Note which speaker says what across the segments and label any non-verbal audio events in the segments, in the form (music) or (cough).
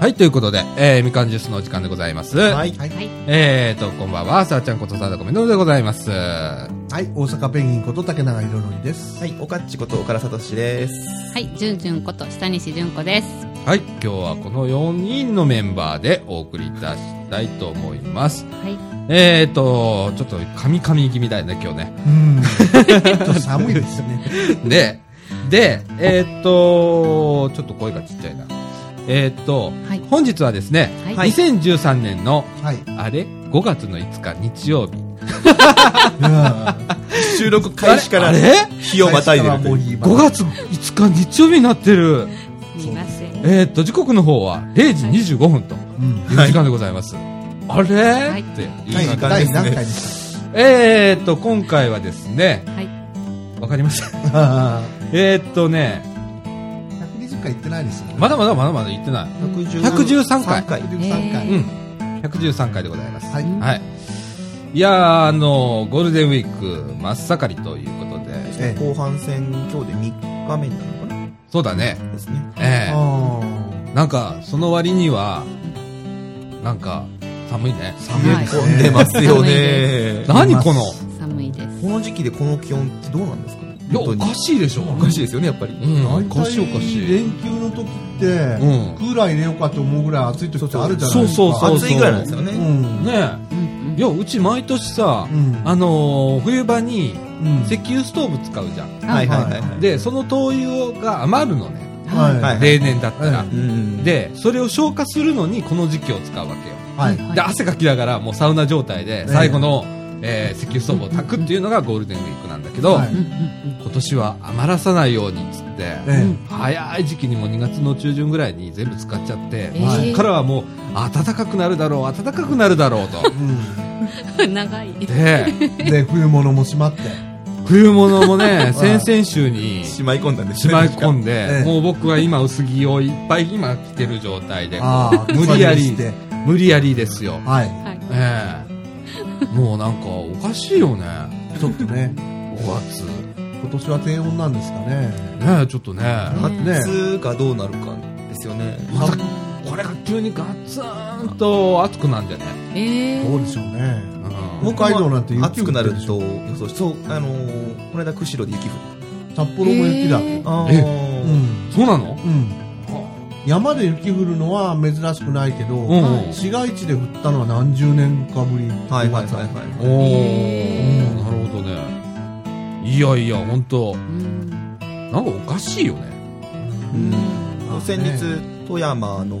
Speaker 1: はい、ということで、えー、みかんジュースのお時間でございます。
Speaker 2: はい。
Speaker 3: はい。
Speaker 4: はい。
Speaker 1: えーと、こんばんは、さあちゃんことさだこみのるでございます。は
Speaker 2: はい。大阪ペンギンこと竹永宏典です。
Speaker 3: はい、おかっちこと岡田聡です。
Speaker 4: はい。じゅんじゅんこと、下西じゅんこです。
Speaker 1: い、今日はこの4人のメンバーでお送りいたしたいと思います。
Speaker 4: はい。
Speaker 1: えーと、ちょっと、噛み噛み気味だよね、今日ね。 (laughs)
Speaker 2: うん。ちょっと寒いですね。
Speaker 1: で、で、えーと、ちょっと声がちっちゃいな。えーと、
Speaker 4: はい
Speaker 1: 本日はですね、
Speaker 4: はい
Speaker 1: 2013年の、
Speaker 2: はい。
Speaker 1: あれ ?5 月の5日日曜日。
Speaker 2: いやー
Speaker 3: 収録開始から
Speaker 1: あれ
Speaker 3: 日をまたいでるとい
Speaker 2: 最
Speaker 3: う。
Speaker 2: 初
Speaker 1: 5
Speaker 2: からもう
Speaker 1: 月5日日曜日になってる。
Speaker 4: すみません。
Speaker 1: えーっと、時刻の方は0時25分とい
Speaker 2: 今うん。
Speaker 1: う時間でございます。あれ、
Speaker 4: い
Speaker 1: っていう
Speaker 2: 第
Speaker 1: 感じ
Speaker 2: 第何回でし
Speaker 1: えーっと、今回はですね、
Speaker 4: はい。
Speaker 1: わかりました。
Speaker 2: たあ
Speaker 1: (laughs) えーっとね、
Speaker 2: ー ?120 回行ってないですもんね。
Speaker 1: まだまだまだまだ言ってない。113
Speaker 3: 113
Speaker 1: 回
Speaker 2: 113
Speaker 1: う
Speaker 2: 回。
Speaker 1: ん。113回でございます。
Speaker 2: はい。
Speaker 1: はい。いやー、あのゴールデンウィーク真っ盛りということで、
Speaker 2: ええ
Speaker 3: 後半戦、今日で3日目になるのか
Speaker 1: そうだね。
Speaker 3: なですね。
Speaker 1: ええ
Speaker 2: あ
Speaker 1: なんか、その割には、なんか、寒いね。
Speaker 2: ー寒いですね。
Speaker 3: 出ますよ
Speaker 4: 寒い
Speaker 3: ね
Speaker 4: で。
Speaker 1: 何この、
Speaker 4: 寒いです。
Speaker 3: この時期でこの気温ってどうなんですかね
Speaker 1: いや、おかしいでしょ
Speaker 3: おかしいですよね、やっぱり。
Speaker 1: うん
Speaker 2: 大体
Speaker 1: おかしいおかしい
Speaker 2: 連休の時って、
Speaker 1: うん
Speaker 2: クーラー入れようかと思うぐらい暑い時ってあるじゃないですか。
Speaker 1: そうそうそう
Speaker 3: 暑いぐらいなんですよね。
Speaker 2: ん。
Speaker 1: ね
Speaker 4: うんうん
Speaker 1: え。いや、うち毎年さ、
Speaker 2: うん
Speaker 1: あのー冬場に
Speaker 2: うん
Speaker 1: 石油ストーブ使うじゃん。
Speaker 3: はいはいはいはい。
Speaker 1: で、その灯油が余るのね。
Speaker 2: はい。
Speaker 3: はい
Speaker 1: 例年だったら
Speaker 2: は。
Speaker 3: うん、
Speaker 1: で、それを消化するのにこの時期を使うわけよ。
Speaker 2: はい。
Speaker 4: はい
Speaker 1: で、汗かきながらもうサウナ状態で
Speaker 2: え
Speaker 1: 最後の、えー石油ストーブを炊くっていうのがゴールデンウィークなんだけど、
Speaker 2: はい
Speaker 4: うんうん
Speaker 1: 今年は余らさないようにっつって、
Speaker 2: ええ
Speaker 1: 早い時期にも2月の中旬ぐらいに全部使っちゃって、
Speaker 4: ええ
Speaker 1: そこからはもう暖かくなるだろう暖かくなるだろうと
Speaker 2: (laughs)
Speaker 4: うん。 (laughs) 長い。
Speaker 1: で
Speaker 2: うん。で、冬物もしまって。
Speaker 1: 冬物も
Speaker 2: (laughs)
Speaker 1: ね先々週に
Speaker 3: しまい込んだんで
Speaker 1: し
Speaker 3: す
Speaker 1: まい込
Speaker 3: で。
Speaker 1: んで、
Speaker 2: ええ
Speaker 1: もう僕は今薄着をいっぱい今着てる状態で
Speaker 2: あー
Speaker 1: 無理やり
Speaker 2: そうにして
Speaker 1: 無理やりですよ、
Speaker 2: はい。
Speaker 4: はい。
Speaker 1: ええもうなんかおかしいよね
Speaker 2: ちょっとね、
Speaker 1: 5月
Speaker 2: 今年は低温なんですかね。
Speaker 1: ねえちょっとね
Speaker 4: ね
Speaker 2: ね
Speaker 3: 夏がどうなるかですよね。
Speaker 1: またこれが急にガツンと暑くなんじゃね、
Speaker 4: え
Speaker 2: ど
Speaker 4: ー
Speaker 2: うでしょうね。
Speaker 1: うん
Speaker 2: 北海道なんて雪
Speaker 3: 暑くなると予想しそう、あのー、この間釧路で雪降った。
Speaker 2: 札幌も雪だって。
Speaker 4: えー
Speaker 3: あ
Speaker 2: う
Speaker 3: ー
Speaker 2: ん。
Speaker 1: そうなの
Speaker 2: うん。山で雪降るのは珍しくないけど、
Speaker 1: うん、
Speaker 4: はい
Speaker 2: 市街地で降ったのは何十年かぶり。
Speaker 3: はいはいはいは
Speaker 1: お
Speaker 4: へ
Speaker 1: ー
Speaker 2: ー
Speaker 1: なるほどねいやいや本当
Speaker 4: うん
Speaker 1: なんかおかしいよね
Speaker 3: い。うん
Speaker 2: まあ
Speaker 3: 先日、富山の方に行っ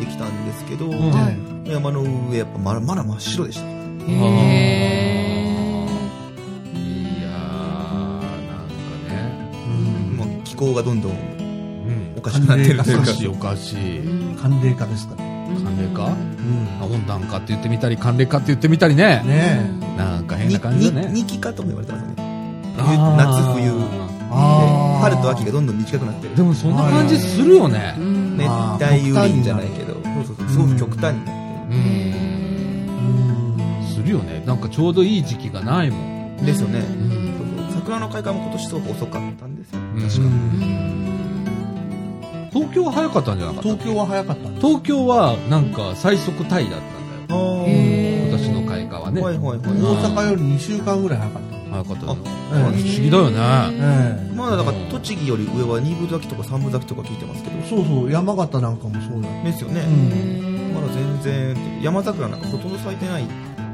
Speaker 3: てきたんですけど、
Speaker 1: ん
Speaker 2: はい。
Speaker 3: 山の上、やっぱまだまだ真っ白でした。
Speaker 4: へ
Speaker 1: あーいやーなんかね
Speaker 2: うん
Speaker 3: もう気候がどんどん
Speaker 1: うん
Speaker 3: おかしくなってるという
Speaker 1: お
Speaker 3: か
Speaker 1: か。しいおかしい、
Speaker 4: ーうん
Speaker 2: 寒冷化ですかね。
Speaker 1: 寒冷化
Speaker 4: うん
Speaker 2: うん。
Speaker 1: あ温暖化って言ってみたり寒冷化って言ってみたりね
Speaker 2: ねえ。
Speaker 1: なんか変
Speaker 3: に
Speaker 1: な感じだ
Speaker 3: に
Speaker 1: ね
Speaker 3: 二期化とも言われてますよね。
Speaker 1: あー
Speaker 3: 夏冬
Speaker 2: あー
Speaker 3: 春と秋がどんどん短くなってる。
Speaker 1: でもそんな感じするよね
Speaker 4: うん
Speaker 3: 熱
Speaker 2: あー
Speaker 3: 帯雨林じゃないけど、そうそうそうすごく極端になっ
Speaker 1: う
Speaker 4: へ
Speaker 1: ん
Speaker 2: うん
Speaker 1: するよねなんかちょうどいい時期がないもん
Speaker 3: てる。ですよね。
Speaker 4: う
Speaker 3: そ
Speaker 4: ん
Speaker 3: うそう桜の開花も今年すごく遅かったんですよ。
Speaker 1: うん
Speaker 3: 確か
Speaker 1: 東京は早かったんじゃなかった
Speaker 2: 東京は早かったんです
Speaker 1: 東京はなんか最速タイだったんだよ
Speaker 3: あー
Speaker 4: へー
Speaker 1: 今年の開花はね、
Speaker 3: はいは
Speaker 2: 大
Speaker 3: いは
Speaker 2: 阪より2週間ぐらい早かった。
Speaker 1: 早かった
Speaker 3: あ
Speaker 1: よね
Speaker 3: い。
Speaker 2: うん
Speaker 1: 不思議だよね
Speaker 2: え
Speaker 3: まだだから栃木より上は2分咲きとか3分咲きとか聞いてますけど
Speaker 2: え。そうそう、山形なんかもそうだよ。
Speaker 3: ですよね、まだ全然山桜なんかほとんど咲いてない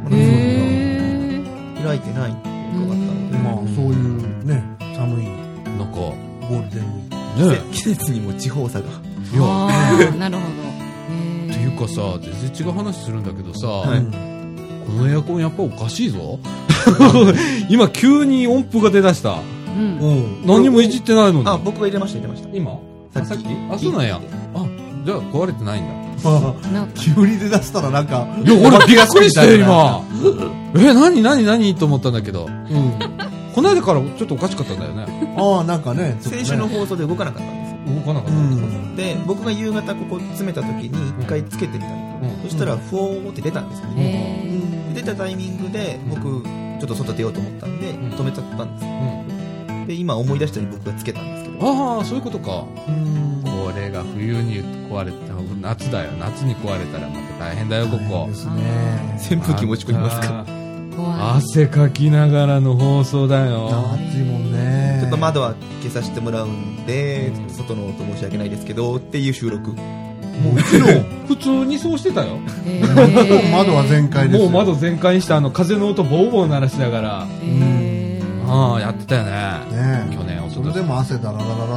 Speaker 3: まだ
Speaker 4: へ
Speaker 3: 開いてないって伺ったので、
Speaker 2: まあ、そういうね、寒い
Speaker 1: なんか
Speaker 2: ゴールデンウィーク。
Speaker 1: ね
Speaker 3: 季節季節にも地方差が
Speaker 1: いや
Speaker 4: あーなるほど
Speaker 1: っ
Speaker 4: って
Speaker 1: いうかさ全然違う話するんだけどさ、
Speaker 3: はい
Speaker 2: うん
Speaker 1: このエアコンやっぱおかしいぞ (laughs) 今急に音符が出だした
Speaker 4: うん
Speaker 2: おう
Speaker 1: 何もいじってないのに
Speaker 3: あ僕が入れました入れました
Speaker 1: 今
Speaker 3: さっ
Speaker 1: あ
Speaker 3: き
Speaker 1: さっきあそうなんやあじゃあ壊れてないんだ
Speaker 2: あ
Speaker 4: なんか
Speaker 2: (laughs) 急に出だしたらなんか、
Speaker 1: いや、俺びっくりしたよ、
Speaker 2: み
Speaker 1: 今。 (laughs) え、なになになにと思ったんだけど。
Speaker 2: うん。
Speaker 1: この間からちょっとおかしかったんだよね。
Speaker 2: ああ、なんかね、ちょっとね
Speaker 3: 先週の放送で動かなかったんですよ
Speaker 1: 動かなかった。
Speaker 2: う
Speaker 1: うん。
Speaker 2: ん。
Speaker 3: で僕が夕方ここ詰めた時に一回つけてみたの、そしたらフォーって出たんですよね、
Speaker 4: へ
Speaker 3: 出たタイミングで僕ちょっと外出ようと思ったんで
Speaker 1: ん
Speaker 3: 止めちゃったんですよで今思い出したように僕がつけたんですけど
Speaker 1: ああ、そういうことか。
Speaker 2: うん
Speaker 1: こうこれが冬に壊れた夏だよ夏に壊れたらまた大変だよこ
Speaker 2: 大変
Speaker 1: こ
Speaker 2: ですね。
Speaker 3: 扇風機持ち込みますか
Speaker 1: また
Speaker 4: 怖い。
Speaker 1: 汗かきながらの放送だよ
Speaker 2: 暑いもんね。
Speaker 3: ちょっと窓は消させてもらうんで、ちょっと外の音申し訳ないですけど、っていう収録。
Speaker 2: もう昨日、
Speaker 1: 普通にそうしてたよ
Speaker 4: え
Speaker 2: もう
Speaker 4: ー
Speaker 2: 窓は全開です
Speaker 1: も
Speaker 2: よ。
Speaker 1: う窓全開にしてあの風の音ボーボー鳴らしながら
Speaker 4: え
Speaker 1: ああやってたよね
Speaker 2: ねえ
Speaker 1: 去年おと
Speaker 2: そ
Speaker 1: と
Speaker 2: れ
Speaker 1: し
Speaker 2: でも汗だらだらだったもん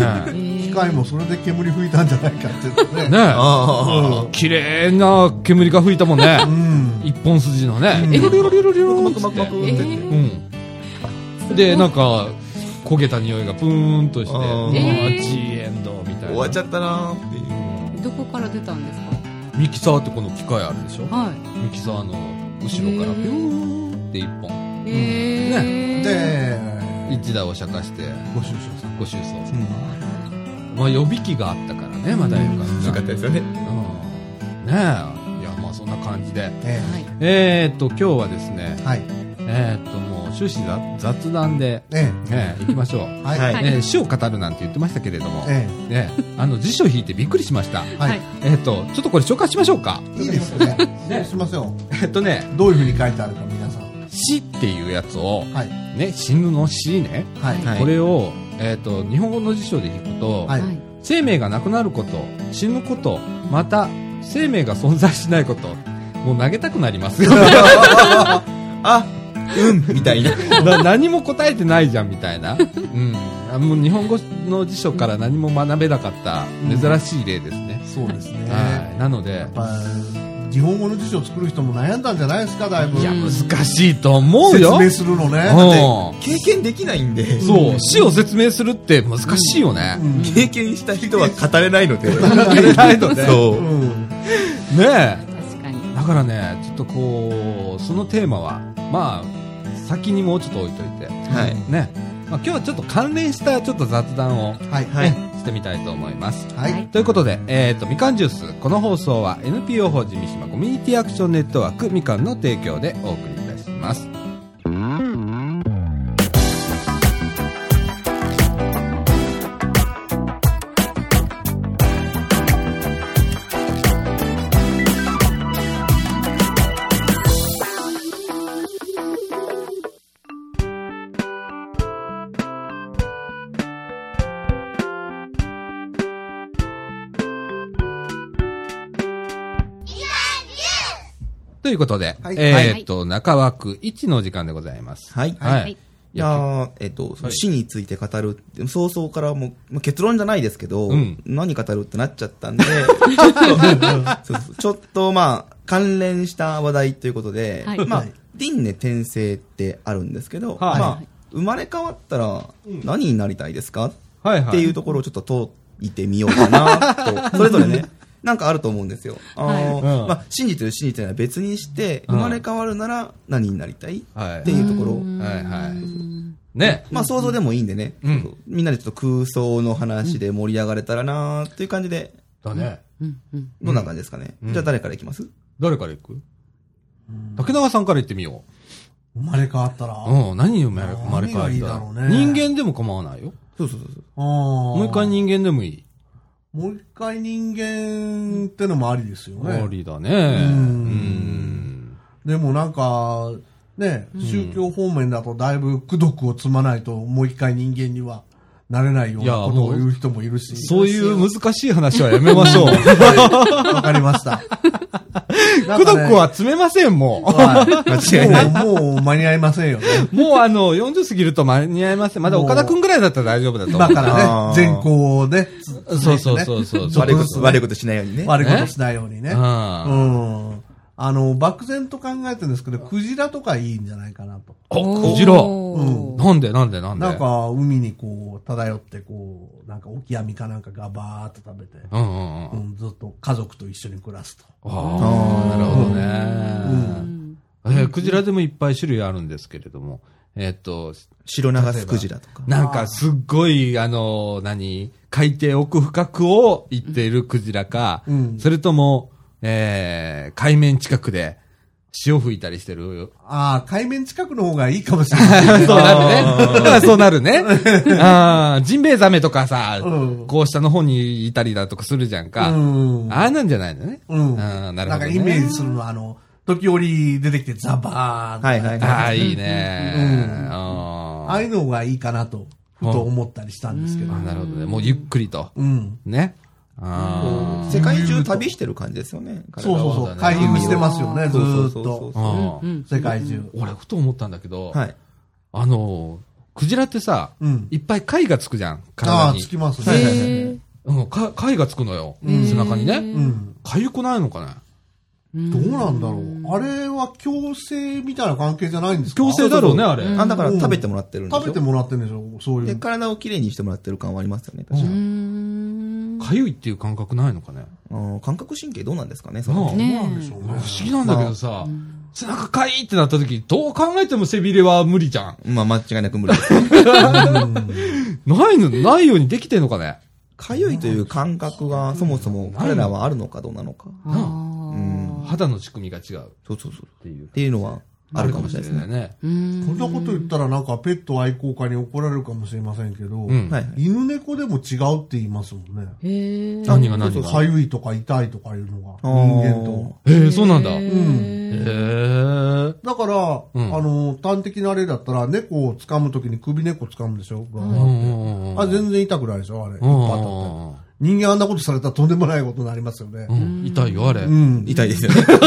Speaker 2: な。
Speaker 1: ね
Speaker 4: ー
Speaker 2: 機械もそれで煙吹いたんじゃないかって言って
Speaker 1: え
Speaker 2: ね。
Speaker 1: ねえ
Speaker 3: あ
Speaker 1: 綺麗な煙が吹いたもんね
Speaker 2: うん。
Speaker 1: 一本筋のね
Speaker 2: うん
Speaker 1: リロリロリロリロ
Speaker 3: マ
Speaker 1: っ
Speaker 3: ク
Speaker 1: つ
Speaker 3: マ
Speaker 1: っ
Speaker 3: クマ
Speaker 1: て
Speaker 3: クって。
Speaker 4: え
Speaker 1: うんでなんか焦げた匂いがプーンとして
Speaker 3: あ
Speaker 1: あ
Speaker 3: ー
Speaker 1: ージーエンドみたい
Speaker 3: 終わっち
Speaker 1: な
Speaker 3: ゃったなーっていう。
Speaker 4: どこから出たんです
Speaker 1: ミキサーってこの機械あるでしょ
Speaker 4: か。はい。
Speaker 1: ミキサーの後ろから
Speaker 4: へー
Speaker 1: ビューって一本
Speaker 4: えー。
Speaker 2: で、
Speaker 1: 一台を釈迦して
Speaker 2: ご愁傷さん。
Speaker 1: ご収穫
Speaker 3: うん。
Speaker 1: まあ予備機があったからねまだよか
Speaker 3: (laughs) よ
Speaker 1: った
Speaker 3: かったですよね。
Speaker 1: うんねえいやまあそんな感じで
Speaker 2: え
Speaker 4: はい。
Speaker 1: えー、っと今日はですね
Speaker 2: えはい。
Speaker 1: えー、っともう終始雑雑談で
Speaker 2: え
Speaker 1: ねえ行きましょう、
Speaker 2: えはい。
Speaker 3: はい
Speaker 1: えー死を語るなんて言ってましたけれども、
Speaker 2: え
Speaker 1: ねえあの辞書引いてびっくりしました
Speaker 2: えは
Speaker 4: はいい。
Speaker 1: えっ、とちょっとこれ紹介しましょうか
Speaker 2: いいですね。そうしますよ。
Speaker 1: えっ、とね
Speaker 2: どういうふうに書いてあるか、皆さん。
Speaker 1: 死っていうやつを、
Speaker 2: はい。
Speaker 1: ね、死ぬの死ね、
Speaker 2: はい。
Speaker 3: はい
Speaker 1: これを、えっと日本語の辞書で引くと、
Speaker 2: はい
Speaker 4: はい。
Speaker 1: 生命がなくなること死ぬことまた生命が存在しないこともう投げたくなりますよ
Speaker 3: (laughs) あ、うん、みたいな。
Speaker 1: (laughs) な何も答えてないじゃんみたいな、うん、あもう日本語の辞書から何も学べなかった珍しい例ですね、
Speaker 2: そうですね。
Speaker 1: は
Speaker 2: や
Speaker 1: いなので
Speaker 2: っぱ、日本語の辞書を作る人も悩んだんじゃないですか、だいぶ。
Speaker 1: いや難しいと思う
Speaker 2: 説
Speaker 1: よ
Speaker 2: 明するのね。
Speaker 1: う
Speaker 3: 経験できないんで。
Speaker 1: んそう死を説明するって難しいよね、
Speaker 2: うん
Speaker 3: 経験した人は語れないので。
Speaker 1: 語れないので
Speaker 3: そうう。
Speaker 2: ん。
Speaker 1: ね
Speaker 4: 確か
Speaker 1: え
Speaker 4: に。
Speaker 1: だからねちょっとこうそのテーマはまあ先にもうちょっと置いといて
Speaker 3: はい。
Speaker 1: ね、まあ、今日はちょっと関連したちょっと雑談を、ね
Speaker 2: はい。
Speaker 3: はい
Speaker 1: してみたいと思います。
Speaker 2: はい。
Speaker 4: はい
Speaker 1: ということで、えっ、と、みかんジュース、この放送は NPO 法人三島コミュニティアクションネットワークみかんの提供でお送りいたします。ということで、
Speaker 2: はい
Speaker 1: えっ、と、中枠1の時間でございます。
Speaker 3: はい。
Speaker 1: はい。
Speaker 4: はいい
Speaker 3: いやーえっと、その死について語るって、早々からもう、まあ結論じゃないですけど、
Speaker 1: うん
Speaker 3: 何語るってなっちゃったんで、ちょっと、そうそうちょっとまあ、関連した話題ということで、
Speaker 4: はい
Speaker 3: まあ
Speaker 2: はい、
Speaker 3: 輪廻転生ってあるんですけど、
Speaker 1: はい
Speaker 3: ま
Speaker 1: は
Speaker 3: あ、生まれ変わったら何になりたいですか、
Speaker 1: はい
Speaker 3: っていうところをちょっと問いてみようかなと、それぞれね、なんかあると思うんですよ。あの
Speaker 1: はいうん
Speaker 3: まあ、信じてる信じてないは別にして、
Speaker 1: うん
Speaker 3: 生まれ変わるなら何になりたい
Speaker 1: はい
Speaker 3: っていうところを
Speaker 1: はいは
Speaker 4: う
Speaker 1: い。
Speaker 4: ん
Speaker 1: ね。
Speaker 3: まあ想像でもいいんでね、
Speaker 1: うん
Speaker 3: そうみんなでちょっと空想の話で盛り上がれたらなーっていう感じで、
Speaker 1: だね。
Speaker 4: うんうん。
Speaker 3: どんな感じですかね。
Speaker 1: うん
Speaker 3: じゃあ誰からいきます
Speaker 1: 誰から行く竹永さんから行ってみよ
Speaker 2: 生まれ変わったら。
Speaker 1: う。うん、何に生まれ生まれ変わりた
Speaker 2: 何がいいだろうね
Speaker 1: 人間でも構わないよ。
Speaker 3: そうそうそう
Speaker 2: も
Speaker 1: もう一回。人間でもいい。
Speaker 2: もう一回人間ってのもありですよ
Speaker 1: あ
Speaker 2: ね。
Speaker 1: りだね。うん
Speaker 2: ん。でもなんか、ね、宗教方面だとだいぶ功徳を積まないともう一回人間にはなれないよう
Speaker 1: いや
Speaker 2: なことを
Speaker 1: もう
Speaker 2: 言う人もいるし。
Speaker 1: そういう難しい話はやめましょう。
Speaker 2: (laughs) わかりました。
Speaker 1: くどくは
Speaker 2: は
Speaker 1: 詰めません、も
Speaker 3: 間違いない。
Speaker 2: もう、もう間に合いません
Speaker 1: (laughs)
Speaker 2: よね。
Speaker 1: う。もうあの、40過ぎると間に合いません。まだ岡田くんぐらいだったら大丈夫だと思
Speaker 2: 今
Speaker 1: う。
Speaker 2: から
Speaker 3: あー
Speaker 2: ね、善行をね。
Speaker 1: そうそうそうそう。
Speaker 2: ちょっ
Speaker 3: 悪い
Speaker 2: と
Speaker 3: こ
Speaker 2: ずつ
Speaker 3: と、悪いことしないようにね。
Speaker 2: 悪いことしないようにね。
Speaker 1: う
Speaker 2: うんん。あの、漠然と考えてるんですけど、クジラとかいいんじゃないかなと。
Speaker 1: お、クジラ。
Speaker 4: おー
Speaker 1: なんでなんでなんで
Speaker 2: なんか、海にこう、漂って、こう、なんか、オキアミかなんかがバーっと食べて、
Speaker 1: うんうんう。
Speaker 2: うんん、ずっと家族と一緒に暮らすと。
Speaker 1: ああ、なるほどね。
Speaker 4: うん
Speaker 1: えークジラでもいっぱい種類あるんですけれども、えーっと、
Speaker 3: 白長スクジラとか。
Speaker 1: なんかすっごい、あの、何、海底奥深くを行っているクジラか、
Speaker 2: うん
Speaker 1: それとも、えー海面近くで潮吹いたりしてるよ。
Speaker 2: ああ、海面近くの方がいいかもしれな
Speaker 1: (laughs)
Speaker 2: い。
Speaker 1: そうなるね。 (laughs) そうなる
Speaker 2: (laughs)
Speaker 1: ね。ああ、ジンベエザメとかさ、
Speaker 2: うん
Speaker 1: こう下の方にいたりだとかするじゃんか。
Speaker 2: うん。
Speaker 1: ああなんじゃないのね。
Speaker 2: うん。
Speaker 1: あーなる
Speaker 2: な
Speaker 1: ほ
Speaker 2: ん
Speaker 1: ど、
Speaker 2: か
Speaker 1: ね。
Speaker 2: イメージするのは、あの、時折出てきてザバーンとか
Speaker 3: はいはいはい。
Speaker 1: ああ、いいね。
Speaker 2: うん
Speaker 1: あ
Speaker 2: ああいうのがいいかなと、ふと思ったりしたんですけど
Speaker 1: あ。なるほどね。もうゆっくりと。
Speaker 2: うん。
Speaker 1: ね。あ
Speaker 3: 世界中旅してる感じですよね。
Speaker 2: そうそうそう。海
Speaker 1: 海
Speaker 2: 遊
Speaker 1: を
Speaker 2: してますよね、ずーっと。
Speaker 1: あ。ああ
Speaker 2: 世界中。
Speaker 1: 俺、ふと思ったんだけど、
Speaker 3: はい。
Speaker 1: あの、クジラってさ、
Speaker 2: うん。
Speaker 1: いっぱい貝がつくじゃん、
Speaker 2: あ
Speaker 1: 体
Speaker 2: あ、
Speaker 1: に
Speaker 2: つ。きます
Speaker 4: へ
Speaker 2: ね。
Speaker 4: え
Speaker 1: うん、か貝がつくのよ。背
Speaker 4: ー
Speaker 1: 中にね。
Speaker 2: うん。
Speaker 1: かゆくないのかね
Speaker 2: どうなんだろう。あれは強制みたいな関係じゃないんですか
Speaker 1: 強制だろうね、あれ。
Speaker 4: うん
Speaker 3: あ、だから食べてもらってるんでしょ
Speaker 2: 食べてもらってるんでしょそうい
Speaker 3: で、
Speaker 2: う。
Speaker 3: 体をきれいにしてもらってる感はありますよね、確か
Speaker 4: う
Speaker 3: に。
Speaker 4: ん
Speaker 1: かゆいっていう感覚ないのかね。
Speaker 3: あー感覚神経どうなんですかね、そ
Speaker 1: な
Speaker 3: の
Speaker 1: あ
Speaker 4: ね
Speaker 2: そうなんでしょう
Speaker 1: 不
Speaker 2: ね。
Speaker 1: 思議なんだけどさ、背中かいってなった時、どう考えても背びれは無理じゃん。
Speaker 3: まあ、間違いなく無理です。 (laughs)
Speaker 1: ないの、ないようにできてんのかね。
Speaker 3: かゆいという感覚がそもそも彼らはあるのかどうなのか。
Speaker 4: あ
Speaker 3: うん。
Speaker 1: 肌の仕組みが違うっ
Speaker 3: そうそうそう。
Speaker 1: ていう。
Speaker 3: っていうのはあるかもしれないです
Speaker 1: あ
Speaker 3: ね。
Speaker 1: るかもしれないね。
Speaker 4: ーう
Speaker 2: こ
Speaker 4: ん
Speaker 2: んなこと言ったらなんかペット愛好家に怒られるかもしれませんけど、
Speaker 1: うん。
Speaker 3: はいはい。
Speaker 2: 犬猫でも違うって言いますもんね。
Speaker 4: へえ
Speaker 1: 何が何
Speaker 2: か
Speaker 1: が。
Speaker 2: ゆいとか痛いとかいうのが、
Speaker 3: あ
Speaker 2: 人
Speaker 3: ー
Speaker 2: 間と。
Speaker 1: えー、そうなんだ。
Speaker 4: へ
Speaker 1: へー。
Speaker 4: ー
Speaker 2: だから、
Speaker 1: うん
Speaker 2: あの、端的な例だったら、猫を掴むときに首根っこ掴むでしょ、う
Speaker 1: うんうんうん
Speaker 2: あれ全然痛くないでしょあれ。一
Speaker 1: うん
Speaker 2: 発当たって人間あんなことされたらとんでもないことになりますよね
Speaker 1: う。ん。痛いよ、あれ。 (laughs)
Speaker 2: うん。
Speaker 3: 痛いですよね。
Speaker 2: そう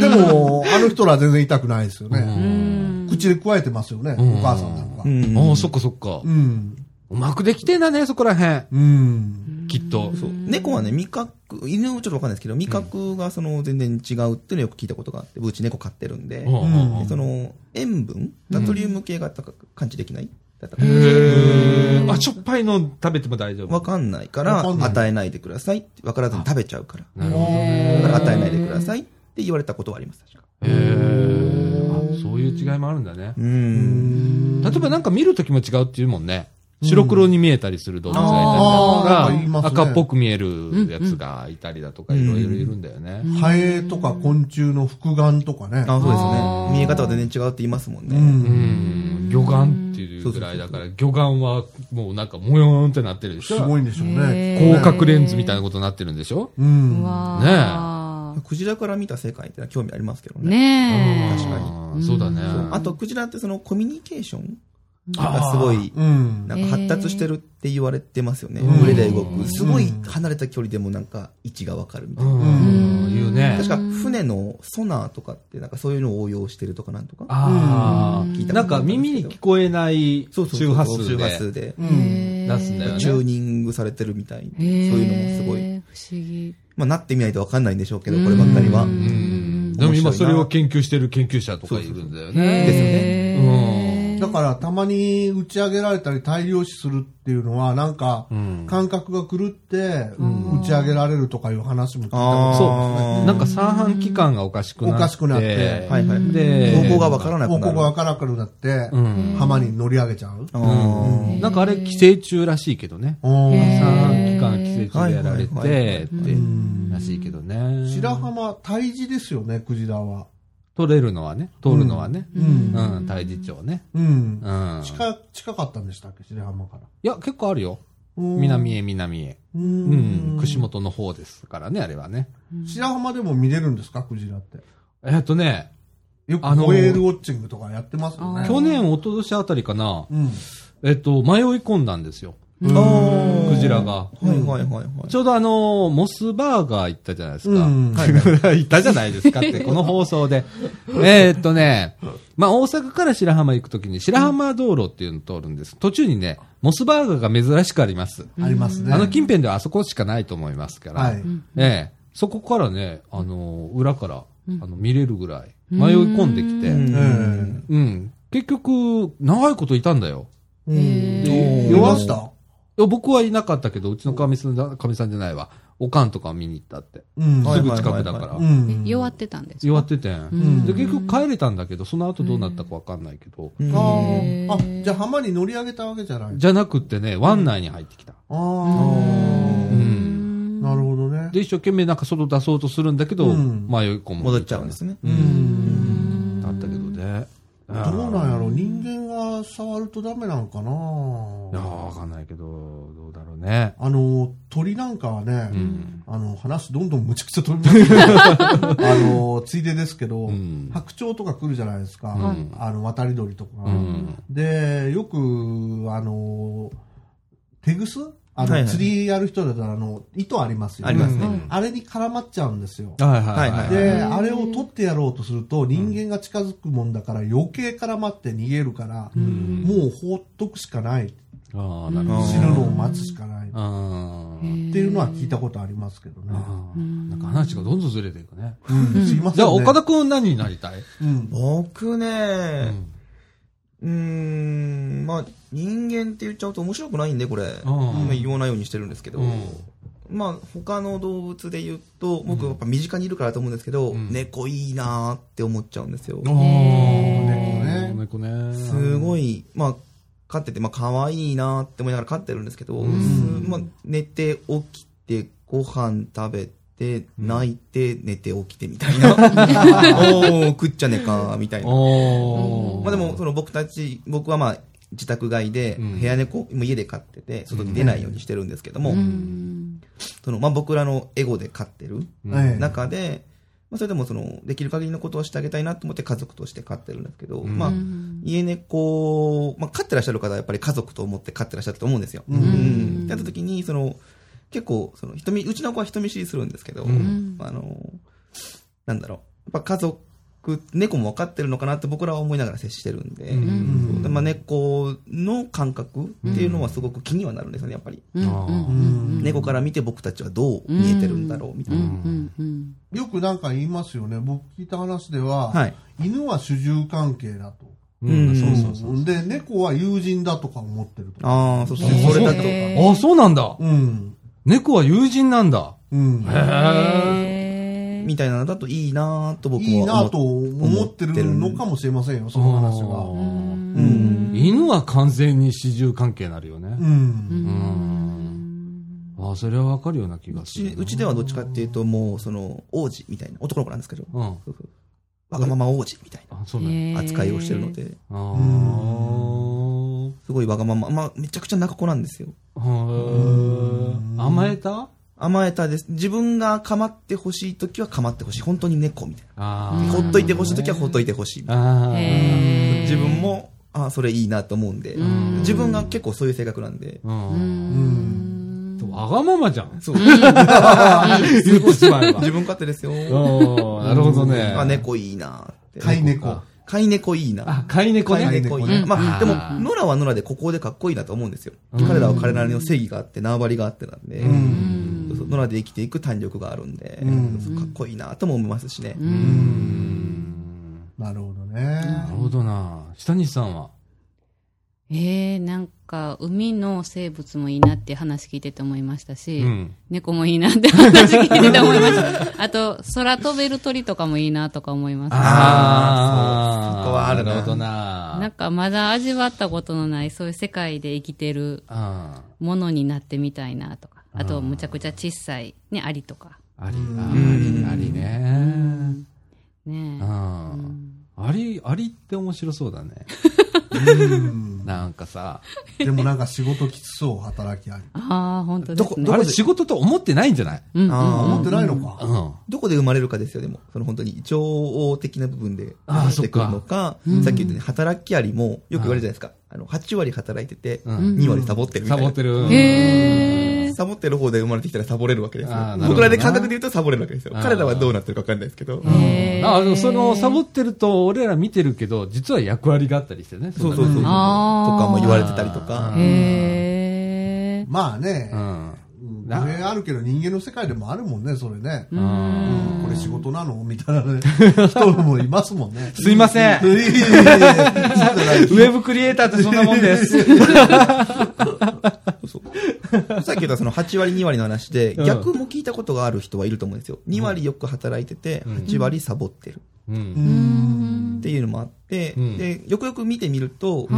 Speaker 2: でも、あの人らは全然痛くないですよ
Speaker 1: う
Speaker 2: ね。口でくわえてますよね、
Speaker 1: うん
Speaker 2: お母さんなんか
Speaker 3: う。ん。
Speaker 1: ああ、そっかそっか
Speaker 2: う。ん。
Speaker 1: うまくできてんだね、そこらへ
Speaker 2: うん。
Speaker 1: ん。きっと。
Speaker 3: そう猫はね、味覚、犬はちょっとわかんないですけど、味覚がその全然違うっていうのをよく聞いたことがあって、うち猫飼ってるんで、
Speaker 1: うん
Speaker 3: でその塩分、ナトリウム系が高く感知できないだったか
Speaker 1: へ
Speaker 3: な
Speaker 1: ー。あ、しょっぱいの食べても大丈
Speaker 3: わ
Speaker 1: 夫。
Speaker 3: かんないか
Speaker 2: わ
Speaker 3: ら
Speaker 2: かんない
Speaker 3: 与えないでくださいって。わからずに食べちゃうから。
Speaker 1: なるほどね。
Speaker 3: だから与えないでくださいって言われたことはあります、確か。
Speaker 1: へー。あそういう違いもあるんだね。
Speaker 3: うん。
Speaker 1: 例えばなんか見るときも違うっていうもんね。白黒に見えたりする動物
Speaker 2: あー
Speaker 1: が
Speaker 2: な
Speaker 1: いた
Speaker 2: んか言
Speaker 1: りだ
Speaker 2: いま
Speaker 1: と
Speaker 2: す
Speaker 1: か、赤
Speaker 2: ね
Speaker 1: っぽく見えるやつがいたりだとか、いろいろいるんだよね。
Speaker 2: ハエとか昆虫の複眼とかね。
Speaker 3: あそうです
Speaker 4: あー
Speaker 3: ね。見え方は全然違うって言いますもん
Speaker 2: う。
Speaker 3: ね。
Speaker 1: うんん。魚眼っていうぐらいだから、魚眼はもうなんかもよーんってなってるでし
Speaker 2: す
Speaker 1: ょ。
Speaker 2: ごいんでしょうね。
Speaker 4: へー
Speaker 1: 広角レンズみたいなことになってるんでしょ
Speaker 2: う。
Speaker 4: うんわー
Speaker 3: クジラから見た世界ってのは興味ありますけどね。
Speaker 4: ねえ
Speaker 3: 確かに
Speaker 1: にそうだね。
Speaker 3: あと、クジラってそのコミュニケーションがすごい、
Speaker 2: うん。
Speaker 3: なんか発達してるって言われてますよね。
Speaker 2: うん
Speaker 3: 群れで動く。すごい離れた距離でもなんか位置がわかるみた
Speaker 1: う
Speaker 3: いな。
Speaker 1: ん。言うね
Speaker 3: 確。か船のソナーとかってなんかそういうのを応用してるとかなんとか。
Speaker 1: あ
Speaker 3: 聞い
Speaker 1: あ。
Speaker 3: たことある
Speaker 1: なんか耳に聞こえない
Speaker 3: そうそうそう
Speaker 1: 周波数
Speaker 3: 周波
Speaker 1: で
Speaker 3: 数で。
Speaker 2: うん。
Speaker 1: 出すんだよね。
Speaker 3: チューニングされてるみたいで。そ
Speaker 4: へ
Speaker 3: う
Speaker 4: ー
Speaker 3: いうのもすごい。
Speaker 4: 不思議
Speaker 3: まあなってみないとわかんないんでしょうけど、こればっかりは。
Speaker 1: うんでも今それを研究してる研究者とかいるんだよね。
Speaker 3: ですよ
Speaker 4: へー
Speaker 2: だから、たまに打ち上げられたり大量死するっていうのは、なんか、感覚が狂って、打ち上げられるとかいう話も聞いた
Speaker 3: あー
Speaker 2: こ
Speaker 1: そう。なんか三半規管がおかしくなって。
Speaker 2: おかしくなって
Speaker 1: は。
Speaker 3: はいいはい。
Speaker 1: で、
Speaker 3: 方向がわから
Speaker 2: と
Speaker 3: な
Speaker 2: ない。王
Speaker 3: くな
Speaker 2: 国
Speaker 3: る。
Speaker 2: がからくなって、
Speaker 1: ん
Speaker 2: 浜に乗り上げちゃう。
Speaker 3: あー
Speaker 1: なんかあれ寄生虫らしいけどね。
Speaker 2: おー
Speaker 4: へー
Speaker 1: 三半規管寄生虫でやられ
Speaker 3: はいはいはいは
Speaker 1: て、
Speaker 3: い
Speaker 1: って、らしいけどね。
Speaker 2: 白浜、胎児ですよね、クジラは。
Speaker 1: 取れるのはね、取るのはね。
Speaker 2: う。
Speaker 1: うんん、大事長ね。
Speaker 2: うん。
Speaker 1: うん。
Speaker 2: 近、近かったんでしたっけ、白浜か
Speaker 1: い
Speaker 2: ら。
Speaker 1: や、結構あるよ。
Speaker 2: うん。
Speaker 1: 南へ南へ。
Speaker 2: う
Speaker 1: うんん。。串本の方ですからね、あれはね。
Speaker 2: 白浜でも見れるんですか、クジラって。
Speaker 1: えっとね、
Speaker 2: よ
Speaker 1: あ
Speaker 2: く
Speaker 1: の
Speaker 2: ホエールウォッチングとかやってますよ
Speaker 4: あー
Speaker 2: ね。
Speaker 1: 去年、一昨年あたりかな、
Speaker 2: うん。
Speaker 1: えっと、迷い込んだんですよ。
Speaker 3: あ
Speaker 1: ク
Speaker 3: ー
Speaker 1: ジラが。
Speaker 3: はいはいはいはい。
Speaker 1: ちょうどあの、モスバーガー行ったじゃないですか。
Speaker 2: うん。はい。
Speaker 1: いたじゃないですか
Speaker 2: (laughs)
Speaker 1: って、この放送で。えーっとね、まあ、大阪から白浜行くときに、白浜道路っていうのを通るんです。途中にね、モスバーガーが珍しくあります。
Speaker 2: ありますね。
Speaker 1: あの近辺ではあそこしかないと思いますから。
Speaker 2: はい。
Speaker 1: ええそこからね、あの、裏から、あの、見れるぐらい、迷い込んできて、
Speaker 3: うん
Speaker 2: え
Speaker 1: うん。結局、長いこといたんだよ。
Speaker 2: え
Speaker 1: で
Speaker 2: 弱した
Speaker 1: いや僕はいなかったけど、うちのかみさんだ、かみさんじゃないわ。おかんとか見に行ったって。
Speaker 2: うん
Speaker 3: は
Speaker 1: す
Speaker 3: い
Speaker 1: ぐ近くだか
Speaker 3: はいはい
Speaker 1: ら
Speaker 3: は。
Speaker 2: うん。
Speaker 4: 弱ってたんです
Speaker 1: 弱ってて。
Speaker 2: ん
Speaker 1: で、結局帰れたんだけど、その後どうなったかわかんないけど。
Speaker 3: うん
Speaker 2: あ
Speaker 4: へ
Speaker 2: ー
Speaker 4: ー
Speaker 2: あ、じゃあ浜に乗り上げたわけじゃない。
Speaker 1: じゃなくってね、湾内に入ってきた。
Speaker 2: ああ。なるほどね。
Speaker 1: で、一生懸命なんか外出そうとするんだけど、
Speaker 2: うん
Speaker 1: 迷い込む。
Speaker 3: 戻っちゃうんですね。
Speaker 2: うん。
Speaker 1: で。
Speaker 2: どうなんやろ人間が触るとダメなのか
Speaker 1: いや
Speaker 2: な
Speaker 1: わかんないけど、どうだろうね。
Speaker 2: あの、鳥なんかはね、あの、話どんどんむちゃくちゃ飛びますけど
Speaker 1: (laughs)
Speaker 2: あの、ついでですけど、
Speaker 1: ん
Speaker 2: 白鳥とか来るじゃないですか、
Speaker 1: ん
Speaker 2: あの、渡り鳥とかが、
Speaker 1: うん
Speaker 2: で、よく、あの、テグスあの、
Speaker 3: はいはい
Speaker 2: 釣りやる人だったら、あの、糸ありますよ
Speaker 3: ありますね
Speaker 2: うんあれに絡まっちゃうんですよ。
Speaker 1: はいはいはい。
Speaker 2: で、あれを取ってやろうとすると、人間が近づくもんだから、余計絡まって逃げるから、もう放っとくしかない。
Speaker 1: ああ、なるほど。
Speaker 2: 死ぬのを待つしかない。っ
Speaker 1: あ
Speaker 2: ていうのは聞いたことありますけどね。
Speaker 1: あ。なんか話がどんどんずれていくね。
Speaker 2: うん、すいません、ね。
Speaker 1: じゃあ、岡田くん何になりたい
Speaker 2: うん。
Speaker 3: 僕ね、うーん、まあ、人間って言っちゃうと面白くないんで、これ。
Speaker 1: うん
Speaker 3: まあ言わないようにしてるんですけど
Speaker 1: うん。
Speaker 3: まあ、他の動物で言うと、僕やっぱ身近にいるからだと思うんですけど、
Speaker 1: ん
Speaker 3: 猫いいなーって思っちゃうんですよ。
Speaker 1: ああ、
Speaker 2: ね
Speaker 1: 猫ね。
Speaker 3: すごい、まあ、飼ってて、まあ、可愛いなって思いながら飼ってるんですけど、すまあ、寝て起きて、ご飯食べて、泣いて、寝て起きてみたいな。 (laughs) おー、食っちゃねえか、みたいな。
Speaker 1: おー
Speaker 3: まあでも、その僕たち、僕はまあ、自宅外で、
Speaker 1: ん
Speaker 3: 部屋猫、もう家で飼ってて、外に出ないようにしてるんですけども、
Speaker 4: うん
Speaker 3: その、まあ僕らのエゴで飼ってる
Speaker 2: ええ
Speaker 3: 中で、まあそれでもその、できる限りのことをしてあげたいなと思って家族として飼ってるんですけど、まあ、家猫、まあ飼ってらっしゃる方はやっぱり家族と思って飼ってらっしゃると思うんですよ。うん。ってなった時に、その、結構、その、人見、うちの子は人見知りするんですけど、あの、なんだろう、やっぱ家族、猫も分かってるのかなって僕らは思いながら接してるんで、
Speaker 2: ん
Speaker 3: まあ、猫の感覚っていうのはすごく気にはなるんですよね、やっぱり。
Speaker 4: うんうん
Speaker 2: うん
Speaker 3: 猫から見て僕たちはどう見えてるんだろうみたいな。
Speaker 4: うんうん
Speaker 2: よくなんか言いますよね。僕聞いた話では、
Speaker 3: はい
Speaker 2: 犬は主従関係だと。
Speaker 1: うん、そうそうそう。
Speaker 2: うんで、猫は友人だとか思ってると。
Speaker 3: ああ、そして
Speaker 4: ね
Speaker 3: それだと。
Speaker 4: へ
Speaker 1: ああ、そうなんだ。
Speaker 2: うん。
Speaker 1: 猫は友人なんだ。
Speaker 2: うん。
Speaker 4: へ
Speaker 3: みたいなのだといいなぁと僕
Speaker 2: いい
Speaker 3: は
Speaker 2: な
Speaker 3: 思
Speaker 2: と思ってるのかもしれませんよ、その話は。
Speaker 1: は。
Speaker 3: うん。
Speaker 1: 犬は完全に四十関係になるよね。
Speaker 2: うん。
Speaker 1: ああ、それはわかるような気が
Speaker 3: う
Speaker 1: す
Speaker 3: ち
Speaker 1: る。
Speaker 3: うちではどっちかっていうと、もう、その、王子みたいな、男の子なんですけど、
Speaker 1: うん。
Speaker 3: そうそうわがまま王子みたい
Speaker 1: あそうね。
Speaker 4: え
Speaker 3: な扱いをしてるので、
Speaker 1: あー
Speaker 3: すごいわがまま、まあ、めちゃくちゃ泣く子なんですよ。
Speaker 1: へー甘えた
Speaker 3: 甘えたです。自分が構ってほしいときは構ってほしい。本当に猫みたい
Speaker 1: あ
Speaker 3: な。
Speaker 1: ー
Speaker 3: ほっといてほしいときはほっといてほしい。
Speaker 1: あー
Speaker 4: へー
Speaker 3: 自分も、ああ、それいいなと思うんで、自分が結構そういう性格なんで、
Speaker 1: うん。
Speaker 2: うん。
Speaker 1: わがままじゃん。 (laughs)
Speaker 3: そう。自
Speaker 1: 言ってしまえば。
Speaker 3: 分勝手ですよ。
Speaker 1: おーなるほどね。
Speaker 3: あ、猫いいなって。
Speaker 2: 飼い猫。
Speaker 3: 飼い猫いいな。
Speaker 1: あ、飼い猫
Speaker 2: 飼
Speaker 1: ね。
Speaker 2: い
Speaker 3: 猫いい
Speaker 2: 飼い
Speaker 3: な。まあ、でも
Speaker 1: あ、ー
Speaker 3: ノラはノラでここでかっこいいなと思うんですよ。彼らは彼らの正義があって、縄張りがあってなんで、そうそうノラで生きていく弾力があるんで、そうかっこいいなとも思いますしね。
Speaker 2: なるほどね
Speaker 1: な。るほどな。下西さんは。
Speaker 4: えー、なんか、海の生物もいいなって話聞いてて思いましたし、
Speaker 1: うん
Speaker 4: 猫もいいなって話聞いてて思いました。 (laughs) あと、空飛べる鳥とかもいいなとか思います。
Speaker 3: あーそうそこはあるな
Speaker 1: なるほど
Speaker 4: なん
Speaker 1: な。
Speaker 4: か、まだ味わったことのない、そういう世界で生きてる
Speaker 1: あ
Speaker 4: ものになってみたいなとか。あと、むちゃくちゃ小さい、ね、アリとか。
Speaker 1: ーあり、あーあり、ありね。
Speaker 4: ね
Speaker 1: あーあり、ありって面白そうだね。なんかさ、
Speaker 2: でもなんか仕事きつそう、働きあり。
Speaker 4: ああ、本当ですね
Speaker 1: あ。れ仕事と思ってないんじゃない
Speaker 4: うん
Speaker 3: あー
Speaker 2: 思ってないのか。
Speaker 1: うん。
Speaker 3: どこで生まれるかですよ、でも。その本当に、情応的な部分で
Speaker 1: あー
Speaker 3: 出てくるのか、さっき言ったように働きありも、よく言われるじゃないですか。あの、8割働いてて、
Speaker 1: うん
Speaker 3: 2割サボってるみた
Speaker 1: サ
Speaker 3: いな。
Speaker 1: ボってる。
Speaker 4: へえ。
Speaker 3: サボってる方で生まれてきたらサボれるわけですよ
Speaker 1: あーなるほど。な
Speaker 3: 僕らで感覚で言うとサボれるわけですよ。
Speaker 1: あー
Speaker 3: 彼らはどうなってるかわかんないですけど。
Speaker 4: へー
Speaker 1: あのそのサボってると俺ら見てるけど実は役割があったりしてね
Speaker 3: そうそうそう。とか
Speaker 4: あー
Speaker 3: も言われてたりとか。
Speaker 4: へえ。
Speaker 2: まあね
Speaker 1: う、ん
Speaker 2: うん
Speaker 1: な
Speaker 2: 上あるけど人間の世界でもあるもんね、それね。
Speaker 1: うん
Speaker 2: うんこれ仕事なのみたいな
Speaker 1: (laughs)
Speaker 2: ね人もいますもんね。
Speaker 1: すいません
Speaker 2: いやいやいやいやそうじゃな
Speaker 1: (laughs)
Speaker 2: い
Speaker 1: ウェブクリエイターってそんなもんです。
Speaker 3: そうそう (laughs) さっき言ったその8割2割の話で、
Speaker 1: うん
Speaker 3: 逆も聞いたことがある人はいると思うんですよ。2割よく働いてて、8割サボってる
Speaker 1: うん。
Speaker 3: っていうのもあって、
Speaker 1: うん
Speaker 3: で、よくよく見てみると、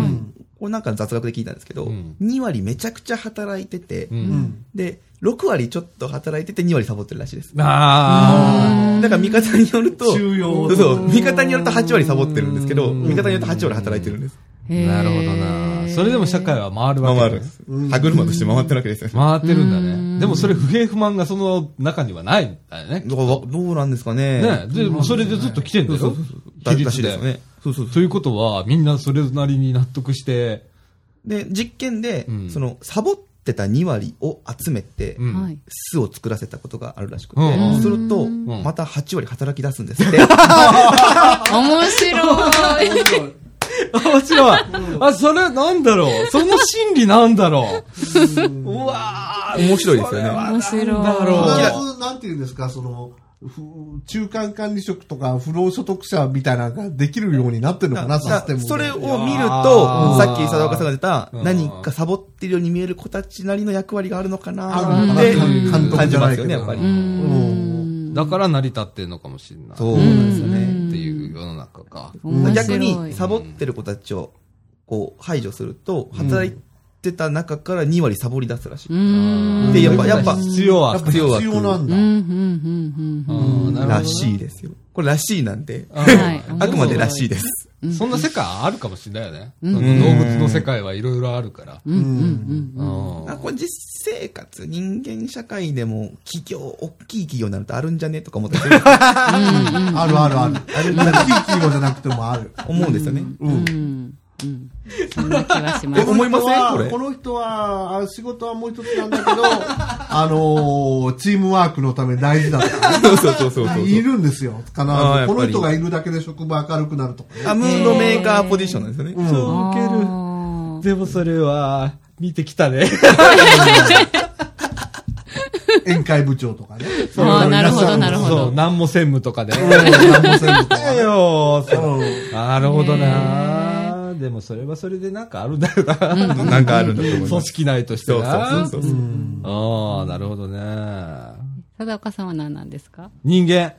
Speaker 3: これなんか雑学で聞いたんですけど、
Speaker 1: うん
Speaker 3: 2割めちゃくちゃ働いてて、
Speaker 1: う。
Speaker 2: うんん
Speaker 3: で、 6割ちょっと働いてて2割サボってるらしいです。だ
Speaker 1: あ
Speaker 3: から見方によると、
Speaker 2: 中央
Speaker 3: そうそう、味方によると8割サボってるんですけど、
Speaker 1: うん
Speaker 3: 味方によると8割働いてるんです。
Speaker 1: あ。なるほどな。それでも社会は回るわけだ
Speaker 3: 回るんです。歯車として回ってるわけですよ。
Speaker 1: 回ってるんだね。でもそれ不平不満がその中にはないんだよね。
Speaker 3: だからどうなんですかね。
Speaker 1: ねでもそれでずっと来てんだよ。
Speaker 3: だ
Speaker 1: 比率
Speaker 3: だしですよ
Speaker 1: で。
Speaker 3: ね。そうそうそう。
Speaker 1: ということは、みんなそれなりに納得して、
Speaker 3: で、実験で、
Speaker 1: うん
Speaker 3: その、サボってた2割を集めて、
Speaker 1: うん (laughs)
Speaker 4: はい。
Speaker 3: 巣を作らせたことがあるらしくて、
Speaker 1: うん
Speaker 3: すると、
Speaker 4: うん
Speaker 3: また8割働き出す
Speaker 1: (laughs)
Speaker 3: んですって。
Speaker 4: 面白い。
Speaker 1: 面白い。あ、それなんだろう。その心理なんだろう。うわー
Speaker 3: 面白いですよ
Speaker 1: それ
Speaker 3: ね
Speaker 1: は
Speaker 4: 面白い
Speaker 1: なんだろ
Speaker 2: あ
Speaker 1: う。
Speaker 2: のなんていうんですか、その、ふ中間管理職とか不労所得者みたいなのができるようになってるのかな、シ
Speaker 3: だ
Speaker 2: ス
Speaker 3: か
Speaker 2: テ
Speaker 3: ら
Speaker 2: ムで
Speaker 3: それを見る
Speaker 1: う
Speaker 3: と
Speaker 1: ん、
Speaker 3: さっき佐岡さんが出た、
Speaker 1: うん
Speaker 3: 何かサボってるように見える子たちなりの役割があるのか
Speaker 2: あ
Speaker 3: な
Speaker 2: るのか
Speaker 3: っ
Speaker 2: な
Speaker 3: て
Speaker 1: うん
Speaker 2: 監督
Speaker 3: 感
Speaker 2: じ
Speaker 3: じ
Speaker 2: ゃな
Speaker 3: ま
Speaker 2: い
Speaker 3: す
Speaker 2: け
Speaker 3: よ
Speaker 2: ど。
Speaker 3: ね、やっぱり
Speaker 1: う。ん
Speaker 4: ん
Speaker 1: だから成り立ってんのかもしれない。
Speaker 3: そう
Speaker 1: っ
Speaker 3: なんですよね。
Speaker 1: ていう世の中か。
Speaker 4: 面白
Speaker 3: 逆
Speaker 4: い
Speaker 3: に、サボってる子たちを、こう、排除すると、働いてた中から2割サボり出すらし
Speaker 4: う
Speaker 3: い。
Speaker 4: ん。
Speaker 3: で、やっぱ、やっぱ、
Speaker 1: 必要
Speaker 2: や
Speaker 1: は
Speaker 2: っぱ
Speaker 1: 必要。
Speaker 2: 必要なん
Speaker 4: うん、う
Speaker 2: だ。
Speaker 4: ん、うん、
Speaker 1: うんなるほどね
Speaker 3: らしいですよ。これらしいなんで、
Speaker 1: あ
Speaker 4: はい
Speaker 1: ー
Speaker 3: あくまでらしいです。
Speaker 4: うん
Speaker 1: そんな世界あるかもしれないよね。
Speaker 4: うん
Speaker 1: その動物の世界はいろいろあるから。
Speaker 4: うん、うん、うん
Speaker 1: う。ん
Speaker 3: あこれ実生活、人間社会でも、企業、大きい企業になるとあるんじゃねとか思ったりする
Speaker 2: あるあるある。あれ、大きい企業じゃなくてもある。
Speaker 3: 思うんですよね。
Speaker 2: うん
Speaker 4: うん。うん。そんな気はしま
Speaker 3: え
Speaker 4: す。
Speaker 3: 思いませ
Speaker 2: この
Speaker 3: ん
Speaker 2: 人は
Speaker 3: これ
Speaker 2: この人は、あ仕事はもう一つなんだけど、あのーチームワークのため大事だとか、
Speaker 3: そうそうそうそうそう。
Speaker 2: いるんですよ。必ず。こ
Speaker 3: あーやっぱり
Speaker 2: の人がいるだけで職場明るくなるとかね。
Speaker 3: あ、ムードメーカーポジションなんですよね。
Speaker 2: うん
Speaker 1: そう
Speaker 4: あ
Speaker 1: 受ける
Speaker 4: ー
Speaker 1: でもそれは、見てきたね。
Speaker 2: 宴会部長と
Speaker 4: (laughs)
Speaker 2: かね。
Speaker 4: あーなるほど、なるほ
Speaker 1: そう、
Speaker 4: ど。
Speaker 1: なんも専務とかで。
Speaker 2: うんなんもせんとか
Speaker 1: だよ
Speaker 2: うん
Speaker 1: なるほどなでもそれはそれでなんかあるんだよな。
Speaker 3: なんかあるんだと思い
Speaker 1: 組
Speaker 3: ます。
Speaker 1: 織内として
Speaker 3: そう
Speaker 1: な。
Speaker 3: そうそうそう。
Speaker 1: ああ、なるほどね。
Speaker 4: 貞岡さんは何なんですか
Speaker 1: 人 (laughs) 間。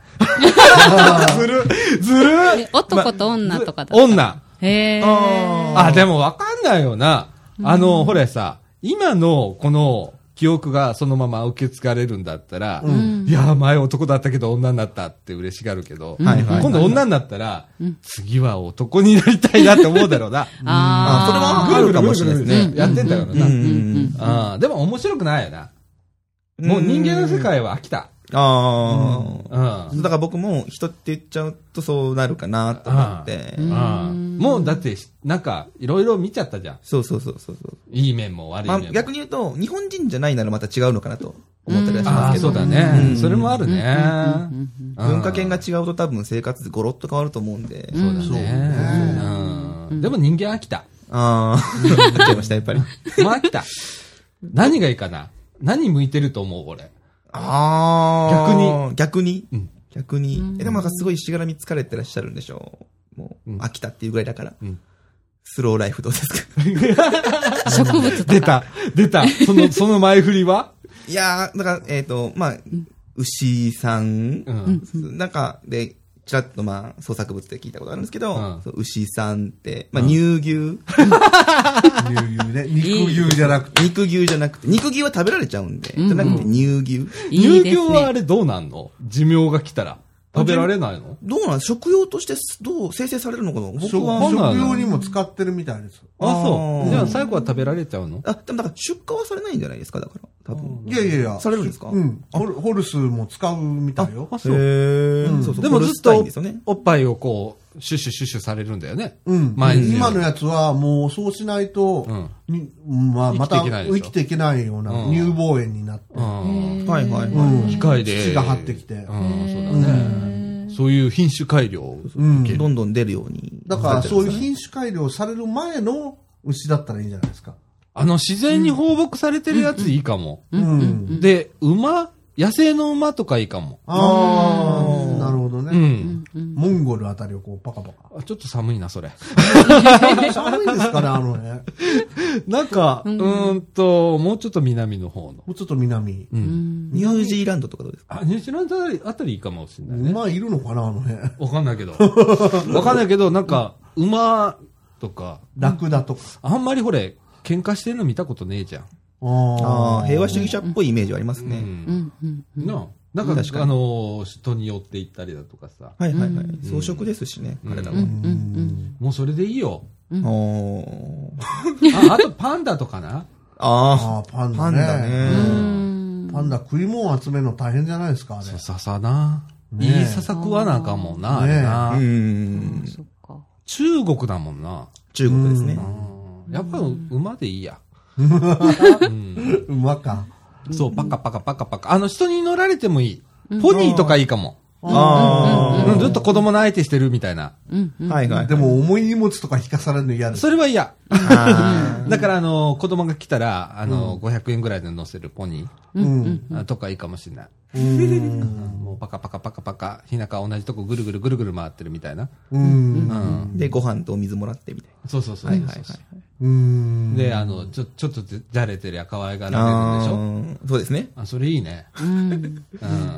Speaker 1: ずる、ずる
Speaker 4: え男と女とかだった
Speaker 1: 女。
Speaker 4: へえ。
Speaker 1: あ、でもわかんないよな。あの、ほらさ、今のこの記憶がそのまま受け継がれるんだったら、いや、前男だったけど女になったって嬉しがるけど、
Speaker 3: はいはい
Speaker 1: 今度女になったら、次は男になりたいなって思うだろうな。
Speaker 4: あー
Speaker 3: あ
Speaker 1: ぐるぐる
Speaker 3: あるかも
Speaker 1: ぐ
Speaker 3: し
Speaker 1: る
Speaker 3: れ
Speaker 1: ぐ
Speaker 3: ない
Speaker 1: る
Speaker 3: ですね
Speaker 1: やってんだからな。
Speaker 3: うんうん
Speaker 1: あーでも面白くないよな。
Speaker 3: うん
Speaker 1: もう人間の世界は飽きた。うん。
Speaker 3: ああ。だから僕も人って言っちゃうとそうなるかなと思って。
Speaker 4: ん
Speaker 1: うんもうだって、なんか、いろいろ見ちゃったじゃん。
Speaker 3: そうそうそうそうそう。
Speaker 1: いい面も悪い
Speaker 3: ま
Speaker 1: 面
Speaker 3: あ
Speaker 1: も。
Speaker 3: 逆に言うと、日本人じゃないならまた違うのかなと思ったりはし
Speaker 1: あ
Speaker 3: ま
Speaker 1: あ、
Speaker 3: すけ
Speaker 1: そ
Speaker 3: ど。
Speaker 1: うだね。
Speaker 3: うん
Speaker 1: それもあるね。
Speaker 3: 文化圏が違うと多分生活ゴロッと変わると思うんで。
Speaker 1: そうだね。うんでも人間飽きた。
Speaker 3: ああ。なっちゃいました、やっぱり。
Speaker 1: もう飽きた。何がいいかな何向いてると思う俺。
Speaker 3: (laughs) ああ。逆に。
Speaker 1: うん
Speaker 3: 逆に。逆に。えでもなんかすごいしがらみ疲れてらっしゃるんでしょう。もう、飽きたっていうぐらいだから
Speaker 1: うん。
Speaker 3: スローライフどうですか (laughs)
Speaker 4: 植物とか。
Speaker 1: 出た出たその、その前振りはい
Speaker 3: やー、だから、えっ、と、まあ、牛さん
Speaker 1: う、ん。
Speaker 3: なんか、で、ちらっとまあ、創作物で聞いたことあるんですけ
Speaker 1: う
Speaker 3: ど、
Speaker 1: ん
Speaker 3: そう牛さんって、まあ、乳牛、 (laughs)
Speaker 2: 乳牛ね。肉牛じゃなくて。
Speaker 3: 肉牛じゃなくて、肉牛は食べられちゃうんで、
Speaker 4: うん
Speaker 3: じゃなくて乳
Speaker 4: い
Speaker 3: 牛。
Speaker 4: い
Speaker 1: 乳
Speaker 4: です
Speaker 1: 牛
Speaker 4: ね
Speaker 1: はあれどうなんの寿命が来たら。食べられないの
Speaker 3: どうなん食用としてすどう生成されるのかな僕
Speaker 2: 食
Speaker 3: は。
Speaker 2: 食用にも使ってるみたいです。
Speaker 1: あ、そうう。
Speaker 3: ん
Speaker 1: じゃあ最後は食べられちゃうの
Speaker 3: あ、でもだから出荷はされないんじゃないですか、だから、多分。
Speaker 2: いやいやいや。
Speaker 3: されるんですか
Speaker 2: うん。ホルホルスも使うみたいよ。
Speaker 1: そう
Speaker 3: へ
Speaker 2: うん
Speaker 3: そうそう。
Speaker 1: でも
Speaker 3: ホル
Speaker 1: ず
Speaker 3: ス
Speaker 1: っ
Speaker 3: タイン
Speaker 1: と
Speaker 3: ですよね。
Speaker 1: おっぱいをこう、シュッシュッシュッシュされるんだよね。
Speaker 2: うん。
Speaker 1: 毎日
Speaker 2: 今のやつはもうそうしないと、にまあ、また
Speaker 1: 生きていけないでしょ
Speaker 2: 生きていけないような
Speaker 1: うん
Speaker 2: 乳房炎になって、
Speaker 1: うん。
Speaker 3: はいはいはい。
Speaker 2: うん
Speaker 1: 機械で。
Speaker 2: 土が張ってきて
Speaker 1: うん、そうだね。そういう品種改良を受ける。
Speaker 3: どんどん出るように。
Speaker 2: だからそういう
Speaker 3: 品
Speaker 2: 品種改良される前の牛だったらいいんじゃないですか。
Speaker 1: あの、自然に放牧されてるやついいかも。
Speaker 2: うん。
Speaker 1: で、馬野生の馬とかいいかも。
Speaker 2: ああ、なるほど
Speaker 1: う
Speaker 2: ね、
Speaker 1: ん。
Speaker 2: モンゴルあたりをこうパカパ
Speaker 1: (laughs)
Speaker 2: カ。
Speaker 1: あちょっと寒いな、それ。
Speaker 2: 寒いですかね、あのね。
Speaker 1: (laughs) なんか、うーんと、もうちょっと南の方の。
Speaker 2: もうちょっと南。
Speaker 1: うん。
Speaker 3: ニュージーランドとかどうですか
Speaker 1: あ、ニュージーランドあたりあたりいいかもしれないね。
Speaker 2: 馬いるのかな、あのね。
Speaker 1: わかんないけ (laughs) ど。わかんないけど、なんか、馬とか、
Speaker 2: ラクダとか。
Speaker 1: あんまりほれ、喧嘩してるの見たことねえじゃん。
Speaker 3: あ
Speaker 2: あ
Speaker 3: ー平和主義者っぽいイメージはあります
Speaker 1: う
Speaker 3: ね。
Speaker 4: うんんうんうん
Speaker 1: なあなんか
Speaker 3: 確かに
Speaker 1: あの人に寄って行ったりだとかさ
Speaker 3: はいはいは
Speaker 4: う
Speaker 3: い。装飾ですしね、
Speaker 1: うん
Speaker 3: 彼ら
Speaker 4: うん
Speaker 3: は。
Speaker 4: うん
Speaker 1: もうそれでいい (laughs) よ
Speaker 4: うん
Speaker 3: おー
Speaker 1: ああとパンダとかな
Speaker 3: あ
Speaker 2: あーパン
Speaker 3: あ、
Speaker 2: ダ
Speaker 3: パン
Speaker 2: ね
Speaker 3: ダ
Speaker 4: うん
Speaker 3: ね。
Speaker 2: パンダ食い物集めるの大変じゃないですかあれ
Speaker 1: さささな、
Speaker 2: ねえ
Speaker 1: いいささ食わなあかんもんな、あれな、
Speaker 3: うん。
Speaker 4: そっか
Speaker 1: 中国だもんな、
Speaker 3: 中国ですね。
Speaker 1: うんやっぱり馬でいいや、うん
Speaker 2: 馬か
Speaker 1: そうパカパカパカパカあの人に乗られてもいいポニーとかいいかも、
Speaker 3: あ
Speaker 1: うんずっと子供の相手してるみたいな
Speaker 4: うんうん
Speaker 3: あ。はいはい。
Speaker 2: で、も重い荷物とか引かされるの嫌です
Speaker 1: それは嫌 (laughs)
Speaker 3: あ
Speaker 1: だから、あの、子供が来たら、あの、500円ぐらいで乗せるポニ
Speaker 2: うん
Speaker 1: ーとかいいかもしれない。
Speaker 2: うん
Speaker 1: もうパカパカパカパカ、ひなか同じとこぐるぐるぐるぐる回ってるみたいな。
Speaker 2: うん
Speaker 1: うん。
Speaker 3: ーで、ご飯とお水もらってみたい
Speaker 1: そうそうそう。
Speaker 3: な。はいはいはい。
Speaker 2: うん
Speaker 1: で、あの、ちょ、ちょっとじゃれてりゃ可愛がられ
Speaker 3: あ
Speaker 1: るんでしょ
Speaker 3: ーそうですね。
Speaker 1: あ、それいいね。
Speaker 4: うん
Speaker 1: うん。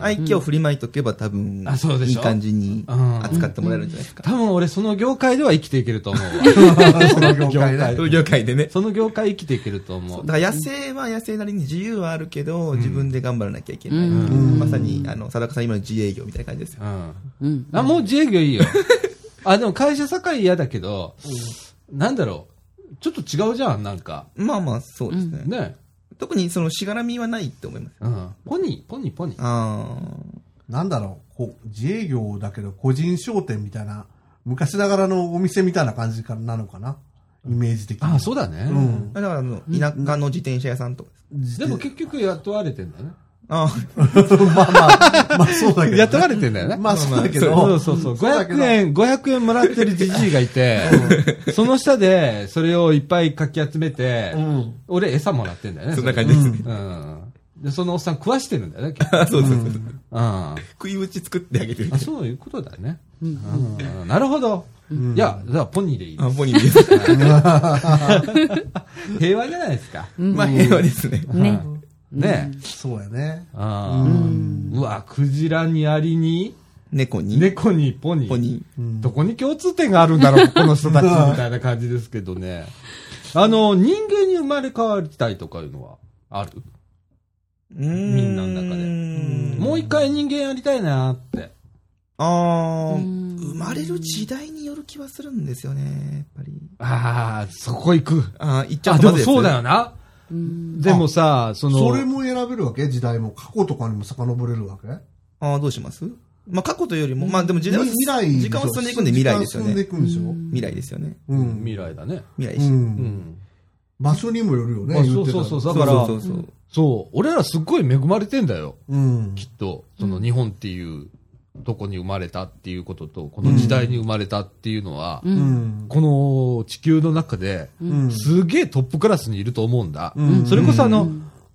Speaker 3: 愛嬌を振りまいとけば多分、
Speaker 1: あそうでしょ
Speaker 3: いい感じに
Speaker 1: うん
Speaker 3: 扱ってもらえるんじゃないですか。
Speaker 1: 多分俺その業界では生きていけると思う (laughs) わ。
Speaker 2: (laughs) その業界ね
Speaker 1: うん
Speaker 3: 業界でね。
Speaker 1: その業界生きていけると思う。
Speaker 3: だから野生は野生なりに自由はあるけど、自分で頑張らなきゃいけない。
Speaker 4: うん
Speaker 3: まさに、あの、貞子さん今の自営業みたいな感じですよ。
Speaker 1: うん。
Speaker 4: うん
Speaker 1: あ、もう自営業 (laughs) いいよ。あ、でも会社境嫌だけど、なんだろう。ちょっと違うじゃん、なんか。
Speaker 3: まあまあ、そうですね。
Speaker 1: ね。
Speaker 3: 特にそのしがらみはないって思います。
Speaker 1: うん。ポニー、ポニー、ポニー。
Speaker 3: あ
Speaker 2: なんだろうこう自営業だけど個人商店みたいな昔ながらのお店みたいな感じかなのかなイメージ的に
Speaker 1: ああ、そうだね。
Speaker 2: うん
Speaker 3: あ。だから、あの、田舎の自転車屋さんとかです。
Speaker 1: でも結局雇われてんだよね。
Speaker 3: あ
Speaker 2: まあまあ、まあそうだけど、ね。
Speaker 1: 雇われてんだよね。
Speaker 2: まあそうだけど。
Speaker 1: そうそうそう。
Speaker 2: そうだけど
Speaker 1: 500円、500円もらってるじじいがいて、その下で、それをいっぱいかき集めて
Speaker 2: う、ん。
Speaker 1: 俺餌もらってんだよね。
Speaker 3: (laughs) あ、そんな感
Speaker 1: じ。
Speaker 3: じですね。
Speaker 1: うん。で、そのおっさん食わしてるんだよね、結
Speaker 3: (laughs)
Speaker 1: 局
Speaker 3: あそうそうそうそ
Speaker 1: う
Speaker 3: う。
Speaker 1: ん。あ、
Speaker 3: 食い打ち作ってあげてる。
Speaker 1: そういうことだね。うんなるほど。いや、じゃあポニーでいい。
Speaker 3: あ、ポニーです。
Speaker 1: 平和じゃないですか。
Speaker 3: まあ、平和ですね。
Speaker 4: ね
Speaker 1: うんねえ。
Speaker 2: そうやね。
Speaker 1: あーうわ、クジラにアリに、
Speaker 3: 猫に、
Speaker 1: 猫にポニー。
Speaker 3: ポニ
Speaker 1: どこに共通点があるんだろう、この人たちみたいな感じですけど (laughs) ね。あの、人間に生まれ変わりたいとかいうのはある
Speaker 3: ー。み
Speaker 1: みんなの中で
Speaker 3: で
Speaker 1: もう一回人間やりたいなって。
Speaker 3: ああ、
Speaker 4: うん
Speaker 3: 生まれる時代による気はするんですよね、やっぱり。
Speaker 1: ああ、そこ行く。
Speaker 3: ああ、言っちゃ
Speaker 1: あ、
Speaker 3: う
Speaker 1: で
Speaker 3: と
Speaker 1: も
Speaker 3: まずいですね
Speaker 1: そうだよ。な。
Speaker 4: うん
Speaker 1: でもさ、その、
Speaker 2: それも選べるわけ時代も過去とかにも遡れるわけ
Speaker 3: ああ、どうしますまあ、過去というよりも、まあ、でも時代は、
Speaker 2: み未来でしょ
Speaker 3: 時間は進んでいくんで未来ですよ
Speaker 2: 時間進んで
Speaker 3: ね
Speaker 2: い。くんでしょ
Speaker 3: 未来ですよね。
Speaker 2: うん。
Speaker 1: 未来だね。
Speaker 3: 未来
Speaker 2: う。
Speaker 3: し。
Speaker 1: うんん。
Speaker 2: 場所にもよるよね。
Speaker 1: あ
Speaker 2: 言
Speaker 1: そ
Speaker 2: っ
Speaker 1: う
Speaker 2: てた
Speaker 1: そ
Speaker 2: ら
Speaker 1: うそう。だから、
Speaker 3: そうそうそう。
Speaker 1: そう、俺らすっごい恵まれてんだよ。
Speaker 2: うん。
Speaker 1: きっと、その日本っていう、とこに生まれたっていうことと、この時代に生まれたっていうのは、
Speaker 2: うん。
Speaker 1: この地球の中で、
Speaker 2: うん。
Speaker 1: すげえトップクラスにいると思うんだ。
Speaker 2: うん
Speaker 1: それこそあの、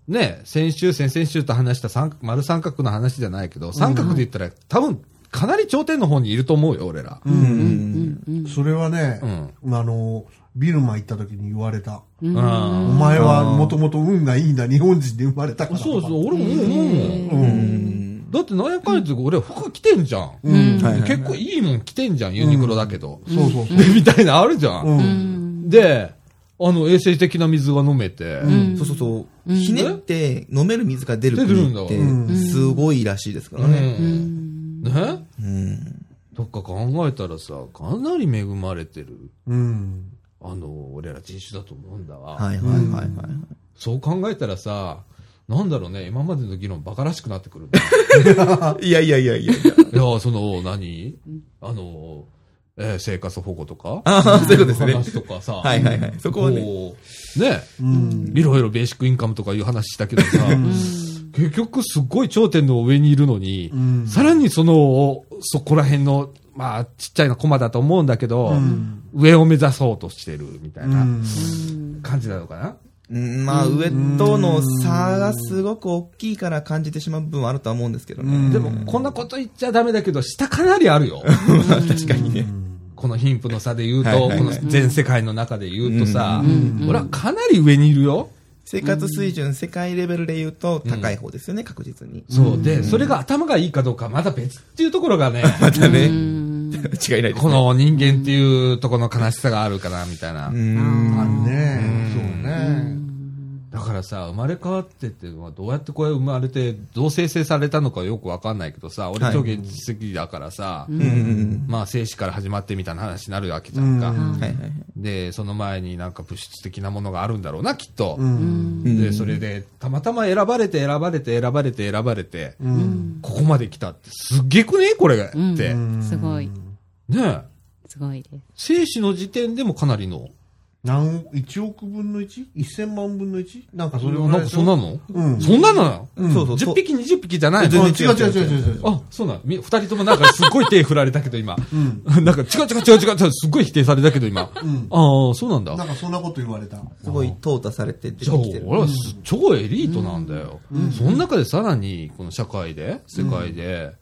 Speaker 1: ね、先週、先々週と話した三角、丸三角の話じゃないけど、三角で言ったら、多分、かなり頂点の方にいると思うよ、俺ら。
Speaker 2: う。
Speaker 3: うんん。
Speaker 2: それはね、
Speaker 1: う
Speaker 2: あの、ビルマ行った時に言われた。
Speaker 1: うん。
Speaker 2: お前はもともと運がいいんだ、日本人で生まれたから。
Speaker 1: そうそう、俺も思うもん。
Speaker 2: う。
Speaker 3: うんん。
Speaker 1: だって何やかんやつ俺服着てんじゃん。
Speaker 2: うん。
Speaker 3: はいはい
Speaker 1: 結構いいもん着てんじゃん、ユニクロだけど。
Speaker 2: そうそうそう。
Speaker 1: (laughs) みたいなあるじゃ。
Speaker 2: うんん。
Speaker 1: で、あの、衛生的な水が飲めて。
Speaker 3: そうそうそう。ひねって飲める水が出る
Speaker 1: 出るん
Speaker 3: 国
Speaker 1: だ
Speaker 3: っ
Speaker 1: う
Speaker 3: て、すごいらしいですからね。
Speaker 1: うんね
Speaker 3: うん。
Speaker 1: とか考えたらさ、かなり恵まれてる。
Speaker 2: うん。
Speaker 1: あの、俺ら人種だと思うんだわ。
Speaker 3: はいはいはいはいはい。
Speaker 1: そう考えたらさ、なんだろうね、今までの議論バカらしくなって
Speaker 3: (laughs)
Speaker 1: くるね。
Speaker 3: いやいやいやいやいや。
Speaker 1: いやー、その、何あの、えー生活保護とか、
Speaker 3: ああ、そういうことですね。
Speaker 1: 話とかさ、
Speaker 3: はいはいはい。そこはね。
Speaker 1: こう、ね、
Speaker 2: うん。
Speaker 1: いろいろベーシックインカムとかいう話したけどさ、結局すごい頂点の上にいるのに、
Speaker 2: ん
Speaker 1: さらにその、そこら辺の、まあ、ちっちゃいなコマだと思うんだけど、
Speaker 2: ん。
Speaker 1: 上を目指そうとしてるみたいうなん感じなのかな。
Speaker 3: うんまあ、上との差がすごく大きいから感じてしまう部分はあるとは思うんですけど
Speaker 2: うん
Speaker 3: ね。
Speaker 1: でも、こんなこと言っちゃダメだけど、下かなりあるよ。
Speaker 3: (laughs) 確かにね。
Speaker 1: この貧富の差で言うと、
Speaker 3: はいはいはい
Speaker 1: この全世界の中で言うとさ、
Speaker 4: うんうんうん
Speaker 1: 俺はかなり上にいるよ。
Speaker 3: 生活水準、世界レベルで言うと高い方ですよね、確実に。
Speaker 1: そう。で、それが頭がいいかどうかまだ別っていうところがね、
Speaker 3: (laughs) また (laughs) ね、違いないです
Speaker 1: こ。の人間っていうところの悲しさがあるかな、みたいな。
Speaker 3: うん
Speaker 2: あるね。そうね。
Speaker 1: だからからさ、生まれ変わってっていうのはどうやってこれ生まれて、どう生成されたのかよくわかんないけどさ、俺
Speaker 3: はい
Speaker 1: と現実的だからさ、
Speaker 4: うん
Speaker 3: うん
Speaker 1: まあ生死から始まってみたいな話になるわけじゃんか。
Speaker 2: うん
Speaker 3: はいはいはい
Speaker 1: で、その前になんか物質的なものがあるんだろうな、きっと。
Speaker 2: うん
Speaker 3: うん
Speaker 1: で、それで、たまたま選ばれて、選ばれて、選ばれて、選ばれて、
Speaker 2: うん
Speaker 1: ここまで来たって、すっげくねこれって。
Speaker 4: うん
Speaker 1: ね
Speaker 2: うん
Speaker 4: すごい
Speaker 1: え。
Speaker 4: すごいです。
Speaker 1: 生死の時点でもかなりの。
Speaker 2: 何1億分の 1?1000 万分の 1? なんかそれぐ
Speaker 1: な
Speaker 2: らい
Speaker 1: んか
Speaker 2: でし
Speaker 1: そ
Speaker 2: ょ
Speaker 1: んなの
Speaker 2: うん
Speaker 1: そんなのなの
Speaker 3: そうそう
Speaker 1: ?10
Speaker 3: そう。
Speaker 1: 匹、20匹じゃない
Speaker 2: 全
Speaker 1: の
Speaker 2: 然違う違う違う違う違う
Speaker 1: あ、そうなのみ二人ともなんかすっごい手振られたけど今。
Speaker 2: ん
Speaker 1: (laughs) なんか違う違う違う違う違う、すっごい否定されたけど今。
Speaker 2: ん
Speaker 1: ああ、そうなん
Speaker 2: な
Speaker 1: だ。
Speaker 2: んかそんなこと言われた
Speaker 3: すごい淘汰されて出て
Speaker 1: じゃあ、
Speaker 3: きてる。
Speaker 1: 俺はす超エリートなんだよ。その中でさらに、この社会で、世界で、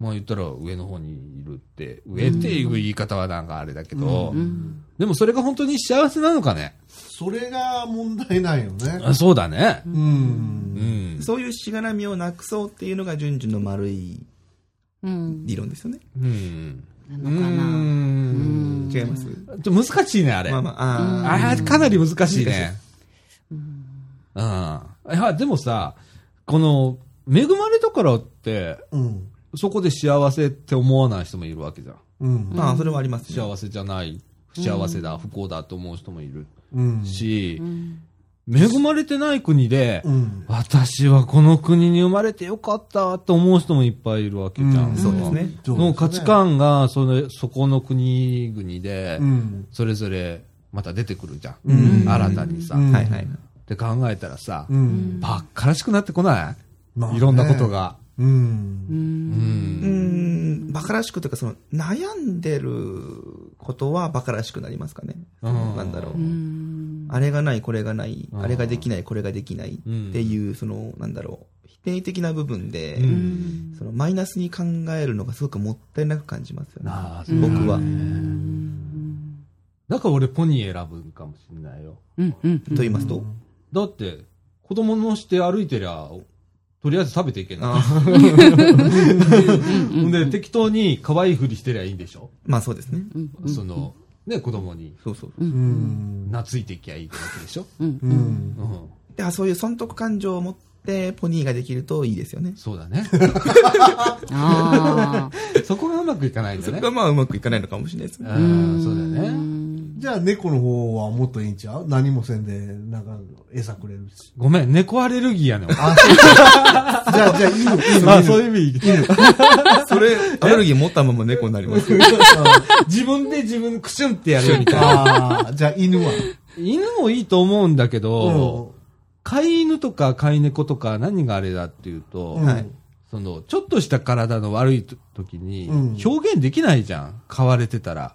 Speaker 1: まあ言ったら上の方にいるって、上っていう言い方はなんかあれだけど、でもそれが本当に幸せなのかね。
Speaker 2: それが問題ないよね
Speaker 1: あそうだね。
Speaker 2: う
Speaker 1: うんん。
Speaker 3: そういうしがらみをなくそうっていうのが、順々の丸い
Speaker 4: うん。
Speaker 3: 理論ですよね。
Speaker 1: うん。
Speaker 4: な
Speaker 1: う
Speaker 4: のかな。
Speaker 1: ん。
Speaker 3: 違います。
Speaker 1: ちょ難しいね、あれ。
Speaker 3: まあまあ、あー
Speaker 1: あれ、かなり難しいね。うん。いや、でもさ、この、恵まれたからって、
Speaker 2: うん
Speaker 1: そこで幸せって思わない人もいるわけじゃん。
Speaker 2: うん
Speaker 3: まあ、それはありますね。
Speaker 1: 幸せじゃない、不幸せだ、不幸だと思う人もいる
Speaker 2: うん
Speaker 1: し
Speaker 4: う、ん
Speaker 1: 恵まれてない国で、
Speaker 2: うん
Speaker 1: 私はこの国に生まれてよかったと思う人もいっぱいいるわけじゃん。
Speaker 2: うん
Speaker 3: そうですね。
Speaker 2: そうですね
Speaker 1: の価値観が、その、そこの国々で
Speaker 2: う、ん
Speaker 1: それぞれまた出てくるじゃん。
Speaker 2: うん
Speaker 1: 新たにさ。
Speaker 2: うん
Speaker 3: はいはい。
Speaker 1: って考えたらさ、
Speaker 2: うん
Speaker 1: ばっからしくなってこない、
Speaker 2: まあね
Speaker 1: いろんなことが。
Speaker 2: う
Speaker 4: うん
Speaker 1: うん。
Speaker 3: うんん、馬鹿らしくというか、その、悩んでることは馬鹿らしくなりますかね。
Speaker 1: うん
Speaker 3: なんだろう
Speaker 4: う。ん
Speaker 3: あれがない、これがない、
Speaker 1: うん
Speaker 3: あれができない、これができないっていう、その、なんだろう、否定的な部分で
Speaker 1: う、
Speaker 4: うん
Speaker 3: そのマイナスに考えるのがすごくもったいなく感じますよね。
Speaker 1: ああ、
Speaker 4: うん
Speaker 3: 僕は
Speaker 4: うん
Speaker 1: だから俺ポニー選ぶかもしれないよ。
Speaker 4: うんうん
Speaker 3: と言いますと、
Speaker 1: だって、子供のして歩いてりゃ、とりあえず食べていけ (laughs) な
Speaker 3: あー (laughs)
Speaker 1: い。んで、適当に可愛いふりしてりゃいいんでしょ、
Speaker 3: まあそうですね。
Speaker 4: うん
Speaker 1: その、ね、子供に
Speaker 3: そうそう。
Speaker 2: うん
Speaker 1: 懐いていきゃいいってわけでしょ
Speaker 4: うん
Speaker 2: うん
Speaker 1: うん。
Speaker 3: だからそういう損得感情を持ってポニーができるといいですよね。
Speaker 1: そうだ (laughs) ね。
Speaker 4: あ
Speaker 1: そこがうまくいかないんだ
Speaker 3: そ
Speaker 1: ね
Speaker 3: れ。がまあうまくいかないのかもしれないですね。
Speaker 4: あ
Speaker 1: うん、そうだね。
Speaker 4: ね
Speaker 2: じゃあ猫の方はもっといいんちゃう何もせんでなんか餌くれる
Speaker 1: (laughs)
Speaker 2: し
Speaker 1: ごめん、猫アレルギーやねん。
Speaker 2: あそうじゃあじゃあ犬犬
Speaker 1: あ、 (laughs) そういう意味。
Speaker 3: (laughs) それ、アレルギー持ったまま猫になりますよ。
Speaker 1: 自分で自分クシュンってやるみたいな。
Speaker 2: ああじゃあ犬は
Speaker 1: 犬もいいと思うんだけど、
Speaker 2: うん
Speaker 1: 飼い犬とか飼い猫とか何があれだっていうと、
Speaker 2: うん
Speaker 3: はい
Speaker 1: その、ちょっとした体の悪い時に
Speaker 2: うん、
Speaker 1: 表現できないじゃん。飼われてたら。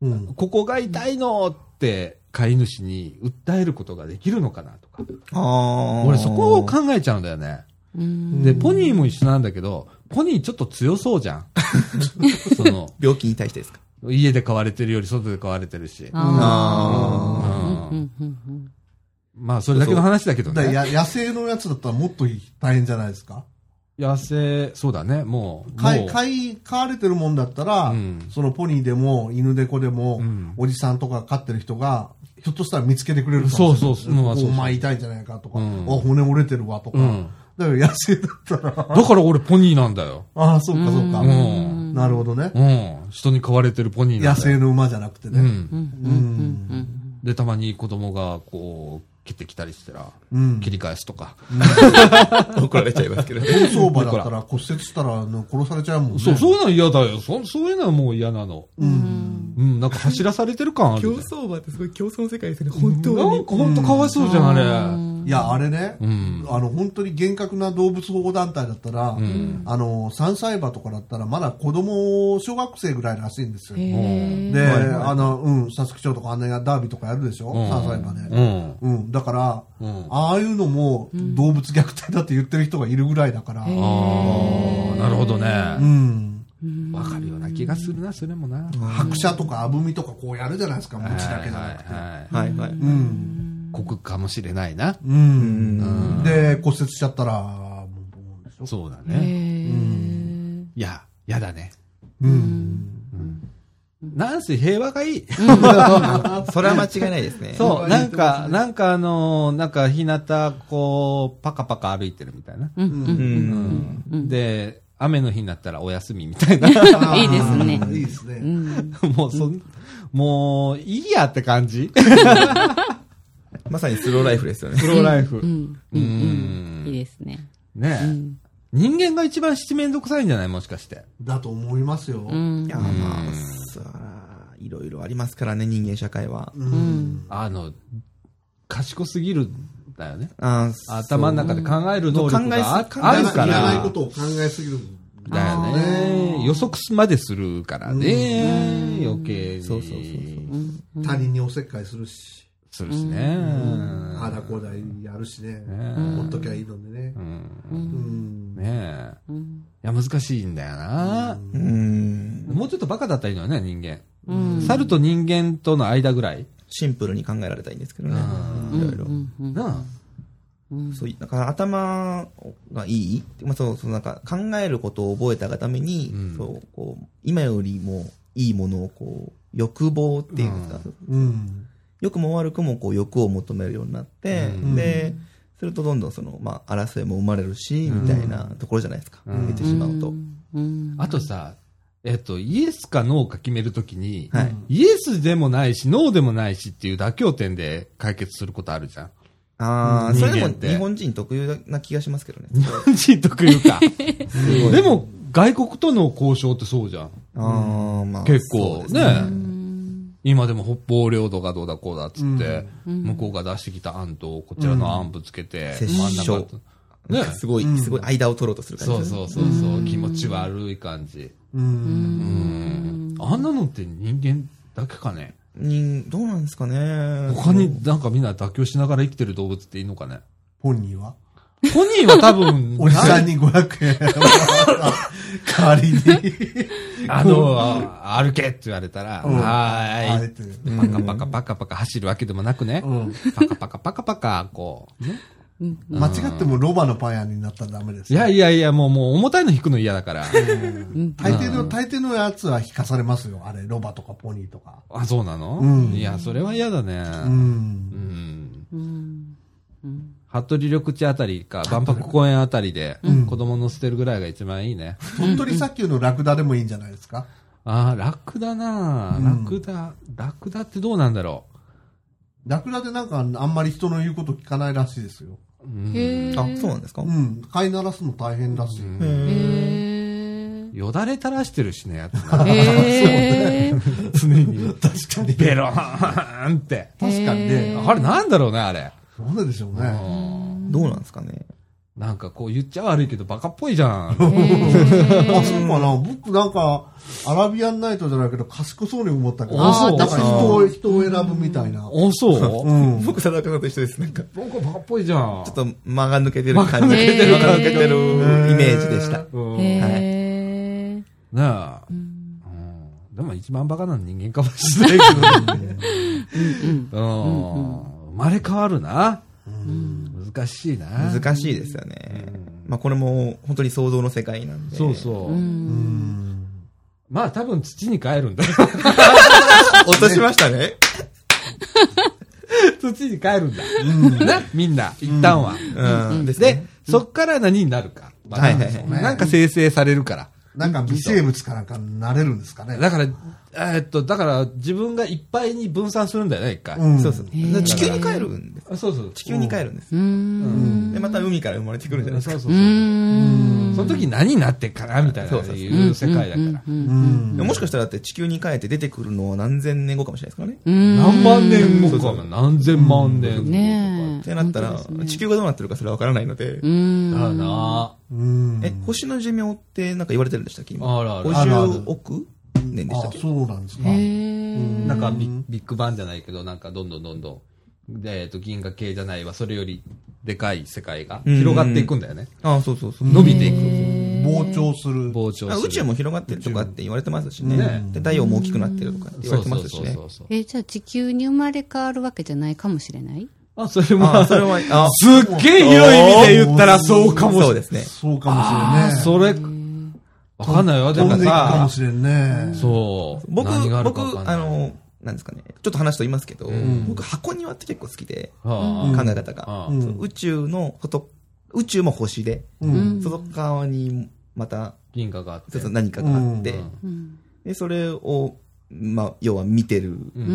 Speaker 2: うん
Speaker 1: ここが痛いのって、飼い主に訴えることができるのかなとか。
Speaker 3: (laughs) ああ。
Speaker 1: 俺そこを考えちゃうんだよね。
Speaker 4: うん
Speaker 1: で、ポニーも一緒なんだけど、ポニーちょっと強そうじゃん。
Speaker 2: (laughs)
Speaker 1: その、
Speaker 3: 病気に対してですか (laughs)
Speaker 1: 家で飼われてるより外で飼われてるし。
Speaker 4: あ
Speaker 1: う
Speaker 4: ー
Speaker 1: ん
Speaker 4: うんうんうん
Speaker 1: まあ、それだけの話だけど
Speaker 2: だ
Speaker 1: ね。
Speaker 2: からや野生のやつだったらもっと大変じゃないですか
Speaker 1: 野生、そうだね、もう。
Speaker 2: 飼
Speaker 1: も
Speaker 2: いう飼い飼われてるもんだったら、
Speaker 1: うん
Speaker 2: そのポニーでも犬猫でも、
Speaker 1: うん
Speaker 2: おじさんとか飼ってる人がひょっとしたら見つけてくれるかもしれない
Speaker 1: そうそうもうそうそう
Speaker 2: お前痛いんじゃないかとか、
Speaker 1: うん
Speaker 2: あ骨折れてるわとか、
Speaker 1: うん
Speaker 2: だから野生だったら
Speaker 1: だから俺ポニーなんだよ。
Speaker 2: ああそうかそうか、
Speaker 1: うん
Speaker 2: なるほどね、
Speaker 1: うん。人に飼われてるポニーな
Speaker 2: 野
Speaker 1: んだよ。
Speaker 2: 生の馬じゃなくて
Speaker 1: う
Speaker 2: ね、
Speaker 1: ん。で、たまに子供がこう、蹴ってきたりしたら、
Speaker 2: うん
Speaker 1: 切り返すとか。
Speaker 3: 怒られちゃい (laughs) ますけど。
Speaker 2: 競走馬だったら骨折したらあの殺されちゃうもんね
Speaker 1: そう、そういうの嫌だよ。そそういうのはもう嫌なの。
Speaker 2: うん
Speaker 1: うん、なんか走らされてる感ある
Speaker 3: 競
Speaker 1: ね。
Speaker 3: 走馬ってすごい競争の世界ですよね、本当
Speaker 1: な
Speaker 3: に
Speaker 1: ん。かほんとかわいそうじゃん、あ
Speaker 2: いやあれね、
Speaker 1: ん
Speaker 2: あの本当に厳格な動物保護団体だったら、
Speaker 1: ん
Speaker 2: あの3歳馬とかだったらまだ子供小学生ぐらいらしいんですよ
Speaker 4: へー
Speaker 2: で、
Speaker 3: はいはい
Speaker 2: あの、うん、サスキ町とかあんなやダービーとかやるでしょ、
Speaker 1: うん
Speaker 2: 3歳まで、
Speaker 1: れ。うん。
Speaker 2: うん、だから、
Speaker 1: うん
Speaker 2: ああいうのも動物虐待だって言ってる人がいるぐらいだから、
Speaker 1: あー、なるほど
Speaker 2: う
Speaker 1: ね。
Speaker 2: ん、
Speaker 1: わかるような気がするな、それもな。
Speaker 2: 白車とかアブミとかこうやるじゃないですか、無知だけじゃなくて。
Speaker 1: はいは
Speaker 3: はいはい。
Speaker 2: う、
Speaker 3: うん
Speaker 1: い。酷かもしれないな。
Speaker 2: うん、
Speaker 3: ん。
Speaker 2: で、骨折しちゃったら、もうもうでしょ
Speaker 1: そうだ
Speaker 4: へ
Speaker 1: ね。
Speaker 4: ー
Speaker 1: いや、嫌だね。
Speaker 2: うん、
Speaker 1: うん。なんせ平和がいい。
Speaker 3: それは間違いないですね。
Speaker 1: そう、なんか、
Speaker 2: ね
Speaker 1: なんかあのーなんか日向、こう、パカパカ歩いてるみたいな。
Speaker 4: うん
Speaker 3: う
Speaker 4: うん
Speaker 3: ん。
Speaker 1: で、雨の日になったらお休みみたいな。
Speaker 4: いいですね
Speaker 2: (laughs) あーいいです
Speaker 4: う
Speaker 2: ね。
Speaker 4: ん
Speaker 1: もうそん、もう、いいやって感じ。
Speaker 3: まさにスローライフですよね。
Speaker 1: プロライフ。
Speaker 4: うんうんうんいいですね。
Speaker 1: ねえ、
Speaker 4: うん
Speaker 1: 人間が一番七面倒くさいんじゃないもしかして。
Speaker 2: だと思いますよ。
Speaker 4: うん
Speaker 3: いや、まあ、そら、いろいろありますからね、人間社会は。
Speaker 2: うん
Speaker 1: あの、賢すぎるんだよね。
Speaker 3: あー
Speaker 1: 頭の中で考える能力があ
Speaker 3: そう考えす
Speaker 1: あるか
Speaker 2: いらない
Speaker 1: ら
Speaker 2: こ。とを考えすぎる。
Speaker 1: だよね。予測までするからね。余計に。
Speaker 3: そうそうそうそう
Speaker 2: 他人におせっかいするし、
Speaker 1: するしね。
Speaker 2: あだこうだやるしね。
Speaker 1: ね
Speaker 2: ほっときゃいいのでね
Speaker 1: う。ん
Speaker 2: うん。
Speaker 1: ねえ。
Speaker 4: うん
Speaker 1: いや、難しいんだよな。
Speaker 3: うーん。
Speaker 1: もうちょっとバカだったらいいのよね、人間。
Speaker 4: うん
Speaker 1: 猿と人間との間ぐらい。
Speaker 3: シンプルに考えられたいんですけどね。いろいろ。
Speaker 4: うん
Speaker 1: なあ。
Speaker 3: そうい、なんか頭がいいまあそう、そうなんか考えることを覚えたがために、
Speaker 1: うん
Speaker 3: そう、こう、今よりもいいものをこう、欲望っていうんですか、
Speaker 2: うん。
Speaker 3: 良くも悪くもこう欲を求めるようになって、
Speaker 1: うん
Speaker 3: で、するとどんどんその、まあ争いも生まれるし、みたいなところじゃないですか。
Speaker 1: うん
Speaker 3: 見てしまうと。
Speaker 4: うん
Speaker 1: あとさ、えっと、イエスかノーか決めるときに、
Speaker 3: はい
Speaker 1: イエスでもないし、ノーでもないしっていう妥協点で解決することあるじゃん。 (laughs)
Speaker 3: ああ、
Speaker 1: 人
Speaker 3: そ
Speaker 1: 間って
Speaker 3: れでも日本人特有な気がしますけどね。
Speaker 1: 人特有か。
Speaker 3: すごい
Speaker 1: で、も、外国との交渉ってそうじゃん。
Speaker 3: (laughs) あーまあ、
Speaker 1: 結
Speaker 3: そう
Speaker 1: 構
Speaker 3: です
Speaker 1: ね。
Speaker 4: うん
Speaker 1: 今でも北方領土がどうだこうだっつって、
Speaker 4: うん
Speaker 1: 向こうが出してきた案と、こちらの案ぶつけて、
Speaker 3: うん
Speaker 1: 真ん中
Speaker 3: 折衝
Speaker 1: ね
Speaker 3: なんか。すごい、
Speaker 2: うん
Speaker 3: すごい間を取ろうとする感じ
Speaker 1: そう
Speaker 3: ですね
Speaker 1: そうそうそう、気持ち悪い感じ。
Speaker 2: う。
Speaker 1: うんん。あんなのって人間だけかね。
Speaker 3: 人どうなんですかね。
Speaker 1: 他になんかみんな妥協しながら生きてる動物っていいの (laughs) かね。
Speaker 2: 本人は
Speaker 1: ポニーは多分、
Speaker 2: おじさんに500円。代わりに。
Speaker 1: あの、歩けって言われたら、
Speaker 2: うん
Speaker 1: は
Speaker 2: あ
Speaker 1: ー
Speaker 2: え
Speaker 1: い。
Speaker 2: て
Speaker 1: パカパカパカパカ走るわけでもなくね。パカパカパカパカ、こう。ね
Speaker 2: 間違ってもロバのパン屋になったらダメです
Speaker 1: い
Speaker 2: よ。
Speaker 1: やいやいや、もう、もう、重たいの引くの嫌だから。
Speaker 2: 大抵の、大抵のやつは引かされますよ。あれ、ロバとかポニーとか。
Speaker 1: あ、そうなの、
Speaker 2: うん
Speaker 1: いや、それは嫌だね。
Speaker 2: う。
Speaker 1: うんん。
Speaker 4: うんうん
Speaker 1: 服部緑地あたりか、万博公園あたりで
Speaker 2: ん、
Speaker 1: 子供乗せてるぐらいが一番いいね。
Speaker 2: 鳥取砂丘のラクダでもいいんじゃないですか。
Speaker 1: ああ、ラクダな
Speaker 2: うん
Speaker 1: ラクダ、ラクダってどうなんだろ
Speaker 2: ラクダでなんかあんまり人の言うこと聞かないらしいですよ。
Speaker 1: う。うん
Speaker 4: へえ。
Speaker 3: あ、そうなんですか、
Speaker 2: うん。飼い鳴らすの大変らしい。
Speaker 3: へー
Speaker 4: へ
Speaker 1: よだれ垂らしてるしね、やつな
Speaker 4: (laughs) え。へえ。
Speaker 1: 常に。
Speaker 2: 確かに。
Speaker 1: ベローンって。
Speaker 2: 確かにね。
Speaker 1: あれなんだろうね、あれ。
Speaker 2: なんででしょうね。
Speaker 3: どうなんですかね。
Speaker 1: なんかこう言っちゃ悪いけどバカっぽいじゃん。
Speaker 2: あ、そうかな。僕なんか、アラビアンナイトじゃないけど、賢そうに思ったけど、
Speaker 1: あそう
Speaker 2: なんか人を、人を選ぶみたいな。
Speaker 1: お、そう、
Speaker 2: うん。
Speaker 3: 僕、貞川さんと一緒です。なんか、ち
Speaker 1: なんかバカっぽいじゃん。
Speaker 3: ょっと間が抜けてる感じ。
Speaker 4: 間が抜けてる
Speaker 3: 間が抜けてるイメージでした。
Speaker 1: うんね
Speaker 4: へえ。
Speaker 1: え、うんでも一番バカなの人間かもしれないけどね。うん生まれ変わるな。難しいな。
Speaker 3: 難しいですよね。まあ、これも本当に想像の世界なんで。
Speaker 1: そうそう。
Speaker 2: うん
Speaker 1: まあ多分土に帰るんだよ。 (laughs)
Speaker 3: 落としましたね。
Speaker 1: 土に帰るんだ。な、みんな、一旦は。
Speaker 3: うん。です
Speaker 1: で
Speaker 3: ね。、
Speaker 1: そっから何になるか。まあ
Speaker 3: はいはいはい
Speaker 1: なんか生成されるから。
Speaker 2: なんか微生物かなんかなれるんですかね。
Speaker 1: だから、えーっと、だから自分がいっぱいに分散するんだよね、一回。
Speaker 2: うん
Speaker 3: そうそう。
Speaker 4: ー
Speaker 3: 地球に帰るんです。
Speaker 1: あそうそう。
Speaker 3: 地球に帰るんです
Speaker 4: う。ん。
Speaker 3: で、また海から生まれてくるんじゃない
Speaker 1: そ
Speaker 3: ですか
Speaker 1: う。そううそう。
Speaker 4: ん。
Speaker 1: その時何になってっかなみたいな、
Speaker 3: そうそうそう
Speaker 1: いう世界だから。
Speaker 2: うん。
Speaker 3: もしかしたらだって地球に帰って出てくるのは何千年後かもしれないですからね。
Speaker 4: うん。
Speaker 1: 何万年後
Speaker 3: そう
Speaker 1: か
Speaker 3: そ
Speaker 1: な何千万年後とか。
Speaker 4: ねえ。
Speaker 3: ってなったら、地球がどうなってるかそれは分からないので、
Speaker 4: うん。
Speaker 1: だな
Speaker 2: うん。
Speaker 3: え、星の寿命ってなんか言われてるんでしたっけ今。
Speaker 1: あらあら
Speaker 2: あるある
Speaker 3: 50億年でした
Speaker 2: あ
Speaker 3: っ、け
Speaker 2: そうなんですか。
Speaker 4: へえ。
Speaker 1: なんかビビッグバンじゃないけど、なんかどんどんどんどん、でえーっと、銀河系じゃないわ、それよりでかい世界が
Speaker 3: うん
Speaker 1: 広がっていくんだよね。
Speaker 3: あそうそうそう。
Speaker 1: 伸びていく。
Speaker 2: 膨張する。
Speaker 1: 膨張
Speaker 3: あ
Speaker 1: する。
Speaker 3: 宇宙も広がってるとかって言われてますし
Speaker 1: 宇宙
Speaker 3: ね
Speaker 1: ね。
Speaker 3: で太陽も大きくなってるとかって言わ
Speaker 1: そ
Speaker 3: れ
Speaker 1: うそう
Speaker 3: てますし
Speaker 1: そう
Speaker 3: ね
Speaker 1: そ。うそう。
Speaker 4: え、じゃあ地球に生まれ変わるわけじゃないかもしれない
Speaker 1: あ、それ
Speaker 3: あ
Speaker 1: も、
Speaker 3: それは、あ
Speaker 1: すっげえ広い意味で言ったらそうかもし
Speaker 3: そう
Speaker 1: れない。
Speaker 3: ですね。
Speaker 2: そうかもしれ
Speaker 1: あ
Speaker 2: ない。
Speaker 1: それ、わかんないよ。で
Speaker 2: 飛
Speaker 1: も
Speaker 2: んでいくか
Speaker 1: さ
Speaker 2: も、しれんね。
Speaker 1: そう。
Speaker 3: 僕、
Speaker 1: 何がある
Speaker 3: 僕
Speaker 1: かわかん、ない
Speaker 3: あ、の、なんですかね、ちょっと話と言いますけど、
Speaker 1: ん
Speaker 3: 僕、箱庭って結構好きで、
Speaker 1: はあ
Speaker 2: うん
Speaker 3: 考え方が。
Speaker 1: ああ
Speaker 2: うん
Speaker 3: そう宇宙の外、宇宙も星で、
Speaker 2: う。
Speaker 4: うんん
Speaker 3: 外側にまた、
Speaker 1: 銀河があって
Speaker 3: 一。つ何かがあって、
Speaker 1: うん
Speaker 4: うん
Speaker 3: で、それを、まあ、要は見てる、
Speaker 1: う
Speaker 4: うん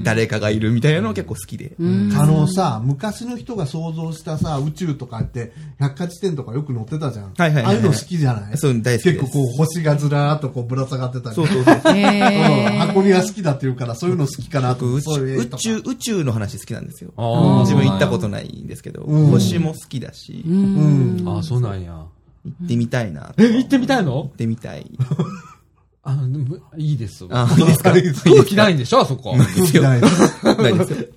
Speaker 4: ん
Speaker 3: 誰かがいるみたいなのが結構好きで。
Speaker 4: うん
Speaker 2: あのさ、昔の人が想像したさ、宇宙とかって、百科事典とかよく載ってたじゃん。
Speaker 3: はいはいはいはい
Speaker 2: ああいうの好きじゃない
Speaker 3: そういうの大好きです
Speaker 2: 結構こう、星がずらーっとこう、ぶら下がってたり。
Speaker 3: そうそう
Speaker 1: (laughs)
Speaker 3: そう。
Speaker 4: へ
Speaker 2: うん
Speaker 4: え
Speaker 2: 箱庭好きだって言うから、そういうの好きかなと
Speaker 3: 僕宇
Speaker 2: そう
Speaker 3: 宙
Speaker 2: いう絵
Speaker 3: 宇
Speaker 2: とか
Speaker 3: 宙、宇宙の話好きなんですよ。
Speaker 1: ああ
Speaker 3: 自分行ったことないんですけど、
Speaker 2: うん
Speaker 3: 星も好きだし、
Speaker 4: う
Speaker 3: 行
Speaker 4: ん
Speaker 1: ああ、そうなんや。
Speaker 3: ってみたいな。
Speaker 1: え、
Speaker 3: 行
Speaker 1: 行ってみたいの
Speaker 3: ってみたい。
Speaker 1: あでもいいです。
Speaker 3: あ、いいですかいいです
Speaker 1: 空気ないんでしょあそこ。
Speaker 2: 好きないです
Speaker 3: ないですよ。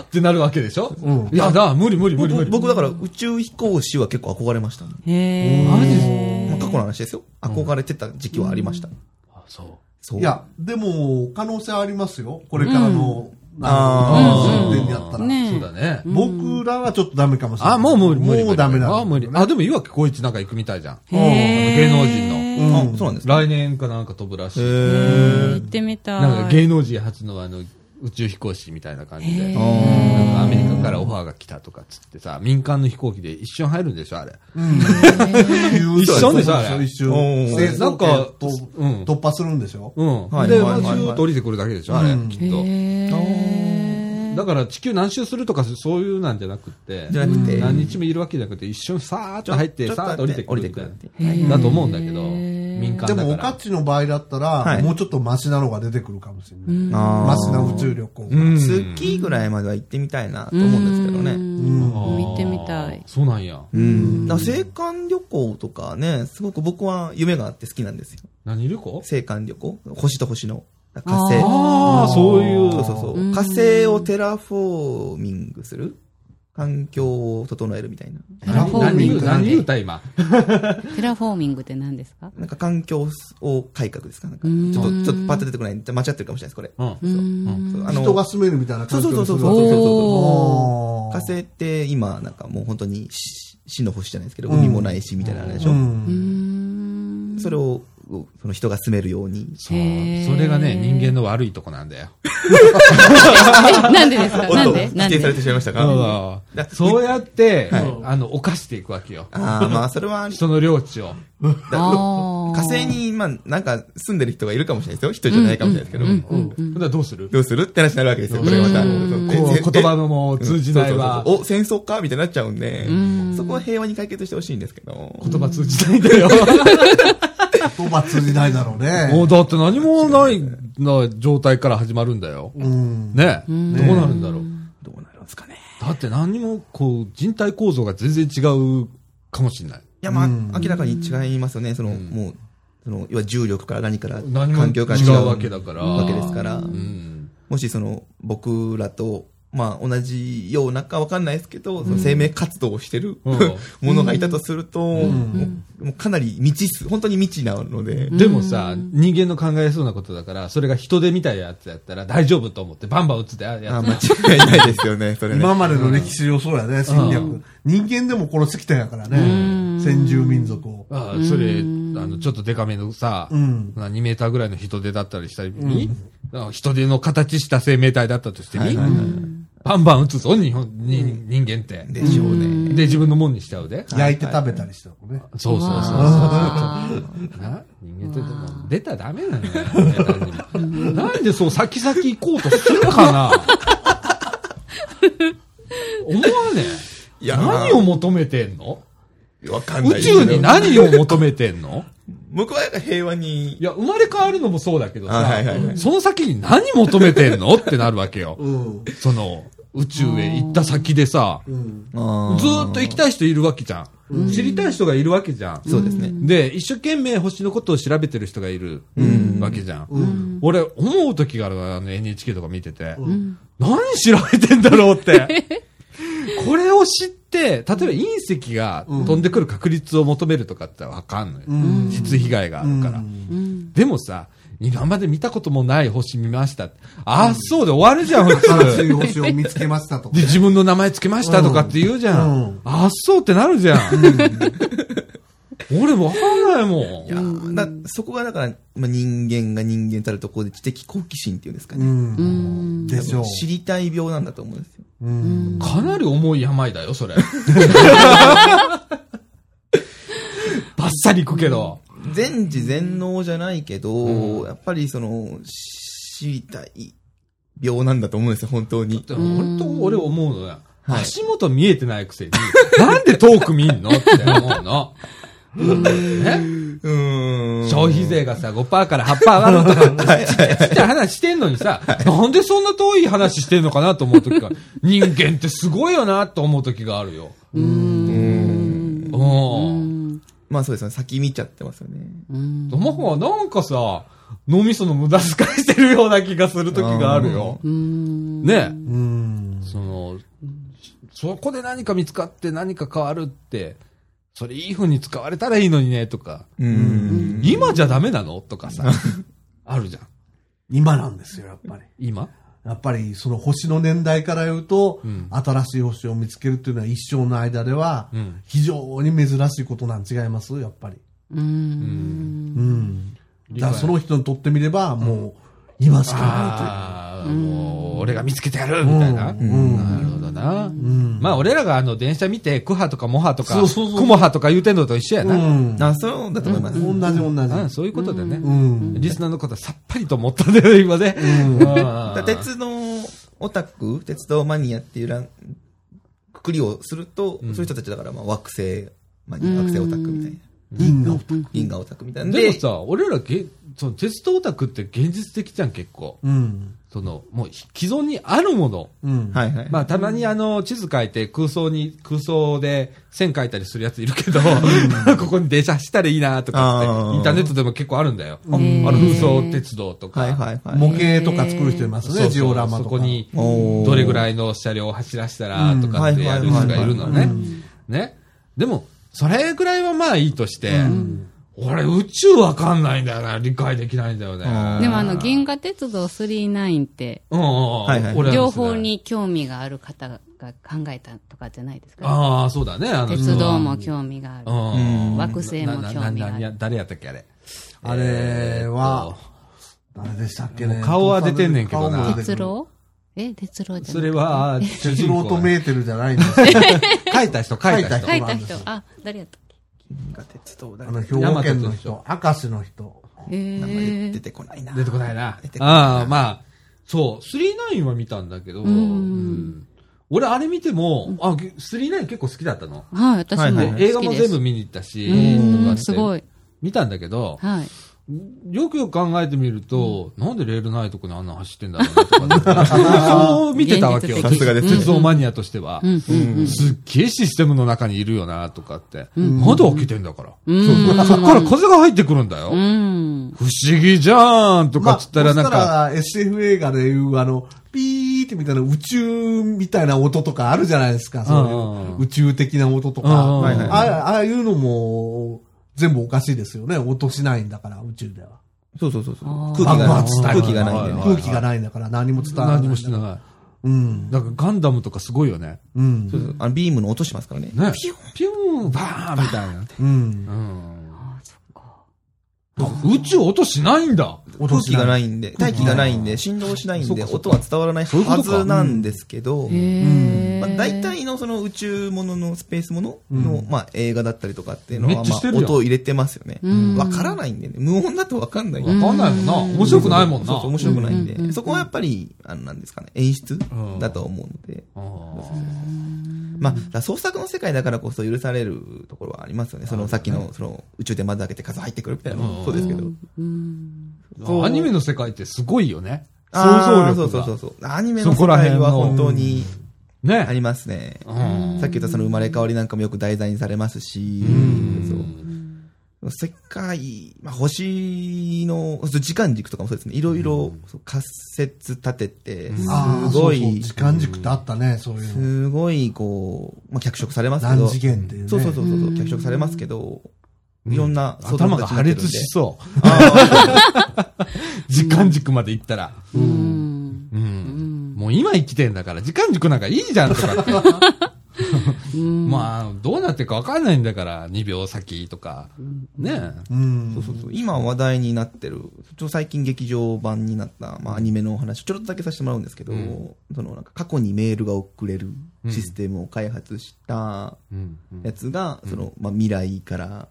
Speaker 1: ってなるわけでしょ
Speaker 2: うん
Speaker 1: いや、だ、無理無理無理無
Speaker 3: 僕
Speaker 1: 理。
Speaker 3: 僕だから宇宙飛行士は結構憧れましたね、
Speaker 4: へえ
Speaker 1: マジ
Speaker 3: まあ過去の話ですよ。憧れてた時期はありました。
Speaker 1: あそう。
Speaker 3: そう。
Speaker 2: いや、でも、可能性ありますよ。これからの、
Speaker 3: あ
Speaker 2: あの、運転でやったら。
Speaker 4: ねえ
Speaker 1: そうだね。
Speaker 2: 僕らはちょっとダメかもしれない。
Speaker 1: あ、もう無理無理。
Speaker 2: もうダメだ。
Speaker 1: あ、無理。あ、でも岩城光一なんか行くみたいじゃん。
Speaker 4: へえ
Speaker 1: 芸能人
Speaker 2: う
Speaker 1: の。
Speaker 2: ん
Speaker 3: あ、そうなんですか。
Speaker 1: 来年かなんか飛ぶらしい。
Speaker 4: 行ってみたい
Speaker 1: なんか芸能人初のあの、宇宙飛行士みたいな感じで。なんかアメリカからオファーが来たとかっつってさ、民間の飛行機で一瞬入るんでしょあれ。
Speaker 2: うん
Speaker 1: 一緒でしょあれ
Speaker 2: 一緒。
Speaker 3: うん
Speaker 2: 戦争
Speaker 1: なんか
Speaker 2: と
Speaker 1: うん
Speaker 2: 突破するんでしょ
Speaker 1: うん。
Speaker 3: はい
Speaker 1: で、
Speaker 3: はいはい
Speaker 1: まあ、ずーっと降りてくるだけでしょあれ、
Speaker 2: うん
Speaker 1: きっと。
Speaker 4: へえ
Speaker 1: だから地球何周するとかそういうなんじゃなくて、
Speaker 3: じゃなくて
Speaker 1: 何日もいるわけじゃなくて、一瞬さーっと入って、
Speaker 3: ちょっと
Speaker 1: さーっと降りてくるみたい
Speaker 3: 降りてくる
Speaker 1: なだと思うんだけど、
Speaker 4: へー
Speaker 1: 民間
Speaker 2: で
Speaker 1: だから。
Speaker 2: も、おかっちの場合だった
Speaker 3: は
Speaker 2: ら、
Speaker 3: い
Speaker 2: もうちょっとマシなのが出てくるかもしれない。
Speaker 3: あー
Speaker 2: マシな宇宙旅行。
Speaker 1: うん
Speaker 3: スキーぐらいまでは行ってみたいなと思うんですけどね。
Speaker 4: うん
Speaker 1: あー
Speaker 4: 行ってみたい
Speaker 1: そうなんや。
Speaker 3: うん。だから青函旅行とかね、すごく僕は夢があって好きなんですよ。
Speaker 1: 何旅行
Speaker 3: 青函旅行星と星の火星。
Speaker 1: ああ、そういう。
Speaker 3: そうそうそうう。
Speaker 4: ん
Speaker 3: 火星をテラフォーミングする環境を整えるみたいな。
Speaker 4: テラフォー
Speaker 1: 何
Speaker 4: ミン
Speaker 1: 言う、
Speaker 4: グ
Speaker 1: 何言うた今。
Speaker 4: テラフォーミングって何ですか
Speaker 3: なんか環境を改革ですかなんか
Speaker 4: うん
Speaker 3: ちょっと、ちょっとパッと出てこない。間違ってるかもしれないです、これ。
Speaker 1: うん。
Speaker 4: うん
Speaker 3: そうあの
Speaker 2: 人が住めるみたいな
Speaker 3: そう
Speaker 2: 感じ
Speaker 3: そうそうそうそうそうそう
Speaker 2: お
Speaker 3: 火星って今、なんかもう本当に死死の星じゃないですけど、
Speaker 2: うん
Speaker 3: 海もないしみたいなあれでし
Speaker 2: う。
Speaker 3: ょ。
Speaker 4: うんん
Speaker 3: それを、その人が住めるように。
Speaker 1: そう。
Speaker 4: へー
Speaker 1: それがね、人間の悪いとこなんだよ。
Speaker 4: えなんでですかなんでな
Speaker 3: 否
Speaker 4: ん
Speaker 3: 定され
Speaker 4: で
Speaker 3: てしまいました
Speaker 1: そう
Speaker 3: か
Speaker 1: だ
Speaker 3: だ
Speaker 1: そうやって、あの、犯していくわけよ。
Speaker 3: ああ、まあそれは、
Speaker 1: 人の領地を。
Speaker 4: あー
Speaker 3: 火星に、まあなんか住んでる人がいるかもしれないですよ。人じゃないかもしれないですけど。
Speaker 1: うん。ほんならどうする
Speaker 3: どうするって話になるわけですよ、これがまた。
Speaker 1: こう言葉のもう
Speaker 3: うん
Speaker 1: 通じないわ。
Speaker 3: そうそうそうお、戦争かみたいになっちゃうんで、そこは平和に解決してほしいんですけど。
Speaker 1: 言葉通じないん (laughs) だよ。
Speaker 2: 言葉通じないだろう
Speaker 1: もう
Speaker 2: ね。
Speaker 1: だって何もないな状態から始まるんだよ。
Speaker 2: うん。
Speaker 1: ねどうなるんだろう。
Speaker 3: どうなるんですかね。
Speaker 1: だって何もこう人体構造が全然違うかもしれない。
Speaker 3: いや、まあ、
Speaker 2: うん
Speaker 3: 明らかに違いますよね。その、もう、その、要は重力から何から、
Speaker 1: 何も
Speaker 3: 環境から
Speaker 1: 違うわけだから
Speaker 3: わけですから、
Speaker 1: うん。
Speaker 3: もしその、僕らと、まあ、同じようなかわかんないですけど、その生命活動をしてる、
Speaker 1: うん
Speaker 3: (laughs) ものがいたとすると、も
Speaker 2: ん
Speaker 3: うもうかなり未知数、本当に未知なので、
Speaker 1: でもさ、人間の考えそうなことだから、それが人手みたいなやつやったら大丈夫と思ってバンバン打つでや
Speaker 3: あ
Speaker 1: や
Speaker 3: 間違いないですよね、それね。
Speaker 2: 今までの歴史上そうやね、侵略。人間でも殺してきたんやからね。先住民族を。
Speaker 1: ああそれ、あの、ちょっとデカめのさ、
Speaker 2: うん
Speaker 1: な2メーターぐらいの人手だったりしたりに、あ人手の形した生命体だったとしてみ、
Speaker 3: はいはいはい
Speaker 1: バンバン打つぞ、日本、に人間って。
Speaker 3: でしょうね。
Speaker 1: で、自分のもんにしちゃうで。
Speaker 2: 焼いて食べたりしたのね。
Speaker 1: そうそうそうそう。な人間ってでも出たらダメなのよ単に。なんでそう先々行こうとするかな思わねえ。
Speaker 3: いや
Speaker 1: 何を求めてんの
Speaker 3: わかんない
Speaker 1: 宇
Speaker 3: ですけど
Speaker 1: 宙に何を求めてんの
Speaker 3: 僕は平和に
Speaker 1: いや、生まれ変わるのもそうだけどさ、
Speaker 3: あはいはいはい
Speaker 1: その先に何求めてんのってなるわけよ。
Speaker 2: うん。
Speaker 1: その、宇宙へ行った先でさ、ず
Speaker 2: うん。
Speaker 1: ーっと行きたい人いるわけじゃん。知りたい人がいるわけじゃん。
Speaker 3: そうですね。
Speaker 1: で、一生懸命星のことを調べてる人がいるわけじゃん。俺、思う時があるわあの NHK とか見てて、何調べてんだろうって。これを知って、例えば隕石が飛んでくる確率を求めるとかってわかんない、
Speaker 2: うん
Speaker 1: 実被害があるから。
Speaker 4: うん
Speaker 1: でもさ、今まで見たこともない星見ました。あ、そうで終わるじゃん、
Speaker 2: (laughs)
Speaker 1: 普
Speaker 2: 熱い
Speaker 1: 通。
Speaker 2: 星を見つけましたとか
Speaker 1: で、。自分の名前つけましたとかって言うじゃん。
Speaker 2: うん
Speaker 1: あ、そうってなるじゃん。俺わかんないもん。
Speaker 3: いやーだそこがだから、まあ、人間が人間たるところで知的好奇心っていうんですか
Speaker 2: う。
Speaker 3: ね、
Speaker 4: うんん。
Speaker 2: でしょう。
Speaker 3: 知りたい病なんだと思うんですよ
Speaker 2: うん。
Speaker 1: かなり重い病だよ、
Speaker 3: (laughs)
Speaker 1: それ。バッサリいくけど。
Speaker 3: 全知全能じゃないけど、やっぱりその知りたい病なんだと思うんですよ本当に
Speaker 1: でも本当俺思うのは、
Speaker 3: はい
Speaker 1: 足元見えてないくせに、なんで遠く見んのって思うの。ね、
Speaker 3: うーん
Speaker 1: 消費税がさ、5%から8%上がるとかって、ちっちゃいちっちゃい話してんのにさ、なんでそんな遠い話してんのかなと思うときが、人間ってすごいよなと思うときがあるよ。
Speaker 4: う。
Speaker 1: うんん。
Speaker 3: まあそうですね先見ちゃってますよね
Speaker 4: うん
Speaker 1: トマホはなんかさ、脳みその無駄遣いしてるような気がする時があるよ。
Speaker 4: うん。
Speaker 1: ね
Speaker 2: うん
Speaker 1: え。。その、そこで何か見つかって何か変わるって、それいい風に使われたらいいのにね、とか、
Speaker 3: うーん
Speaker 1: 今じゃダメなのとかさ、あるじゃん。
Speaker 2: 今なんですよ、やっぱり。
Speaker 1: 今
Speaker 2: やっぱりその星の年代から言うと、
Speaker 1: うん
Speaker 2: 新しい星を見つけるっていうのは一生の間では
Speaker 1: うん
Speaker 2: 非常に珍しいことなん違いますやっぱり。
Speaker 4: う。
Speaker 2: うんん。
Speaker 1: 理
Speaker 2: だ
Speaker 1: 解
Speaker 2: からその人にとってみれば、もう今しかな
Speaker 1: ああ、もう、俺が見つけてやるみたいな。
Speaker 2: ん
Speaker 1: なるほどな。
Speaker 2: いという。うん。
Speaker 1: まあ、俺らがあの、電車見て、クハとかモハとか、
Speaker 2: そうそうそう
Speaker 1: クモハとか言うてんのと一緒や
Speaker 2: う
Speaker 1: な。うん
Speaker 2: ん。
Speaker 3: あそうだと思います、
Speaker 2: 同じ同じ。
Speaker 1: そういうことでね。
Speaker 2: うん。
Speaker 1: リスナーのことはさっぱりと思ったんだよ、今ね。あ
Speaker 3: だ
Speaker 1: ー
Speaker 3: 鉄道オタク鉄道マニアっていうランくくりをすると、
Speaker 1: うん
Speaker 3: そういう人たちだからまあ惑星マニア惑星オタクみたいな
Speaker 2: 銀河オタク。
Speaker 3: 銀河オタクみたいな
Speaker 1: でもさ、俺らげ、その鉄道オタクって現実的じゃん、結構。
Speaker 2: うん。
Speaker 1: その、もう既存にあるもの。
Speaker 2: うん。
Speaker 3: はいはい、
Speaker 1: まあ、たまにあの、地図書いて空想に、空想で線書いたりするやついるけど、 (laughs) ここに電車走ったらいいなとかっ
Speaker 3: あ
Speaker 1: て、
Speaker 3: ー
Speaker 1: インターネットでも結構あるんだよ。あ
Speaker 4: へー
Speaker 1: の、空想鉄道とか。
Speaker 3: はいはいはい
Speaker 2: 模型とか作る人います
Speaker 1: そうそ
Speaker 2: ね、
Speaker 1: う
Speaker 2: ジオラマと
Speaker 1: そ
Speaker 2: か。
Speaker 1: こに、
Speaker 3: おー
Speaker 1: どれぐらいの車両を走らせたらとかってやる人がいるの
Speaker 3: う
Speaker 1: ね
Speaker 2: ん。
Speaker 1: ね。でも、それぐらいはまあいいとして、
Speaker 2: うん
Speaker 1: 俺宇宙わかんないんだよな、理解できないんだよね。
Speaker 3: あー
Speaker 4: でもあの、銀河鉄道39って、
Speaker 1: うんうん
Speaker 3: はいはい
Speaker 1: 俺らの世代
Speaker 4: 両方。に興味がある方が考えたとかじゃないですか。
Speaker 1: ああ、そうだね、あの人
Speaker 4: 鉄道も
Speaker 1: は
Speaker 4: 興味がある。
Speaker 1: うん。
Speaker 4: 惑星も興味
Speaker 1: な
Speaker 4: が
Speaker 1: なな
Speaker 4: あ
Speaker 1: な
Speaker 4: る。
Speaker 1: 誰やったっけ、あれ。
Speaker 2: あれは、誰でしたっけね。
Speaker 1: 顔は出てんねんけどな
Speaker 2: 顔も出て
Speaker 4: 鉄
Speaker 2: る
Speaker 4: 郎え鉄郎じゃ
Speaker 1: そ
Speaker 4: な
Speaker 1: れ
Speaker 4: い
Speaker 1: は、
Speaker 2: 鉄郎とメーテルじゃないんです
Speaker 1: (laughs) 書いた人、書いた人
Speaker 2: 書いた人。
Speaker 4: 書いた人。あ、誰やったっけ
Speaker 3: 銀河鉄道だ
Speaker 2: あの、兵庫県の人、明石の人。
Speaker 4: え
Speaker 3: 名前
Speaker 4: ー
Speaker 3: 出てこないな。
Speaker 1: 出てこないな
Speaker 3: 出て。こないな
Speaker 1: ああ、まあ、そう、39は見たんだけど、
Speaker 4: うん
Speaker 1: うん俺あれ見ても、あ、39結構好きだったの。
Speaker 4: はい、私も
Speaker 3: は
Speaker 4: 好
Speaker 3: いは
Speaker 4: き
Speaker 1: 映
Speaker 4: です。
Speaker 1: 画も全部見に行ったし、とか
Speaker 4: う
Speaker 1: っ
Speaker 4: ん、
Speaker 1: て
Speaker 4: すごい。
Speaker 1: 見たんだけど、
Speaker 4: はい。
Speaker 1: よくよく考えてみると、なんでレールないとこにあんな走ってんだろうなとかね、
Speaker 4: (laughs)
Speaker 1: そう見てたわけよ。
Speaker 4: 現実的さすがです
Speaker 1: 鉄道マニアとしては。
Speaker 4: うん、うん、うん。
Speaker 1: すっげえシステムの中にいるよなとかって。まだ開けてんだから。
Speaker 4: うん
Speaker 1: そっから風が入ってくるんだよ。
Speaker 4: うん。
Speaker 1: 不思議じゃーんとかっつったらなん
Speaker 2: ま
Speaker 1: か、
Speaker 2: あそしたら SF 映画でいう、あの、ピーってみたいな宇宙みたいな音とかあるじゃないですか。そう
Speaker 1: うんうん
Speaker 2: いう宇宙的な音とか。
Speaker 1: うんうん
Speaker 3: はいはい
Speaker 2: ああああいうのも、全部おかしいですよね。音しないんだから、宇宙では。
Speaker 3: そうそうそうそう
Speaker 4: あ。ー
Speaker 3: 空気が
Speaker 2: 爆発したり
Speaker 3: 空気がないんで
Speaker 1: は
Speaker 3: ね。
Speaker 1: い
Speaker 2: 空気がないんだから何も伝わらない。
Speaker 1: 何もしてな
Speaker 2: うん
Speaker 1: い。。なんかガンダムとかすごいよね。
Speaker 2: うん
Speaker 3: そ。うそうあのビームの音しますからね。
Speaker 1: ね。ピュン、ピュン、バーンみたいな。
Speaker 2: う
Speaker 1: う。
Speaker 2: ん。
Speaker 1: ん。
Speaker 4: あ、そっか。
Speaker 1: 宇宙音しないんだ。
Speaker 3: 空気がないいんで、大気がないんで、振動しないんで、
Speaker 1: そうかそうか
Speaker 3: 音は伝わらない
Speaker 1: そういうこ
Speaker 3: は
Speaker 1: とか
Speaker 3: ずなんですけど、
Speaker 4: へえ。
Speaker 3: まあ、大体のその宇宙もののスペースものの、まあ、映画だったりとかっていうの
Speaker 1: め
Speaker 3: は、
Speaker 1: っちゃ
Speaker 3: ま
Speaker 1: して
Speaker 3: あ、
Speaker 1: るやん
Speaker 3: 音を入れてますよね。
Speaker 4: うん
Speaker 3: わからないんでね。無音だとわかんない。
Speaker 1: わかんないもんな。面白くないもんな
Speaker 3: そう。そう面白くないん
Speaker 4: うんうんうん
Speaker 3: で。そこはやっぱり、あの、なんですかね、演出
Speaker 1: ん
Speaker 3: だと思うので。
Speaker 1: あ
Speaker 3: まあ、だから創作の世界だからこそ許されるところはありますよね。そのさっきの、その宇宙で窓開けて数入ってくるみたいなの
Speaker 1: うん
Speaker 3: もそうですけど。
Speaker 4: うん。
Speaker 1: ーアニメの世界ってすごいよね。想
Speaker 3: あ
Speaker 1: 像
Speaker 3: ーそう
Speaker 1: 力
Speaker 3: そうそう
Speaker 1: が。
Speaker 3: そう。アニメの
Speaker 1: そこ
Speaker 3: 世
Speaker 1: ら辺
Speaker 3: 界
Speaker 1: の
Speaker 3: は本当にあり
Speaker 1: ね。
Speaker 3: ますね。
Speaker 1: うん
Speaker 3: さっき言ったその生まれ変わりなんかもよく題材にされますし、そう世界、まあ、星の、そう時間軸とかもそうですね。いろいろそう仮説立てて、す
Speaker 2: ああ、そ
Speaker 3: ご
Speaker 2: うそう
Speaker 3: い
Speaker 2: 時、間軸ってあったね、そういうの。
Speaker 3: すごい、こう、まあ、脚色されますけど。
Speaker 2: 何次元っていうね。
Speaker 3: そうそうそうそうう、
Speaker 4: ん
Speaker 3: 脚色されますけど、いろんな相談
Speaker 1: 頭
Speaker 3: た
Speaker 1: が
Speaker 3: ちに
Speaker 1: 破
Speaker 3: なってるんで
Speaker 1: 裂しそう。
Speaker 3: あ
Speaker 1: 時間軸まで行ったら。
Speaker 4: うん。
Speaker 1: うん。もう今生きてんだから、時間軸なんかいいじゃんとかって。
Speaker 4: うん
Speaker 1: まあ、どうなってるかわかんないんだから、2秒先とか。ねえ。
Speaker 2: うん
Speaker 3: そうそうそう今話題になってるちょ最近劇場版になった、まあ、アニメのお話ちょろっとだけさせてもらうんですけど、
Speaker 1: うん
Speaker 3: そのなんか過去にメールが送れるシステムを開発した
Speaker 1: うん。
Speaker 3: やつが、そのまあ、未来から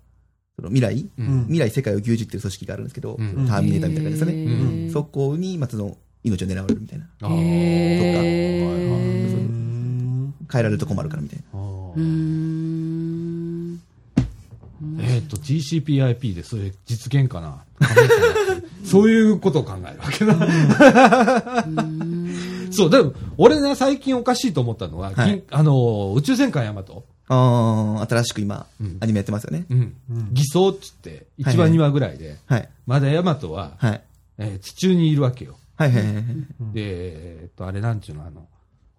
Speaker 3: その未来、
Speaker 1: うん
Speaker 3: 未来世界を牛耳ってる組織があるんですけど、
Speaker 1: うん
Speaker 3: そのターミネーターみたいな感じですよね、
Speaker 1: ん
Speaker 3: そこに、まあ、その命を狙われるみたいな
Speaker 1: あ
Speaker 4: へえ
Speaker 1: ー
Speaker 2: うーん
Speaker 3: 変えられると困るからみたいな
Speaker 1: あー
Speaker 4: うーん
Speaker 1: えっと、TCPIP でそれ実現かな。そういうことを考えるわけだ。 (laughs) そう、でも、俺ね、最近おかしいと思ったのは、
Speaker 3: はい
Speaker 1: 銀あのー、宇宙戦艦ヤマト。
Speaker 3: あー新しく今、
Speaker 1: うん
Speaker 3: アニメやってますよね、
Speaker 1: うん。偽装っつって、1
Speaker 3: はいは
Speaker 1: 話
Speaker 3: い
Speaker 1: 2話ぐらいで、
Speaker 3: はい
Speaker 1: まだヤマトは、
Speaker 3: はい
Speaker 1: えー地中にいるわけよ。
Speaker 3: はいはいはいはい
Speaker 1: で、えっと、あれなんちゅうの、あの、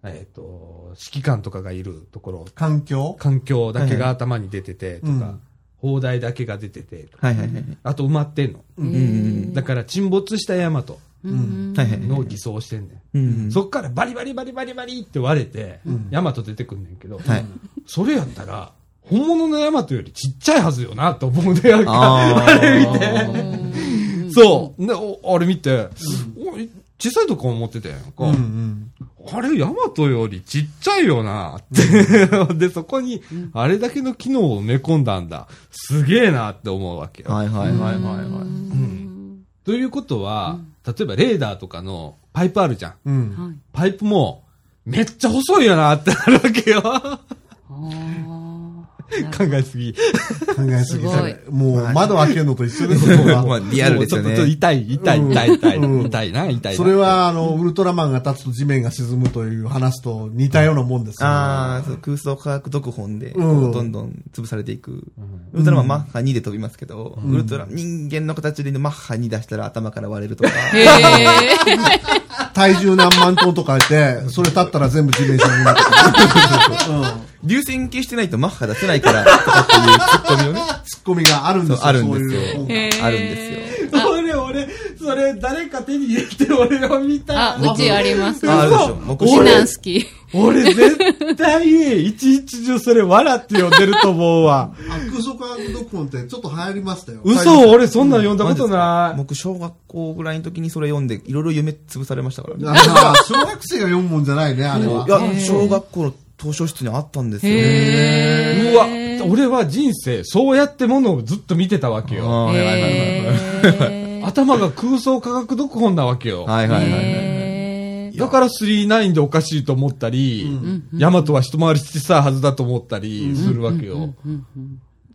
Speaker 1: えっと、指揮官とかがいるところ、
Speaker 2: 環境
Speaker 1: 環境だけ
Speaker 3: はいは
Speaker 1: が頭に出てて、とか、
Speaker 2: うん
Speaker 1: 砲台だけが出てて、とか
Speaker 3: はいはいはい
Speaker 1: あと埋まってんの。
Speaker 4: うん
Speaker 3: うん
Speaker 1: だから沈没したヤマト
Speaker 4: うん
Speaker 3: はいはいはい
Speaker 1: のを偽装してんね
Speaker 3: うんうん
Speaker 1: ん。そっからバリバリバリバリバリって割れて、ヤマト出てくんねんけど、
Speaker 3: はい
Speaker 1: それやったら、本物のヤマトよりちっちゃいはずよなと思うね、なんか
Speaker 3: あ。ー
Speaker 1: あれ見て。そう。ね、おあれ見て、おい小さいとこ思ってたやんか。
Speaker 2: うんうん
Speaker 1: あれ、ヤマトよりちっちゃいよなって。 (laughs) で、そこに、あれだけの機能を埋め込んだんだ。すげえなって思うわけよ。
Speaker 3: はいはいはいはいはい
Speaker 1: うんということは、例えばレーダーとかのパイプあるじゃん。
Speaker 2: うん
Speaker 4: はい
Speaker 1: パイプも、めっちゃ細いよなってなるわけよ。考えすぎ。
Speaker 4: あ
Speaker 2: 考えすぎ
Speaker 4: すごい
Speaker 2: てもう窓開けるのと一緒ですよそこは
Speaker 3: (laughs) まあリアルですよ
Speaker 1: もう
Speaker 3: ね
Speaker 1: ちょっと痛い、痛い、痛い、痛い、
Speaker 2: うん
Speaker 1: 痛いな、痛いな。
Speaker 2: それ、
Speaker 1: (laughs)
Speaker 2: は、あの、ウルトラマンが立つと地面が沈むという話と似たようなもんですよ。
Speaker 3: ああ、そう空想科学読本で、
Speaker 2: うん
Speaker 3: どんどん潰されていく。ウルトラマンマッハ2で飛びますけど、ウルトラ、人間の形でマッハ2出したら頭から割れるとか。
Speaker 4: ーへえ
Speaker 2: 体重何万トンとかいて、それ立ったら全部地面沈むとか。うん
Speaker 3: 流線形してないとマッハ出せないから、とかっていうツッコミをね、
Speaker 2: ツッコミがあるんです
Speaker 3: そう
Speaker 2: よ。
Speaker 3: あるんですよ
Speaker 2: そういう
Speaker 4: へー
Speaker 3: あるんですよ。
Speaker 1: 俺、俺、それ、誰か手に入れて俺を見
Speaker 4: あうちあります
Speaker 3: ああるでしょ。
Speaker 4: う
Speaker 3: 僕
Speaker 4: ちなんすき
Speaker 1: 俺、絶対、一日中それ、笑って呼んでると思うわ。
Speaker 2: あ空想科学読本ってちょっと流行りましたよ。
Speaker 1: 嘘、俺、そんなん読んだこと
Speaker 3: マジですか
Speaker 1: ない。
Speaker 3: 僕、小学校ぐらいの時にそれ読んで、いろいろ夢潰されましたからね。。
Speaker 2: あ小学生が読むもんじゃないね、あれはい
Speaker 3: や、小学校の図書室にあったんですよ。
Speaker 1: うわ、俺は人生、そうやってものをずっと見てたわけよ。
Speaker 3: あーはいはいはいはい
Speaker 4: へ
Speaker 1: 頭が空想科学読本なわけよ。
Speaker 3: はいはいはいはい。
Speaker 4: え
Speaker 1: だから39でおかしいと思ったり、ヤマトは一回り小さいはずだと思ったりするわけよ。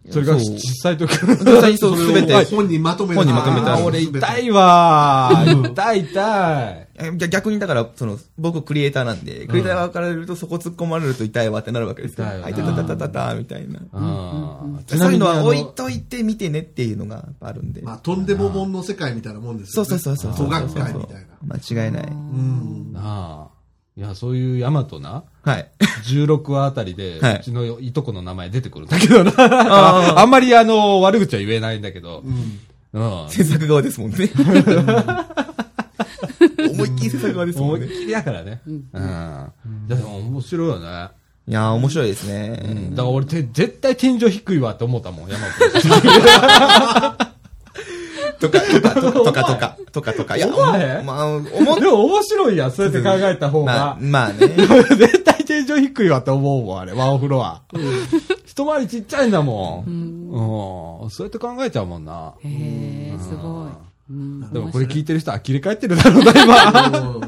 Speaker 1: それが
Speaker 3: そう
Speaker 1: 小さい時から。
Speaker 3: 実際にそう、すべ
Speaker 2: それを
Speaker 3: て、
Speaker 2: 本にまとめ
Speaker 3: (laughs) 本にまとめてあ
Speaker 1: あ
Speaker 3: る
Speaker 1: ー
Speaker 3: ん
Speaker 1: 俺
Speaker 2: 俺
Speaker 1: 痛
Speaker 2: 痛い。
Speaker 1: いわー。痛い痛い。
Speaker 3: えじゃあ逆にだから、その、僕クリエイターなんで、クリエイター側から言うとそこ突っ込まれると痛いわってなるわけですよ。
Speaker 1: 痛いよな
Speaker 3: はい、たたたたたた、みたいな。
Speaker 1: あーち
Speaker 3: そ
Speaker 1: な
Speaker 3: う
Speaker 1: み
Speaker 3: い
Speaker 1: に
Speaker 3: うの
Speaker 1: あ
Speaker 3: は
Speaker 1: の
Speaker 3: 置いといて見てねっていうのがやっぱあるんで。
Speaker 2: まあ、とんでも本の世界みたいなもんです
Speaker 3: そ
Speaker 2: よ
Speaker 3: う
Speaker 2: ね。
Speaker 3: そうそうそう。
Speaker 2: 都学会みたいな。
Speaker 3: 間違いない。
Speaker 2: うん。
Speaker 1: なあ。いや、そういうヤマトな。
Speaker 3: はい。
Speaker 1: 16話あたりで、
Speaker 3: はいう
Speaker 1: ちのいとこの名前出てくるんだけどな。あんまりあの、悪口は言えないんだけど。うん。
Speaker 3: 制作側ですもんね。思いっきり制作側ですも
Speaker 1: 思
Speaker 3: んね。
Speaker 1: いっきりだからね。うん。いや、でも面白いよね。
Speaker 3: いやー、面白いです
Speaker 1: う
Speaker 3: ね。
Speaker 1: ん。だから俺て、絶対天井低いわって思ったもん、山 (laughs) 本。
Speaker 3: とか、とか、とか、とか、とか、とか。いや、
Speaker 1: 思わへん
Speaker 3: まあ、思っ
Speaker 1: でも面白いやん、 (laughs) そうやって考えた方
Speaker 3: (laughs) まあ、
Speaker 1: が。
Speaker 3: まあ
Speaker 1: (laughs)
Speaker 3: ね。
Speaker 1: 絶対天井低いわって思うもん、あれ、ワンフロア。一回りちっちゃいんだもん。うん。そうやって考えちゃうもんな。
Speaker 4: へえすごいうん
Speaker 1: でもこれ聞いてる人呆れ返ってるだろうな、今。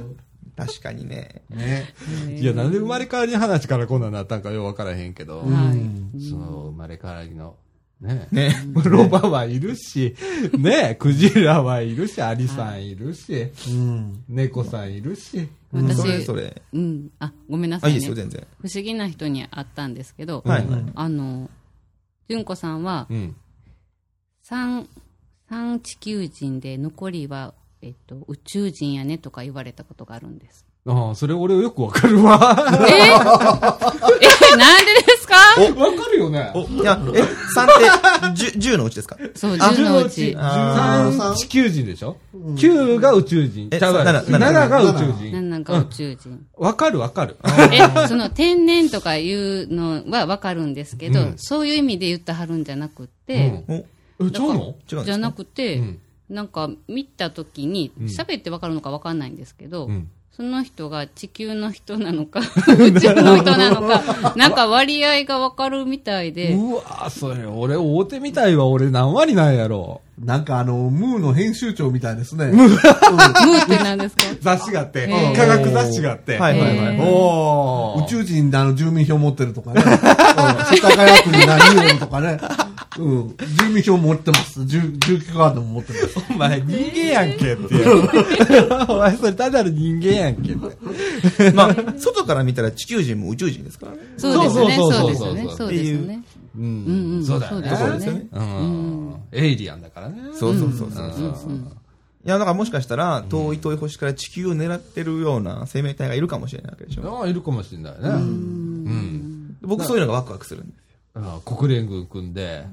Speaker 3: 確かにね。
Speaker 2: ね。
Speaker 1: いや、なんで生まれ変わりの話からこんなんなったんかようわからへんけど。
Speaker 4: はい
Speaker 1: その生まれ変わりの、ね。
Speaker 3: ね。
Speaker 1: ロバはいるし、ね、クジラはいるし、アリさんいるし、
Speaker 2: うん。
Speaker 1: 猫さんいるし。
Speaker 4: 私
Speaker 3: それそれ。
Speaker 4: うんあごめんな
Speaker 3: あ、
Speaker 4: さ
Speaker 3: いい
Speaker 4: い
Speaker 3: で
Speaker 4: ね
Speaker 3: すよ、
Speaker 4: 不
Speaker 3: 全然。
Speaker 4: 思議な人に会ったんですけど
Speaker 3: はいはい。
Speaker 4: あの純子さんは
Speaker 1: うん。
Speaker 4: 三三地球人で残りはえっと宇宙人やねとか言われたことがあるんです
Speaker 1: ああ、それ俺よくわかるわ。
Speaker 4: え (laughs) えなんでですか
Speaker 1: わかるよね。
Speaker 3: いや、え、3って10、10のうちですか
Speaker 4: そう
Speaker 3: あ
Speaker 4: 10のうち
Speaker 3: あ
Speaker 1: 三地球人でしょ ?9 が宇宙人。
Speaker 3: え
Speaker 1: ちゃうわ
Speaker 3: 七
Speaker 1: 7が宇宙人。
Speaker 4: 7なんか宇宙人。
Speaker 1: わかるわかる。
Speaker 4: え、その天然とかいうのはわかるんですけど、そういう意味で言ってはるんじゃなくて、
Speaker 3: お違
Speaker 1: え、ちゃうの
Speaker 3: うんです
Speaker 4: じゃなくて、
Speaker 1: うん
Speaker 4: なんか見た時に、喋ってわかるのかわかんないんですけど、
Speaker 1: うん
Speaker 4: その人が地球の人な
Speaker 1: (laughs)
Speaker 4: のか、宇宙の人なのか、なんか割合がわかるみたいで、
Speaker 1: うわーそれ、俺、大手みたいは俺何割なんやろ
Speaker 2: なんかあの、ムーの編集長みたいですね。
Speaker 4: ムーって何ですか
Speaker 1: 雑誌があって
Speaker 4: へー、
Speaker 1: 科学雑誌があって。
Speaker 3: はいはいはい
Speaker 4: へー
Speaker 1: おー
Speaker 2: 宇宙人であの住民票持ってるとかね。うん世田谷区に何言うとかね。うん。住民票持ってます。住、住居カードも持ってます。
Speaker 1: お前人間やんけって。お前それただの人間やんけって。
Speaker 3: (laughs) まあ、外から見たら地球人も宇宙人ですからね。
Speaker 4: そうですね、
Speaker 1: そう
Speaker 4: そ
Speaker 1: そうう
Speaker 4: で
Speaker 1: そう
Speaker 4: す
Speaker 1: そう
Speaker 4: ね、そうですね。
Speaker 1: う
Speaker 4: うんうんん
Speaker 1: そうだよね。
Speaker 4: そう
Speaker 3: ですよね
Speaker 1: うん。エイリアンだからね。
Speaker 3: そうそうそうそう。
Speaker 1: うん
Speaker 3: いや、だからもしかしたら、遠い遠い星から地球を狙ってるような生命体がいるかもしれないわけでしょ。
Speaker 1: ああ、いるかもしれないね。うん。
Speaker 3: 僕そういうのがワクワクするんですよ。
Speaker 1: ああ国連軍組んで、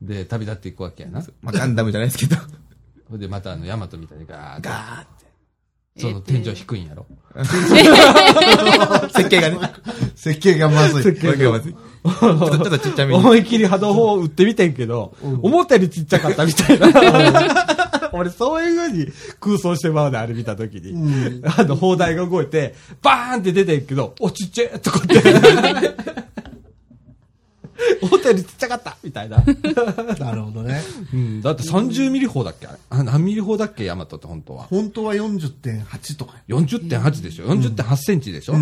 Speaker 1: で、旅立っていくわけやな。そ
Speaker 3: まあ、ガンダムじゃないですけ
Speaker 4: (laughs)
Speaker 3: ど。
Speaker 1: れでまたあの、ヤマトみたいにガーッ
Speaker 3: ガーっ
Speaker 1: その天井低いんやろ。
Speaker 3: て。設計がね。
Speaker 2: 設計がまずい。
Speaker 3: わけがまずいちょっとちょっとちっちゃめに。
Speaker 1: 思い切り波動砲打ってみてんけど、思ったよりちっちゃかったみたいな。 (laughs) 俺、そういう風に空想してまうね、あれ見た時に。あの、砲台が動いて、バーンって出てんけど、お、ちっちゃいとかって。思ったよりちっちゃかったみたいな。
Speaker 2: なるほどね。
Speaker 1: うん、だって30ミリ砲だっけあれあ何ミリ砲だっけヤマトって本当は。
Speaker 2: 本当は40.8とかよ。
Speaker 1: 40.8でしょ ?40.8 センチでしょ、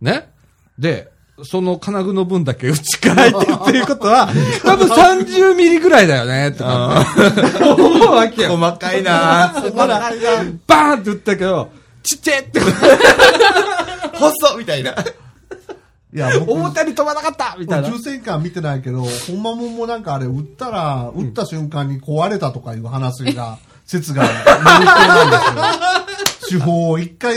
Speaker 1: ねで、その金具の分だけ内から入ってるっていうことは、多分30ミリぐらいだよね、とかって思うわけよ。
Speaker 3: 細かいなぁ。
Speaker 1: ほら、バーンって打ったけど、ちっちゃ (laughs) いってこと
Speaker 3: 細っみたいな。
Speaker 2: いや、僕、
Speaker 1: 思ったより飛ばなかったみたいな
Speaker 2: 宇宙。戦艦見てないけど、ほんまもんもなんかあれ、撃ったら、撃った瞬間に壊れたとかいう話が、 (laughs) 説が、なんですよ。手法を一回、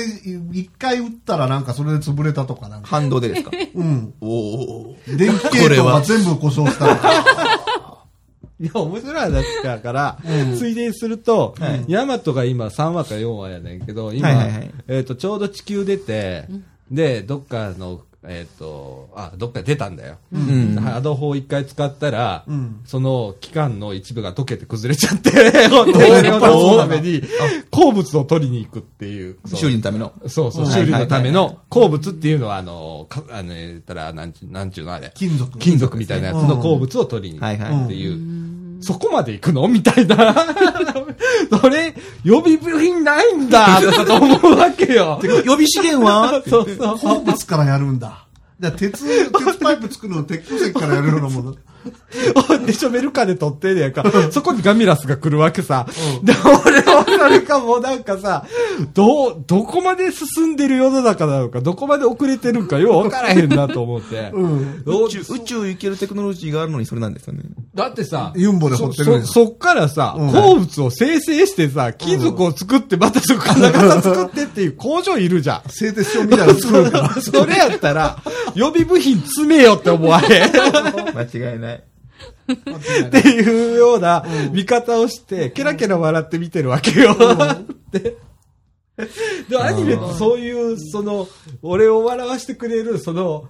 Speaker 2: 一回撃ったらなんかそれで潰れたとかなんか。
Speaker 3: 反動でですか
Speaker 2: うん。
Speaker 3: おお。
Speaker 2: 電気系統が全部故障したとか。
Speaker 1: いや、面白い話だから、ついでにすると、ヤマトが今3話か4話やねんけど、今、
Speaker 3: はいはいはい
Speaker 1: えっ、と、ちょうど地球出て、で、どっかの、えっ、と、あ、どっか出たんだよ。
Speaker 3: ん
Speaker 1: ハード砲一回使ったら、
Speaker 2: うん
Speaker 1: その期間の一部が溶けて崩れちゃ (laughs) って、本当にやっぱりそのために、鉱物を取りに行くっていう。そう
Speaker 3: 修理のための。
Speaker 1: そうそう、
Speaker 2: うん
Speaker 1: 修理のための鉱物っていうのは、あの、かあの、言ったら、なんちゅなんちゅうのあれ。
Speaker 2: 金属。
Speaker 1: 金属みたいなやつの鉱物を取りに行
Speaker 3: はい
Speaker 1: く
Speaker 3: はい
Speaker 1: っていう。そこまで行くのみたいな。 (laughs) それ、予備部品ないんだとかと思うわけよ。
Speaker 3: 予備資源は
Speaker 1: そうそう。
Speaker 2: 鉱物からやるんだ。じゃあ鉄、鉄パイプ作るの鉄鉱石からやるようなもの。
Speaker 1: ほんで、ショベルカーで撮ってんねやんか。そこにガミラスが来るわけさ。で、俺はそれかもうなんかさ、どう、どこまで進んでる世の中なのか、どこまで遅れてるんか、よう分からへんなと思って。
Speaker 2: うん。
Speaker 1: どう
Speaker 3: 宇宙、宇宙行けるテクノロジーがあるのにそれなんですよね。
Speaker 1: だってさ、
Speaker 2: ユンボで掘ってるんや
Speaker 1: そ、そそっからさ、
Speaker 2: うん
Speaker 1: 鉱物を生成してさ、金属を作って、またそこから型作ってっていう工場いるじゃん。
Speaker 2: 製鉄所みたいなの作るか
Speaker 1: (laughs)
Speaker 2: ら。
Speaker 1: それやったら、予備部品詰めよって思われん。っ
Speaker 3: 間違いない。
Speaker 1: ていうような見方をして、ケラケラ笑って見てるわけよ。ででもアニメってそういう、その、俺を笑わせてくれる、その、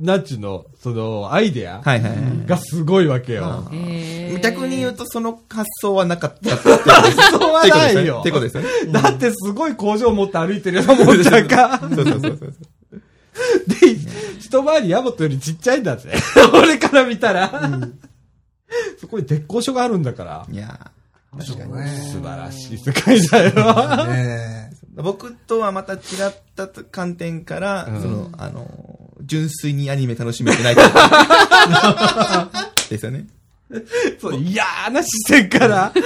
Speaker 1: なんちゅうの、その、アイデア
Speaker 3: はいはいはい。
Speaker 1: がすごいわけよ。
Speaker 4: へー
Speaker 3: 逆に言うと、その発想はなかったってことですね。
Speaker 1: そうはないよ。
Speaker 3: ってことですよね。
Speaker 1: だってすごい工場持って歩いてるようなもんじゃん (laughs) か。
Speaker 3: そうそうそうそう。
Speaker 1: で、一回りヤマトよりちっちゃいんだぜ。 (laughs) 俺から見たら。そこに鉄工所があるんだから。
Speaker 3: いや
Speaker 2: 確かに
Speaker 1: 素晴らしい世界だよ。 (laughs)
Speaker 2: ねえ
Speaker 3: ー僕とはまた違った観点から、その、あの、純粋にアニメ楽しめてないってことですよね。
Speaker 1: そう嫌な視線から、す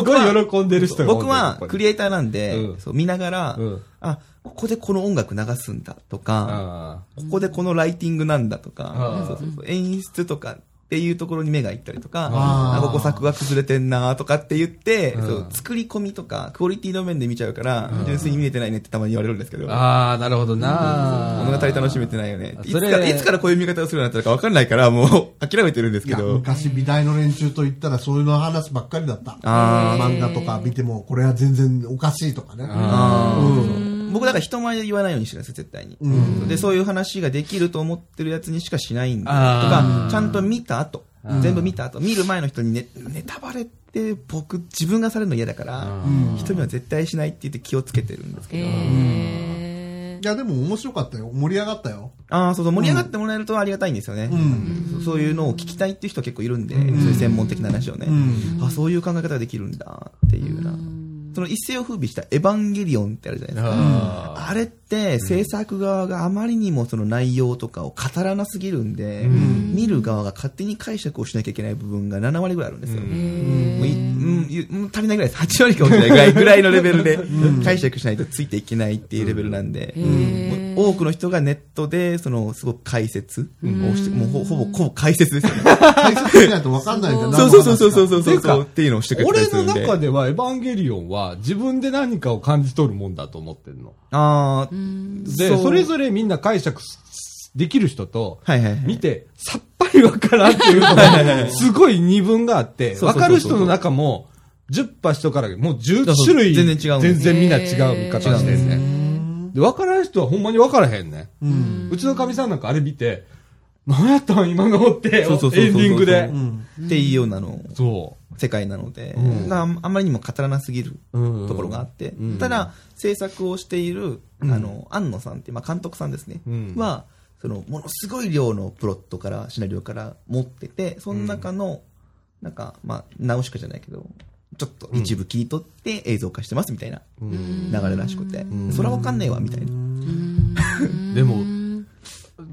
Speaker 1: ごい喜んでる人が
Speaker 3: 僕はクリ
Speaker 1: エ
Speaker 3: エイターなんで、
Speaker 1: うん
Speaker 3: そう見ながら、
Speaker 1: うん
Speaker 3: あ、ここでこの音楽流すんだとか、
Speaker 1: あ
Speaker 3: ここでこのライティングなんだと
Speaker 1: あ
Speaker 3: か
Speaker 1: あ、
Speaker 3: そうそうそう演出とかっていうところに目がいったりとか、
Speaker 2: ああ
Speaker 3: あここ作画崩れてんなとかって言って、
Speaker 1: うん
Speaker 3: そう作り込みとかクオリティの面で見ちゃうから、純粋に見えてないねってたまに言われるんですけど、
Speaker 1: ああ、なるほどな
Speaker 3: 物語楽しめてないよねいつ
Speaker 1: それ
Speaker 3: から。いつからこういう見方をするようになったのか分かんないから、もう諦めてるんです
Speaker 2: い
Speaker 3: け
Speaker 2: や
Speaker 3: ど。
Speaker 2: 昔美大の連中と言ったらそういうの話ばっかりだった。
Speaker 3: あ
Speaker 2: 漫画とか見てもこれは全然おかしいとかね。
Speaker 3: あー僕だから人前で言わないようにしてください、絶対に。
Speaker 2: うん
Speaker 3: で、そういう話ができると思ってるやつにしかしないんで、と
Speaker 1: あー
Speaker 3: か、ちゃんと見た後
Speaker 1: うん、
Speaker 3: 全部見た後、見る前の人にねネタバレって僕、自分がされるの嫌だから、人には絶対しないって言って気をつけてるんですけど。
Speaker 4: え
Speaker 2: いや、でも面白かったよ。盛り上がったよ。
Speaker 3: ああ、そうそう、盛り上がってもらえるとありがたいんですよね。
Speaker 2: うん
Speaker 3: そうそういうのを聞きたいっていう人結構いるんで、そういう専門的な話をね。
Speaker 2: うん
Speaker 3: あ、そういう考え方ができるんだっていうような。その一世を風靡したエヴァンゲリオンってあるじゃないですか。
Speaker 1: あ
Speaker 3: あれって制作側があまりにもその内容とかを語らなすぎるんで、見る側が勝手に解釈をしなきゃいけない部分が7割ぐらいあるんですよ。もういうんいうん足りないぐらいです。8割かもしれないぐらいぐらいのレベルで解釈しないとついていけないっていうレベルなんで、
Speaker 4: へー
Speaker 3: もう多くの人がネットで、その、すごく解説をして、もうほほぼ、ほぼ解説ですよね。
Speaker 2: 解説しないと分かんないんだよ
Speaker 3: (laughs) そうそうそうそうそう
Speaker 1: って
Speaker 3: そうそ
Speaker 1: いううか
Speaker 3: っていうのをしてくれたり
Speaker 1: 俺
Speaker 3: する
Speaker 1: の
Speaker 3: んで。
Speaker 1: 中ではエヴァンゲリオンは自分で何かを感じ取るもんだと思ってるの。
Speaker 3: ああ、
Speaker 1: で、
Speaker 3: そう
Speaker 1: それぞれみんな解釈すできる人と、
Speaker 3: はいはいはい
Speaker 1: 見て、さっぱりわからんっていうのが、すごい二分があって、
Speaker 3: そうそうそうそう
Speaker 1: わかる人の中も、10パ人から、もう10
Speaker 3: そうそう
Speaker 1: 種類、
Speaker 3: 全然違うんで
Speaker 1: 全
Speaker 3: す
Speaker 1: 然みんな違う見方してるね。で、わからん人はほんまにわからへんね。うちのかみさんなんかあれ見て、何やったん今のって、エンデ
Speaker 3: そうそうそうそう
Speaker 1: ィングで
Speaker 3: う。っていうようなの、
Speaker 1: そ
Speaker 3: 世界なので
Speaker 1: ん、
Speaker 3: があんあまりにも語らなすぎる
Speaker 1: うん
Speaker 3: ところがあって
Speaker 1: うん、
Speaker 3: ただ、制作をしている、あの、安野さんっていう、まあ監督さんですね
Speaker 1: うん、
Speaker 3: は、その、ものすごい量のプロットから、シナリオから持ってて、その中の、なんか、まあ、直しかじゃないけど、ちょっと一部切り取って映像化してますみたいな
Speaker 1: う。うん
Speaker 3: 流れらしくて、それはわかんねえわ、みたいな。
Speaker 1: でも、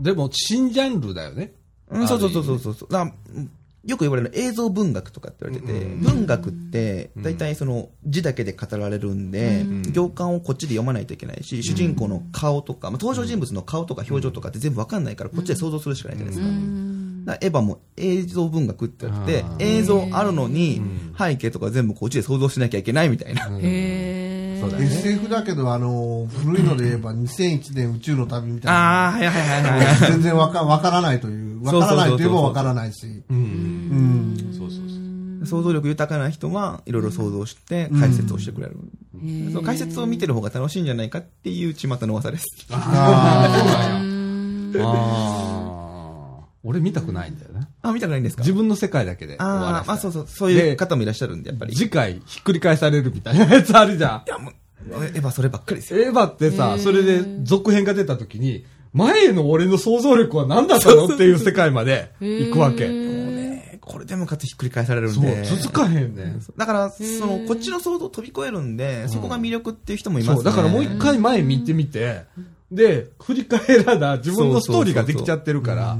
Speaker 1: でも、新ジャンルだよね。
Speaker 3: うん、そうそうそうそうそうそう。だからうんよく言われる映像文学とかって言われてて、文学って大体その字だけで語られるんで、行間をこっちで読まないといけないし、主人公の顔とか、まあ、登場人物の顔とか表情とかって全部わかんないからこっちで想像するしかないじゃないですか。だからエヴァも映像文学って言われて
Speaker 1: あ、
Speaker 3: 映像あるのに背景とか全部こっちで想像しなきゃいけないみたいな。
Speaker 4: へえ
Speaker 1: そうだよね。
Speaker 2: SF だけど、あの、古いので言えば2001年宇宙の旅みたいな。
Speaker 3: ああ、はいはいはいはい。
Speaker 2: 全然わかわからないという。わからないといえばわからないし。
Speaker 1: うん。
Speaker 2: うん。
Speaker 1: そうそうそう。
Speaker 3: 想像力豊かな人はいろいろ想像して解説をしてくれる、その解説を見てる方が楽しいんじゃないかっていう巷の噂です
Speaker 2: あ
Speaker 1: ああ。俺見たくないんだよね。
Speaker 3: あ見たくないんですか
Speaker 1: 自分の世界だけで終わ
Speaker 3: あ
Speaker 1: ら
Speaker 3: あ、まあ
Speaker 1: せ
Speaker 3: そう
Speaker 1: たい
Speaker 3: そうそうい
Speaker 1: で
Speaker 3: う方もいらっしゃるんでやっぱり
Speaker 1: 次回ひっくり返されるみたいなやつあるじゃん。
Speaker 3: エヴァそればっかりですよ
Speaker 1: エヴァってさ、それで続編が出た時に、前の俺の想像力は何だったのっていう世界まで行くわけ。
Speaker 3: ねこれでもかつひっくり返されるん
Speaker 1: そう
Speaker 3: で、
Speaker 1: 続かへんねん。
Speaker 3: だからそのこっちの想像を飛び越えるんで、そこが魅力っていう人もいます
Speaker 1: そ
Speaker 3: ね
Speaker 1: う、だからもう一回前見てみて、で、振り返らな自分のストーリーができちゃってるから、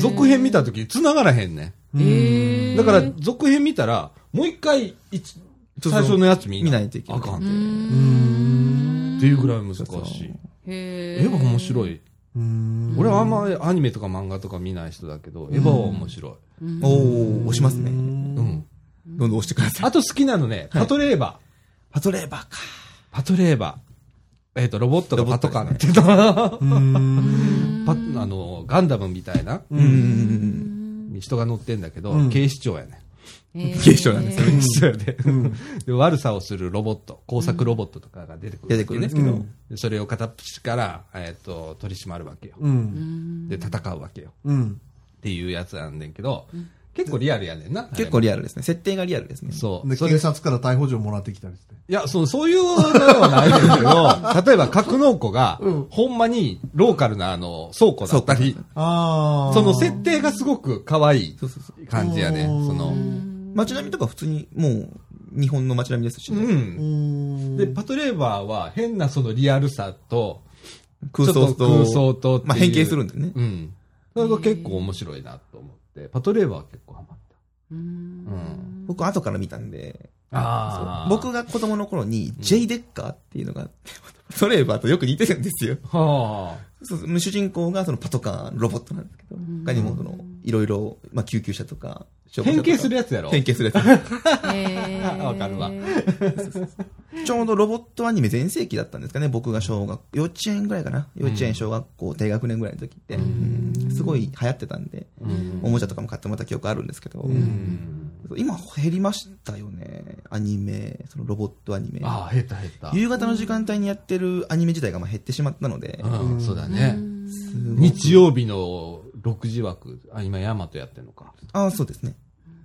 Speaker 1: 続編見た時繋がらへんねん。だから続編見たら、もう一回一、
Speaker 3: そうそう
Speaker 1: 最初のやつ見
Speaker 3: 見ないといけない
Speaker 1: あかんでっていうぐらい難しい。
Speaker 4: へ
Speaker 1: エヴァ面白い。
Speaker 2: ー
Speaker 3: (laughs)
Speaker 2: うん
Speaker 1: 俺はあんまりアニメとか漫画とか見ない人だけど、エヴァは面白い。
Speaker 3: おお押しますね
Speaker 1: うん。
Speaker 3: どんどん押してください
Speaker 1: あと好きなのね、パトレーバー。
Speaker 3: パトレーバーか
Speaker 1: パトレーバー。えっ、と、ロボットがパトカーなんて言った (laughs) パあの、ガンダムみたいな、
Speaker 3: うんうんうん
Speaker 1: 人が乗ってんだけど、
Speaker 2: うん
Speaker 1: 警視庁やね。
Speaker 4: え
Speaker 3: うん警視庁なんですよ
Speaker 1: 警視庁やで。 (laughs) で、悪さをするロボット、工作ロボットとかが出てくる
Speaker 3: 出てくるんですけど、
Speaker 1: でそれを片っ端から、えっ、と、取り締まるわけよ。
Speaker 2: うん。
Speaker 1: で、戦うわけよ。
Speaker 2: うん。
Speaker 1: っていうやつなんねんけど、結構リアルやねんな。
Speaker 3: 結構リアルですね設定がリアルですね
Speaker 1: そう。
Speaker 2: で、
Speaker 1: それ
Speaker 2: 警察から逮捕状もらってきたりして。
Speaker 1: いや、その、そういうのではないん
Speaker 3: (laughs)
Speaker 1: ですけど、例えば格納庫が、ほんまにローカルなあの、倉庫だったり、
Speaker 2: ああ。
Speaker 1: その設定がすごく可愛い
Speaker 3: そうそうそう
Speaker 1: 感じやね。
Speaker 2: うん
Speaker 1: その、
Speaker 3: 街並みとか普通にもう日本の街並みですし
Speaker 1: う。
Speaker 3: ね、
Speaker 2: うんん。
Speaker 1: で、パトレーバーは変なそのリアルさと、
Speaker 3: 空想
Speaker 1: ちょっ
Speaker 3: と
Speaker 1: と空想とっていう
Speaker 3: まあ、変形するんでね、
Speaker 1: うん。それが結構面白いなと思って、パトレーバーは結構ハマった。うん。
Speaker 3: 僕後から見たんで
Speaker 1: あ
Speaker 3: 僕が子供の頃に J デッカーっていうのがあ (laughs) って、トレーバーとよく似てるんですよ
Speaker 1: は
Speaker 3: そうそう主人公がそのパトカーロボットなんですけど他にもそのいろいろ、まあ、救急車とか
Speaker 1: あ。
Speaker 3: 消防車
Speaker 1: 変
Speaker 3: とか
Speaker 1: 形するやつやろ
Speaker 3: 変形するや (laughs)
Speaker 4: ー
Speaker 1: わかるわ
Speaker 3: つちょうどロボットアニメ全盛期だったんですかね僕が小学幼稚園ぐらいかな幼稚園小学校低学年ぐらいの時って、うんすごい流行ってたんで、おもちゃとかも買ってもらった記憶あるんですけど、
Speaker 1: うん。
Speaker 3: 今減りましたよね。アニメ、そのロボットアニメ。
Speaker 1: ああ、減った減った。
Speaker 3: 夕方の時間帯にやってるアニメ自体がまあ減ってしまったので、
Speaker 1: うん、そうだね。
Speaker 3: すごく
Speaker 1: 日曜日の6時枠、あ、今ヤマトやってんのか。
Speaker 3: ああ、そうですね。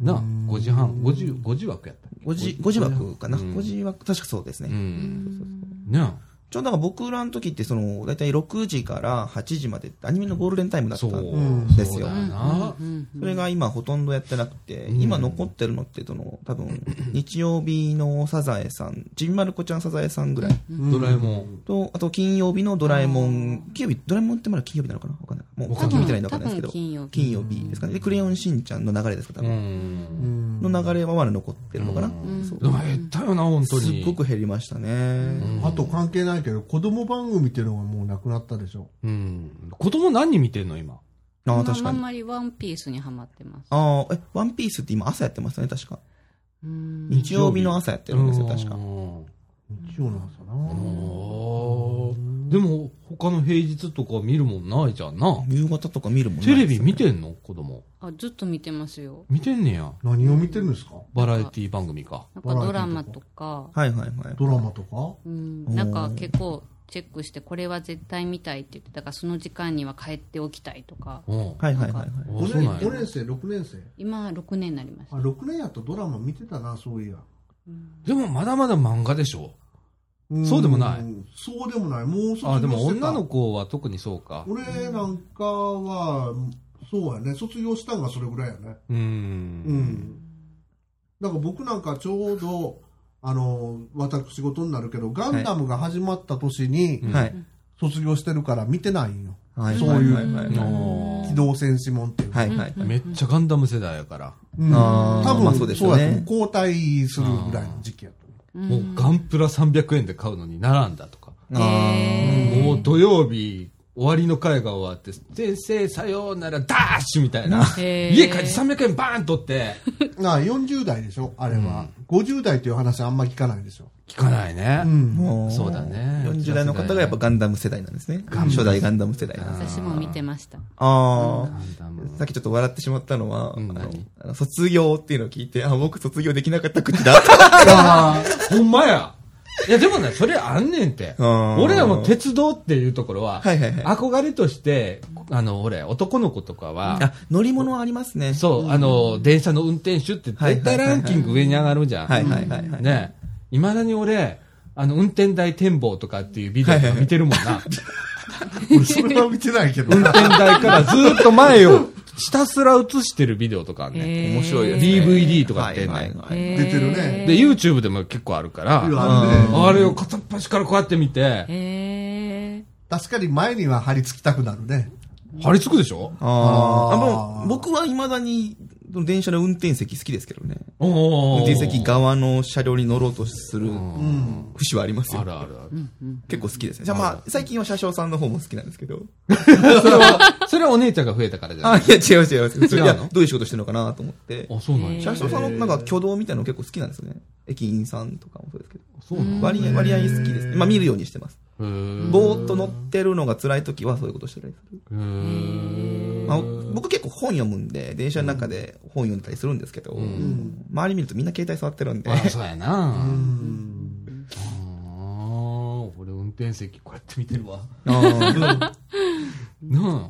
Speaker 1: な、5時半、5時、5時枠やったっけ
Speaker 3: 5時、5時枠かな。
Speaker 1: うん
Speaker 3: 5時枠、確かそうですね。
Speaker 1: うん。ね
Speaker 3: ちょうどだから僕らの時って、その、だいたい6時から8時までってアニメのゴールデンタイムだった
Speaker 1: そ
Speaker 3: んで
Speaker 1: う。
Speaker 3: ですよ
Speaker 1: そうだよな。
Speaker 3: それが今ほとんどやってなくて、
Speaker 1: ん
Speaker 3: 今残ってるのって、その、多分、日曜日のサザエさん、ちびまる子ちゃんサザエさんぐらい
Speaker 1: ドラえもん。
Speaker 3: と、あと金曜日のドラえもん、金曜日、ドラえもんってまだ金曜日なのかなわかんない。もう
Speaker 1: わか
Speaker 3: 最
Speaker 1: んない
Speaker 3: 近見てないんでわかんないですけど、
Speaker 4: 多分金曜日
Speaker 3: ですかね。で、クレヨンしんちゃんの流れですか、多
Speaker 1: う
Speaker 3: 分。
Speaker 1: ん。
Speaker 3: の流れはまだ残ってるのかな。そう
Speaker 1: でも減ったよな、本当
Speaker 3: す
Speaker 1: に。
Speaker 3: っごく減りましたね。
Speaker 2: あと関係ないけど、子供番組っていうのがもうなくなったでしょ。
Speaker 1: うん。子供何人見てんの、今。
Speaker 3: ああ、
Speaker 4: 今
Speaker 3: 確か
Speaker 4: あん
Speaker 3: に。
Speaker 4: まりワンピースにはまってます。
Speaker 3: ああ、え、ワンピースって今朝やってますよね、確か。
Speaker 4: うん
Speaker 3: 日曜日の朝やってるんですよ、確
Speaker 1: う
Speaker 3: か。
Speaker 1: ん
Speaker 2: 日曜なんさな。
Speaker 1: おーでも、他の平日とか見るもんないじゃんな。
Speaker 3: 夕方とか見るもん
Speaker 1: テレビ見
Speaker 3: る
Speaker 1: てんの子供。
Speaker 4: あ、ずっと見てますよ。
Speaker 1: 見てんねや。
Speaker 2: 何を見てるんですか
Speaker 1: バラエティ番組か。
Speaker 4: なんかドラマとか、
Speaker 3: はいはいはい。
Speaker 2: ドラマとか
Speaker 4: うん、なんか結構チェックして、これは絶対見たいって言って、だからその時間には帰っておきたいとか、
Speaker 1: うん。
Speaker 3: はいはいはいはい。
Speaker 1: あ
Speaker 2: 5
Speaker 1: そう
Speaker 2: 年
Speaker 1: なんや
Speaker 2: 五年生、6年生。
Speaker 4: 今6年になりまし
Speaker 2: あ、
Speaker 4: た。
Speaker 2: 6年やとドラマ見てたな、そういや。
Speaker 1: でもまだまだ漫画でしょ。そうでもない
Speaker 2: ん。そうでもない。もう卒業してた
Speaker 1: あ、でも女の子は特にそうか。
Speaker 2: 俺なんかは、そうやね。卒業したんがそれぐらいやね。
Speaker 1: う。
Speaker 2: うんん。だから僕なんかちょうど、あの、私事になるけど、ガンダムが始まった年に
Speaker 1: うん
Speaker 3: はい。
Speaker 2: 卒業してるから見てないんよ。
Speaker 3: はい。
Speaker 2: そういう
Speaker 3: はいはいはい
Speaker 1: お
Speaker 2: 機
Speaker 1: ー
Speaker 2: 動戦士もんっていう。
Speaker 3: はいはいはい。
Speaker 1: めっちゃガンダム世代やから。
Speaker 2: うん
Speaker 3: あー
Speaker 2: 多分、
Speaker 3: まあ
Speaker 2: そ
Speaker 3: そうう
Speaker 2: で
Speaker 3: ですす
Speaker 2: よ
Speaker 3: よね
Speaker 2: ね。交代するぐらいの時期やと思う。
Speaker 4: うん
Speaker 1: もうガンプラ300円で買うのに並んだとか。
Speaker 3: あ
Speaker 4: へー
Speaker 1: もう土曜日、終わりの会が終わって、先生さようならダッシュみたいな。
Speaker 4: へー
Speaker 1: 家帰って300円バーン取って、
Speaker 2: なあ40代でしょあれは、50代という話あんま聞かないでしょ。
Speaker 1: 聞かないね。
Speaker 3: ーも
Speaker 1: そうだね
Speaker 3: 40代の方がやっぱガンダム世代なんですね。初代ガンダム世代なんです。
Speaker 4: 私も見てました。
Speaker 3: あ
Speaker 1: ガンダム
Speaker 3: あ。さっきちょっと笑ってしまったのは、あ
Speaker 1: うん
Speaker 3: の
Speaker 1: 何
Speaker 3: あの、卒業っていうのを聞いて、あ、僕卒業できなかった口 (laughs) だった。
Speaker 1: ほんまや。いや、でもね、それあんねんて。
Speaker 3: うん
Speaker 1: 俺らも鉄道っていうところは、
Speaker 3: はいはいはい
Speaker 1: 憧れとして、あの、俺、男の子とかは、
Speaker 3: あ、乗り物はありますね。
Speaker 1: そう、あの、電車の運転手って
Speaker 3: はい
Speaker 1: 絶対ランキング上に上がるじゃん。
Speaker 3: はいはいはいはい
Speaker 1: ねいまだに俺、あの、運転台展望とかっていうビデオとか見てるもんな。
Speaker 2: 俺それは見てないけど
Speaker 1: 運転台からずーっと前
Speaker 3: (laughs)
Speaker 1: をひたすら映してるビデオとかあんね。
Speaker 4: 面
Speaker 3: 面白いですね。
Speaker 1: DVD とかってね
Speaker 3: はいはいはい
Speaker 2: 出てるね。
Speaker 1: で、YouTube でも結構あるから、
Speaker 2: う
Speaker 1: あ
Speaker 2: わね
Speaker 1: れを片っ端からこうやって見て、
Speaker 4: へー
Speaker 2: 確かに前には張り付きたくなるね。
Speaker 1: 張り付くでしょ
Speaker 3: あーあ
Speaker 2: あー
Speaker 3: の、僕は未だに、その電車の運転席好きですけどね。運
Speaker 1: おー
Speaker 3: 転席側の車両に乗ろうとする節はあります
Speaker 1: あ
Speaker 3: よ。
Speaker 1: るあるある。
Speaker 3: 結構好きですね。じゃあまあ、最近は車掌さんの方も好きなんですけど。
Speaker 1: それは、それはお姉ちゃんが増えたからじゃな
Speaker 3: あ、
Speaker 1: い
Speaker 3: いや、違う違う違う。普通
Speaker 1: 違うの
Speaker 3: に (laughs) いやどういう仕事してるのかなと思って。
Speaker 1: あ、そうなんや。
Speaker 3: 車掌さんのなんか挙動みたいなの結構好きなんですよね。駅員さんとかもそうですけど。
Speaker 1: そうなんや。
Speaker 3: 割合、割合好きです。まあ見るようにしてます。
Speaker 1: へー
Speaker 3: ぼーっと乗ってるのが辛い時はそういうことしてたりする。
Speaker 1: へー
Speaker 3: まあ、僕結構本読むんで、電車の中で本読んだりするんですけど、周り見るとみんな携帯触ってるんで。
Speaker 1: あ、そうやな。あー俺運転席こうやって見てるわ。 (laughs) なあ。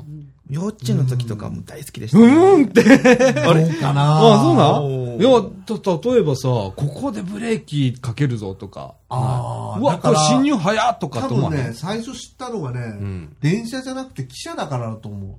Speaker 3: 幼稚園の時とかも大好きでした。
Speaker 1: うんって。あれ
Speaker 2: かな
Speaker 1: あ、そう
Speaker 3: お
Speaker 1: なんいや、た、例えばさ、ここでブレーキかけるぞとか。
Speaker 2: あー
Speaker 1: うわ、
Speaker 2: だか
Speaker 1: これ
Speaker 2: ら
Speaker 1: 侵入早っとか
Speaker 2: 多
Speaker 1: と思
Speaker 2: 分
Speaker 1: わへ
Speaker 2: ね、
Speaker 1: ん。
Speaker 2: 最初知ったのがね、
Speaker 1: ん
Speaker 2: 電車じゃなくて汽車だからだと思う。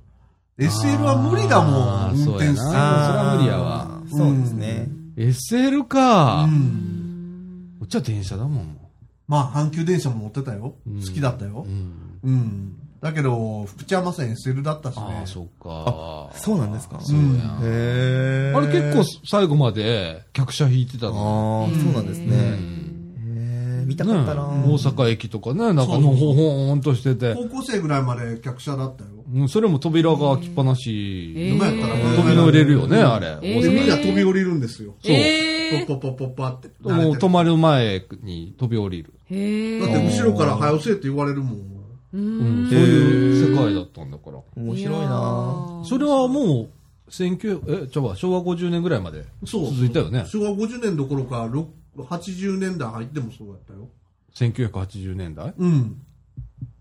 Speaker 2: SL は無理だも
Speaker 1: あ
Speaker 2: ん、
Speaker 1: ー
Speaker 2: 運転して
Speaker 1: そうや
Speaker 2: る
Speaker 1: なそれは無理やわ。
Speaker 3: そうですね。
Speaker 1: SL か
Speaker 2: う。ん。
Speaker 1: こっちは電車だもん。
Speaker 2: まあ、阪急電車も乗ってたよ。好きだったよ
Speaker 1: う。ん。
Speaker 2: うん。だけど、福知山線 SL だったし
Speaker 1: あ
Speaker 2: ね
Speaker 1: あ、。そうか。
Speaker 3: そうなんですか
Speaker 1: そうやん。
Speaker 3: へー
Speaker 1: あれ結構最後まで客車引いてたの。
Speaker 3: ああ、そうなんですね。へー見たかったな
Speaker 1: ね大阪駅とかね、なんかのほほんとしてて。
Speaker 2: 高校生ぐらいまで客車だったよ。
Speaker 1: うん、それも扉が開きっぱなし。
Speaker 4: えー
Speaker 2: 今やったら
Speaker 1: 飛び乗れるよね、あれ。
Speaker 4: えー
Speaker 1: 大阪
Speaker 2: 今や飛び降りるんですよ。
Speaker 1: そう
Speaker 2: ポッ
Speaker 4: え
Speaker 2: ポッポッポッパって。だ
Speaker 1: もう
Speaker 2: って
Speaker 1: 止まる前に飛び降りる。
Speaker 4: ーへー
Speaker 2: 後ろから早押せって言われるもん。
Speaker 1: うん、そういう世界だったんだから。
Speaker 3: 面白いな
Speaker 1: それはもう、 19えちょわ昭和50年ぐらいまで
Speaker 2: そう。
Speaker 1: 続いたよね
Speaker 2: 昭和50年どころか、ろ80年代入ってもそうだったよ。
Speaker 1: 1980年代
Speaker 2: うん。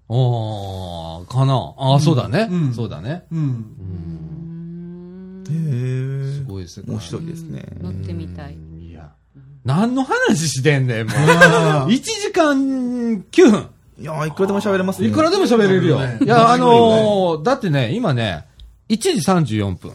Speaker 1: ああかなああ、そうだね、
Speaker 2: うん
Speaker 1: そうだね
Speaker 2: うん。
Speaker 3: へえ。
Speaker 1: すごい世界
Speaker 3: 面白いですね。
Speaker 4: 乗ってみたい。
Speaker 1: いや何の話してんねんもう
Speaker 2: あ
Speaker 1: 1
Speaker 2: ー
Speaker 1: 時間9分
Speaker 3: いやーいくらでも喋れますね。
Speaker 1: いくらでも喋れるよ。
Speaker 2: ね
Speaker 1: いや、あのーだってね、今ね、1時34分。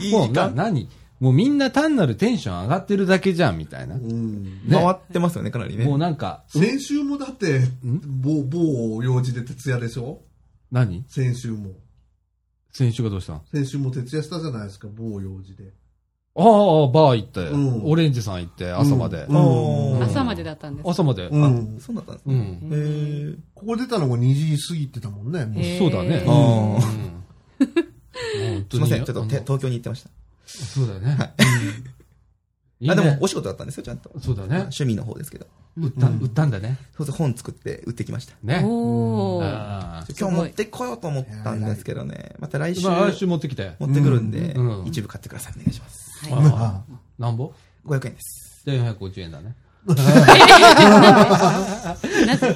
Speaker 3: いい
Speaker 1: もう
Speaker 3: 時
Speaker 1: な、
Speaker 3: 間
Speaker 1: 何もうみんな単なるテンション上がってるだけじゃん、みたいな。
Speaker 2: (laughs) うん。
Speaker 1: ね
Speaker 3: 回ってますよね、かなりね。
Speaker 1: もうなんか、
Speaker 2: 先週もだって、某、某用事で徹夜でしょ
Speaker 1: 何
Speaker 2: 先週も。
Speaker 1: 先週がどうしたの
Speaker 2: 先週も徹夜したじゃないですか、某用事で。
Speaker 1: ああ、バー行って、
Speaker 2: うん
Speaker 1: オレンジさん行って、朝まで。
Speaker 2: うん
Speaker 3: あ
Speaker 4: 朝までだったんです。
Speaker 1: 朝まで、
Speaker 2: う
Speaker 1: あ
Speaker 2: ん。
Speaker 3: そうだったんです
Speaker 1: う
Speaker 3: ね。
Speaker 1: ん。
Speaker 3: へー
Speaker 2: ここ出たのが2時過ぎてたもんね。もう
Speaker 4: へー
Speaker 1: そうだね。
Speaker 4: うん
Speaker 1: うん
Speaker 3: (laughs) すいません、ちょっとて東京に行ってました。
Speaker 1: そうだよね。うんいいね
Speaker 3: あ、でも、お仕事だったんですよ、ちゃんと。
Speaker 1: そうだね。
Speaker 3: 趣味の方ですけど。
Speaker 1: 売った、売ったんだね。
Speaker 3: そうそう、本作って売ってきました。
Speaker 1: ね。
Speaker 4: おお。
Speaker 1: ああ
Speaker 4: す
Speaker 3: 今
Speaker 4: ごい
Speaker 3: 日持ってこようと思ったんですけどね。また来週、
Speaker 1: まあ、来
Speaker 3: 持
Speaker 1: 週持ってきて。
Speaker 3: ってくるんで
Speaker 1: うん、
Speaker 3: 一部買ってください。お願いします。
Speaker 4: はい
Speaker 1: ああなんぼ
Speaker 3: 500円です。
Speaker 1: で450円だね。やっぱ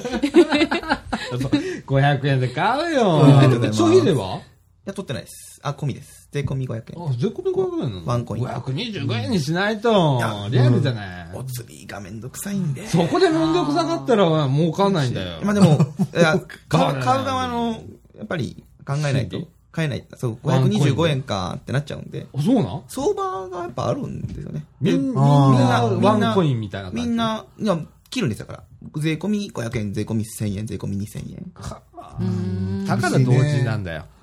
Speaker 1: 500円で買うよ
Speaker 3: ありがとうございます
Speaker 1: 消費税はい
Speaker 3: や、取ってないです。あ、込みです。税込み500円。
Speaker 1: あ、税込み500円なの
Speaker 3: ワンコイン
Speaker 1: 525円にしないと
Speaker 3: う、ん
Speaker 1: リアルじゃない。
Speaker 3: お釣りがめんどくさいんで。
Speaker 1: そこで面倒くさかったら儲かんないんだよ。
Speaker 3: まあで
Speaker 1: (laughs)
Speaker 3: も、いや
Speaker 1: 買わな
Speaker 3: 買う
Speaker 1: い
Speaker 3: 買う側の、やっぱり考えない
Speaker 1: 心理
Speaker 3: と、買えない。そう、
Speaker 1: ワンコインで
Speaker 3: 525円かってなっちゃうんで、
Speaker 1: あ、そうなん
Speaker 3: 相場がやっぱあるんですよね。
Speaker 1: みんみんな
Speaker 2: あー
Speaker 1: ワンコインみたいな感じ。
Speaker 3: みん、な、いや、切るんですよだから。税込み500円、税込み1000円、税込み2000円。
Speaker 1: だから同時なんだよ。
Speaker 2: (laughs)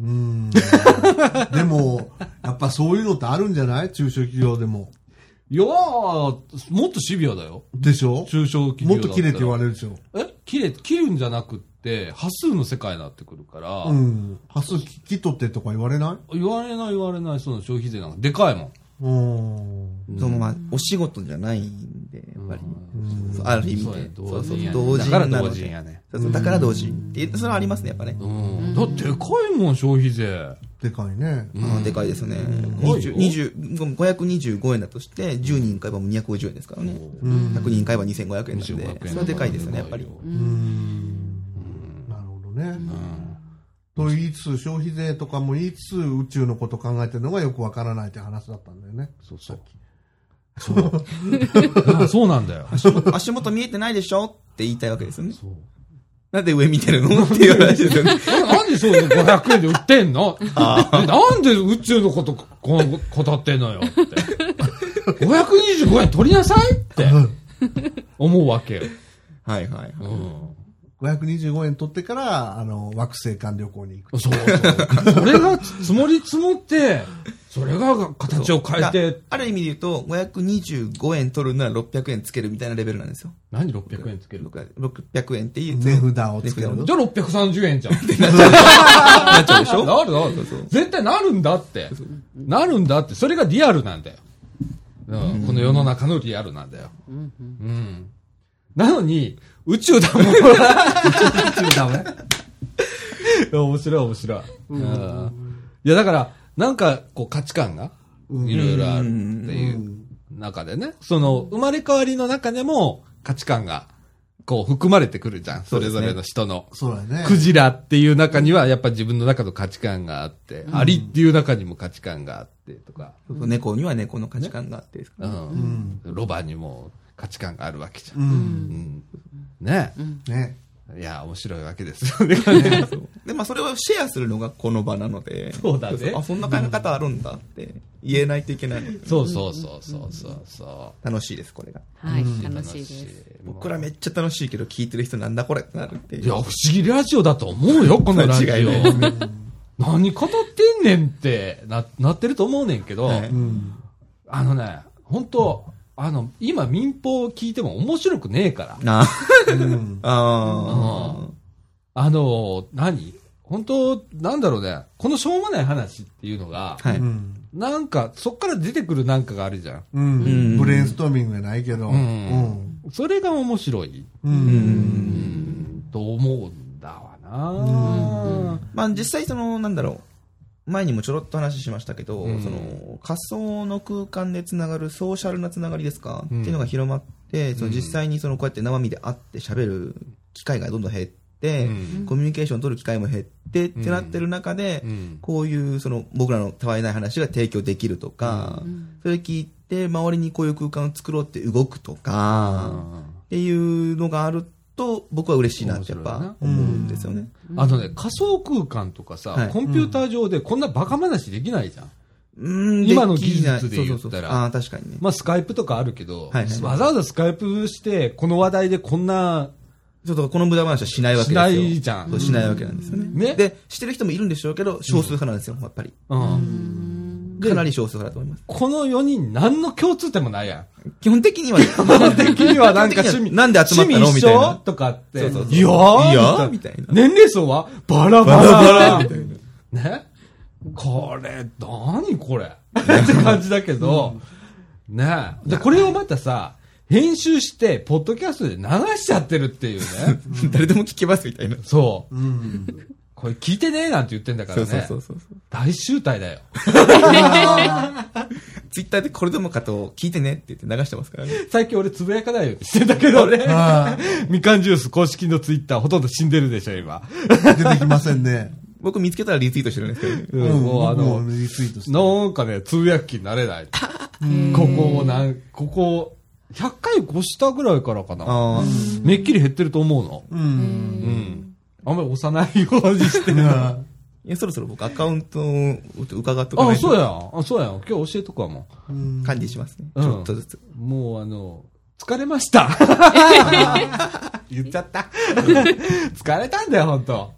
Speaker 2: うん。でも、やっぱそういうのってあるんじゃない中小企業でも。
Speaker 1: いやー、もっとシビアだよ。
Speaker 2: でしょ
Speaker 1: 中小企業
Speaker 2: も
Speaker 1: だ
Speaker 2: っと
Speaker 1: たら
Speaker 2: 切れって言われるでしょ。
Speaker 1: え切れ、切るんじゃなくって、波数の世界になってくるから、
Speaker 2: うん。端数切っとってとか言われな
Speaker 1: 言われない言われない、その消費税なんかでかいもん。
Speaker 2: いうん。
Speaker 3: そのまあ、お仕事じゃないんで、やっぱり。そうある意味で。そうそう、同
Speaker 1: 同
Speaker 3: 人
Speaker 1: 時
Speaker 3: な
Speaker 1: やね
Speaker 3: の
Speaker 1: だから
Speaker 3: で
Speaker 1: 同時やね。
Speaker 3: そうそうだから同時って、それはありますね、やっぱね。
Speaker 1: うん。だってでかいもん、消費税。
Speaker 2: でかいね。
Speaker 3: あーでかいですね。
Speaker 1: 多い
Speaker 3: 20
Speaker 1: よ
Speaker 3: 20 525円だとして、10人買えばもう250円ですからね。100人買えば2500円
Speaker 1: 2500
Speaker 3: なん
Speaker 1: 円
Speaker 3: で、それはでかいですよね、やっぱり。
Speaker 2: うん。なるほどね。と言いつつ、消費税とかも言いつつ、宇宙のこと考えてるのがよくわからないって話だったんだよね。
Speaker 1: そうそう。そう。そうなんだよ。
Speaker 3: 足元見えてないでしょって言いたいわけですよね。なんで上見てるのっていう話ですよね。
Speaker 1: ななんでそう500円で売ってんのなんで宇宙のことこ語ってんのよって。525円取りなさいって思うわけよ。
Speaker 3: はいはいはい。
Speaker 1: うん。
Speaker 2: 525円取ってから、あの、惑星間旅行に行く。
Speaker 1: そうそう。それが積もり積もって、それが形を変え
Speaker 3: だ
Speaker 1: て、
Speaker 3: ある意味で言うと、525円取るなら600円つけるみたいなレベルなんですよ。
Speaker 1: 何600円つける
Speaker 3: 600円っていう。
Speaker 2: 値札をつけ
Speaker 3: 値札
Speaker 2: る
Speaker 3: を。
Speaker 1: じゃあ630円じゃん。
Speaker 3: なっちゃうでしょ
Speaker 1: なるなる。絶対なるんだって。なるんだって。それがリアルなんだよ。うん、この世の中のリアルなんだよ。うん。なのに、宇宙だもん。
Speaker 2: 宇宙だね。
Speaker 1: 面白い面白い。うんいや、だから、なんか、こう、価値観が、いろいろあるっていう中でね、その、生まれ変わりの中でも、価値観が、こう、含まれてくるじゃん。それぞれの人の。
Speaker 2: そうだね。
Speaker 1: クジラっていう中には、やっぱ自分の中の価値観があって、アリっていう中にも価値観があってとか、
Speaker 3: そうそう猫には猫の価値観があってですから
Speaker 1: う
Speaker 3: ね
Speaker 1: ん。ロバにも価値観があるわけじゃん。
Speaker 2: うん。
Speaker 1: うんね
Speaker 2: ね。
Speaker 1: いや、面白いわけですよね。
Speaker 3: そうで、まあ、それをシェアするのがこの場なので。
Speaker 1: そうだね
Speaker 3: あ、そんな考え方あるんだって言えないといけないので。
Speaker 1: そうそうそうそうそうそ
Speaker 3: 楽しいです、これが。
Speaker 4: はい、
Speaker 1: う。
Speaker 4: 楽しいです。
Speaker 3: 僕らめっちゃ楽しいけど、聞いてる人なんだこれってなるってい
Speaker 1: いや、不
Speaker 3: う。
Speaker 1: 思議ラジオだと思
Speaker 3: (laughs)
Speaker 1: うよ、このラジ
Speaker 3: 間違い
Speaker 1: オ
Speaker 3: ない。
Speaker 1: (laughs) 何語ってんねんってな、なってると思うねんけど、
Speaker 3: はい
Speaker 2: うん。
Speaker 1: あのね、本当あの、今民放聞いても面白くねえから。
Speaker 3: な
Speaker 2: うん。
Speaker 3: あ
Speaker 1: うんあの、何本当なんだろうね。このしょうもない話っていうのが、
Speaker 3: あ。はい。
Speaker 2: うん。
Speaker 1: なんか、そっから出てくるなんかがあるじゃん。
Speaker 2: うん
Speaker 3: うん
Speaker 2: ブレインストーミングじゃないけど。
Speaker 1: う
Speaker 2: うんん。
Speaker 1: それが面白い、
Speaker 2: う。
Speaker 3: うんん。
Speaker 1: と思うんだわな、
Speaker 3: まあ、実際その、なんだろう。前にもちょろっと話しましたけど、
Speaker 1: うん
Speaker 3: その仮想の空間でつながるソーシャルなつながりですか、
Speaker 1: うん
Speaker 3: っていうのが広まってその実際にそのこうやって生身で会って喋る機会がどんどん減って、
Speaker 1: うん
Speaker 3: コミュニケーションを取る機会も減ってってなってる中で、
Speaker 1: うん
Speaker 3: こういうその僕らのたわいない話が提供できるとか、それ聞いて周りにこういう空間を作ろうって動くとか、っていうのがあると僕は嬉しいなってやっぱ思うんですよね。
Speaker 1: あのね、仮想空間とかさ、
Speaker 3: はい
Speaker 1: コンピューター上でこんなバカ話できないじゃん。
Speaker 3: うん
Speaker 1: 今の
Speaker 3: きない
Speaker 1: 技術で言ったら
Speaker 3: そうそうそうああ、確かにね。
Speaker 1: まあ、スカイプとかあるけど、
Speaker 3: はいはい
Speaker 1: わざわざスカイプして、この話題でこんな、
Speaker 3: ちょっとこの無駄話はしないわけ
Speaker 1: し
Speaker 3: ですよ。
Speaker 1: ないじゃ。
Speaker 3: そうんしないわけなんですよね。
Speaker 1: ね
Speaker 3: で、してる人もいるんでしょうけど、少数派なんですよ、やっぱり。
Speaker 1: うん。
Speaker 3: かなり少数派だと思います。
Speaker 1: この4人何の共通点もないやん。
Speaker 3: 基本的
Speaker 1: (laughs)
Speaker 3: には、基
Speaker 1: 基本的にはなんか趣味。
Speaker 3: (laughs) なんで集まったのみた
Speaker 1: 趣味
Speaker 3: い
Speaker 1: 一緒
Speaker 3: な。
Speaker 1: とかって。
Speaker 3: そうそうそう
Speaker 1: いや
Speaker 3: いや
Speaker 1: ー
Speaker 3: ーみたいな。
Speaker 1: 年齢層はバラバラみたいな。ねこれ、何これって感じだけど、ねで、これをまたさ、編集して、ポッドキャストで流しちゃってるっていうね。
Speaker 3: 誰でも聞けますみたいな。
Speaker 1: そう。
Speaker 2: うん。
Speaker 1: これ聞いてねえなんて言ってんだか
Speaker 3: そ
Speaker 1: ら
Speaker 3: うそう
Speaker 1: ね
Speaker 3: そ。うそう。
Speaker 1: 大集大だよ。
Speaker 3: ツイッターでこれでもかと聞いてねって言って流してますからね。
Speaker 1: 最近俺つぶやかないようにしてたけどね。
Speaker 2: (laughs)
Speaker 1: みかんジュース公式のツイッターほとんど死んでるでしょ、今。
Speaker 2: 出てきませんね。
Speaker 3: 僕見つけたらリツイートしてるんですけどね。
Speaker 1: うん、もうあの
Speaker 2: 僕、もリツイートして。
Speaker 1: なんかね、つぶやきになれない。ここをなん、ここ、100回越したぐらいからかな。
Speaker 3: あ
Speaker 1: めっきり減ってると思うの。
Speaker 2: うん。
Speaker 1: うん。あんまり押さないようにしてる。あ、
Speaker 3: いやそろそろ僕アカウントを伺っとかないと
Speaker 1: そうや (laughs) ん。 (laughs) あ、そうやん。今日教えとくわ、も
Speaker 2: うん
Speaker 3: 管理しますね。
Speaker 1: うん
Speaker 3: ちょっとずつ。
Speaker 1: う。もうあの、疲れました。 (laughs) 言っちゃった。 (laughs) 疲れたんだよ、ほんと。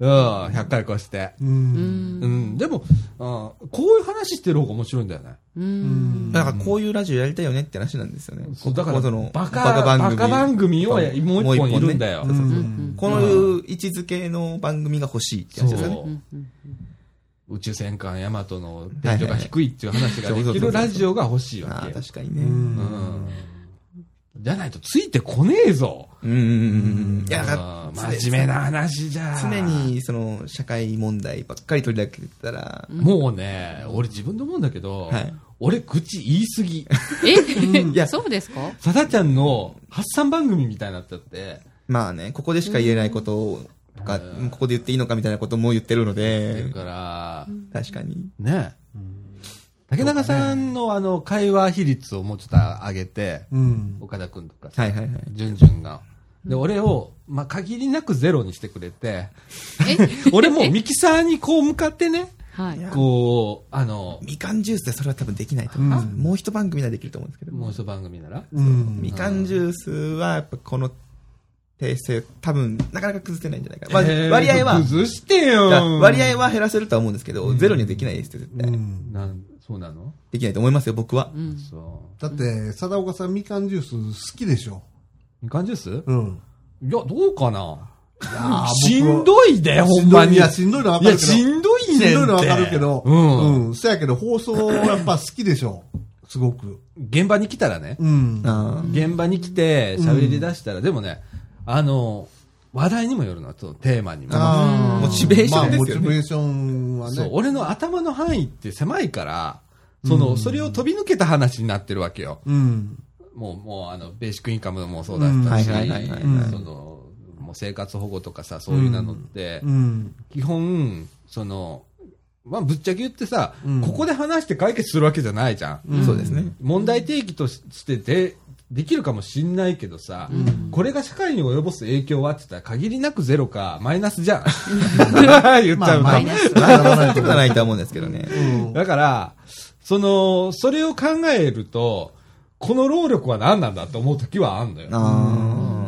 Speaker 1: うん、100回越して。
Speaker 2: うん。
Speaker 1: うん、でもあー、こういう話してる方が面白いんだよね。
Speaker 3: なんかこういうラジオやりたいよねって話なんですよね。
Speaker 1: そうだから
Speaker 3: ここの
Speaker 1: バカバカ番組をやもう一本いるんだよ
Speaker 3: もう一本ねそうそうそう
Speaker 4: うん
Speaker 3: このいう位置づけの番組が欲しいって話ですよね。
Speaker 1: そう宇宙戦艦ヤマトの天井が低いっていう話が
Speaker 3: はいは
Speaker 1: で
Speaker 3: いはい
Speaker 1: きるラジオが欲しいわ
Speaker 3: ああ、
Speaker 1: けよ。
Speaker 3: 確かに
Speaker 2: う
Speaker 3: ね。
Speaker 2: ん。
Speaker 1: じゃないとついてこねえぞ。
Speaker 3: うんうんうんうん。いや、だ
Speaker 1: あ
Speaker 3: から
Speaker 1: ー真面目な話じゃ。
Speaker 3: 常。にその社会問題ばっかり取り上げてたら、
Speaker 1: もうね、俺自分で思うんだけど
Speaker 3: はい、
Speaker 1: 俺口言いすぎ。
Speaker 3: いや
Speaker 4: えそうですか
Speaker 1: さだちゃんの発散番組みたいになっちゃって、
Speaker 3: まあね、ここでしか言えないこととか、ここで言っていいのかみたいなことも言ってるので
Speaker 1: だ、から、
Speaker 3: 確かに。
Speaker 1: ね竹中さんのあの会話比率をもうちょっと上げて、
Speaker 2: うん。
Speaker 1: 岡田君とかさ、
Speaker 3: はいはいはい。
Speaker 1: じゅんじゅんが。で、俺を、まあ、限りなくゼロにしてくれて、俺もうミキサーにこう向かってね、
Speaker 4: はい。
Speaker 1: こう、あの、
Speaker 3: みかんジュースでそれは多分できないと思います。もう一番組ならできると思うんですけど。
Speaker 1: もう一番組なら。
Speaker 2: うん。
Speaker 3: みかんジュースはやっぱこの訂正多分なかなか崩せないんじゃないかな。まあ
Speaker 1: えー
Speaker 3: 割合は、
Speaker 1: 崩してよ
Speaker 3: じゃあ。割合は減らせるとは思うんですけど、ゼロにはできないですよ、絶
Speaker 2: う
Speaker 3: 対。
Speaker 2: ん
Speaker 1: なんそうなの
Speaker 3: できないと思いますよ、僕は。
Speaker 1: そ
Speaker 2: だって、貞岡さん、みかんジュース好きでしょ。
Speaker 1: う。みかんジュースいや、
Speaker 2: うん。
Speaker 1: どうかな
Speaker 2: あー
Speaker 1: しん
Speaker 2: 僕
Speaker 1: どいで、ほんまに。
Speaker 2: いや、しんどいのはい
Speaker 1: や、
Speaker 2: 分かるけど。
Speaker 1: しんどいねんって。
Speaker 2: しんどいのは分かるけど。
Speaker 1: うん。
Speaker 2: うん。そやけど、放送やっぱ好きでしょ。すごく。
Speaker 1: 現場に来たらね。
Speaker 2: うん。
Speaker 3: あ
Speaker 1: 現場に来て喋り出したら、でもね、あの、話題にもよるの、そのテーマにも。
Speaker 2: あー
Speaker 3: モチベーション
Speaker 2: まあ
Speaker 3: ですよね
Speaker 2: モチベーションはね。
Speaker 1: そう、俺の頭の範囲って狭いから、その、それを飛び抜けた話になってるわけよ。
Speaker 2: うん。
Speaker 1: もう、もう、あの、ベーシックインカムもそうだったし、
Speaker 3: うんはいはいはいはいはい
Speaker 1: その、もう生活保護とかさ、そういうなのって、
Speaker 2: うん。
Speaker 1: 基本、その、まあ、ぶっちゃけ言ってさ、
Speaker 2: うん
Speaker 1: ここで話して解決するわけじゃないじゃん。
Speaker 3: あ、そうですね。
Speaker 1: 問題提起としてで、できるかもしんないけどさ、これが社会に及ぼす影響はって言ったら限りなくゼロかマイナスじゃん。
Speaker 3: (laughs)
Speaker 1: 言っちゃうと。
Speaker 2: まあまあ
Speaker 3: なかなかないとは思うんですけどね。
Speaker 2: うん。
Speaker 1: だから、その、それを考えると、この労力は何なんだと思う時はあんのよ。
Speaker 3: あ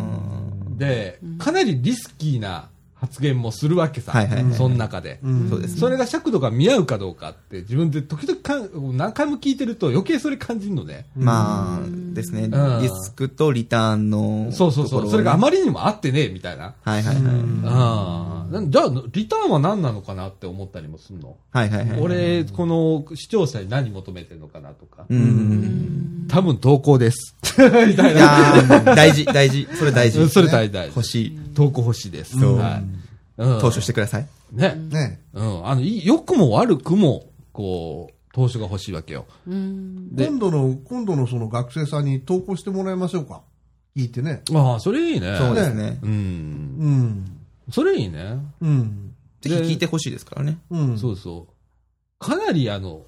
Speaker 1: で、かなりリスキーな発言もするわけさ、
Speaker 3: はいはいはい
Speaker 1: その中で。
Speaker 3: あ、そうですね。
Speaker 1: それが尺度が見合うかどうかって自分で時々かん何回も聞いてると余計それ感じるのね。
Speaker 3: まあ、ですね。
Speaker 1: ん
Speaker 3: リスクとリターンの。
Speaker 1: そうそうそう。それがあ
Speaker 3: ま
Speaker 1: まりにも合ってねえみたいな。
Speaker 3: はいはいはい。
Speaker 1: ああ、なんじゃあ、リターンは何なのかなって思ったりもするの。
Speaker 3: はいはいはい。
Speaker 1: 俺、この視聴者に何求めてるのかなとか。
Speaker 3: うん。
Speaker 1: 多分投稿です。 (laughs) みたい
Speaker 3: い
Speaker 1: な。
Speaker 3: やー大事、大事。それ大事。
Speaker 1: それ大事。
Speaker 3: 欲しい。
Speaker 1: 投稿欲しいです。
Speaker 3: そう
Speaker 1: はい。うん
Speaker 3: 投書してください。
Speaker 1: ね。
Speaker 2: ね。
Speaker 1: うん。あの、いい良くも悪くも、こう、投資が欲しいわけよ。
Speaker 4: うん。
Speaker 1: で
Speaker 2: 今度の、今度のその学生さんに投稿してもらいましょうか。聞いてね。
Speaker 1: ああ、それいいね。
Speaker 3: そうですね。
Speaker 1: うん。
Speaker 2: うん。
Speaker 1: それいいね。
Speaker 2: うん。
Speaker 3: ぜひ聞いてほしいですからね。
Speaker 2: うん。
Speaker 1: そうそう。かなりあの、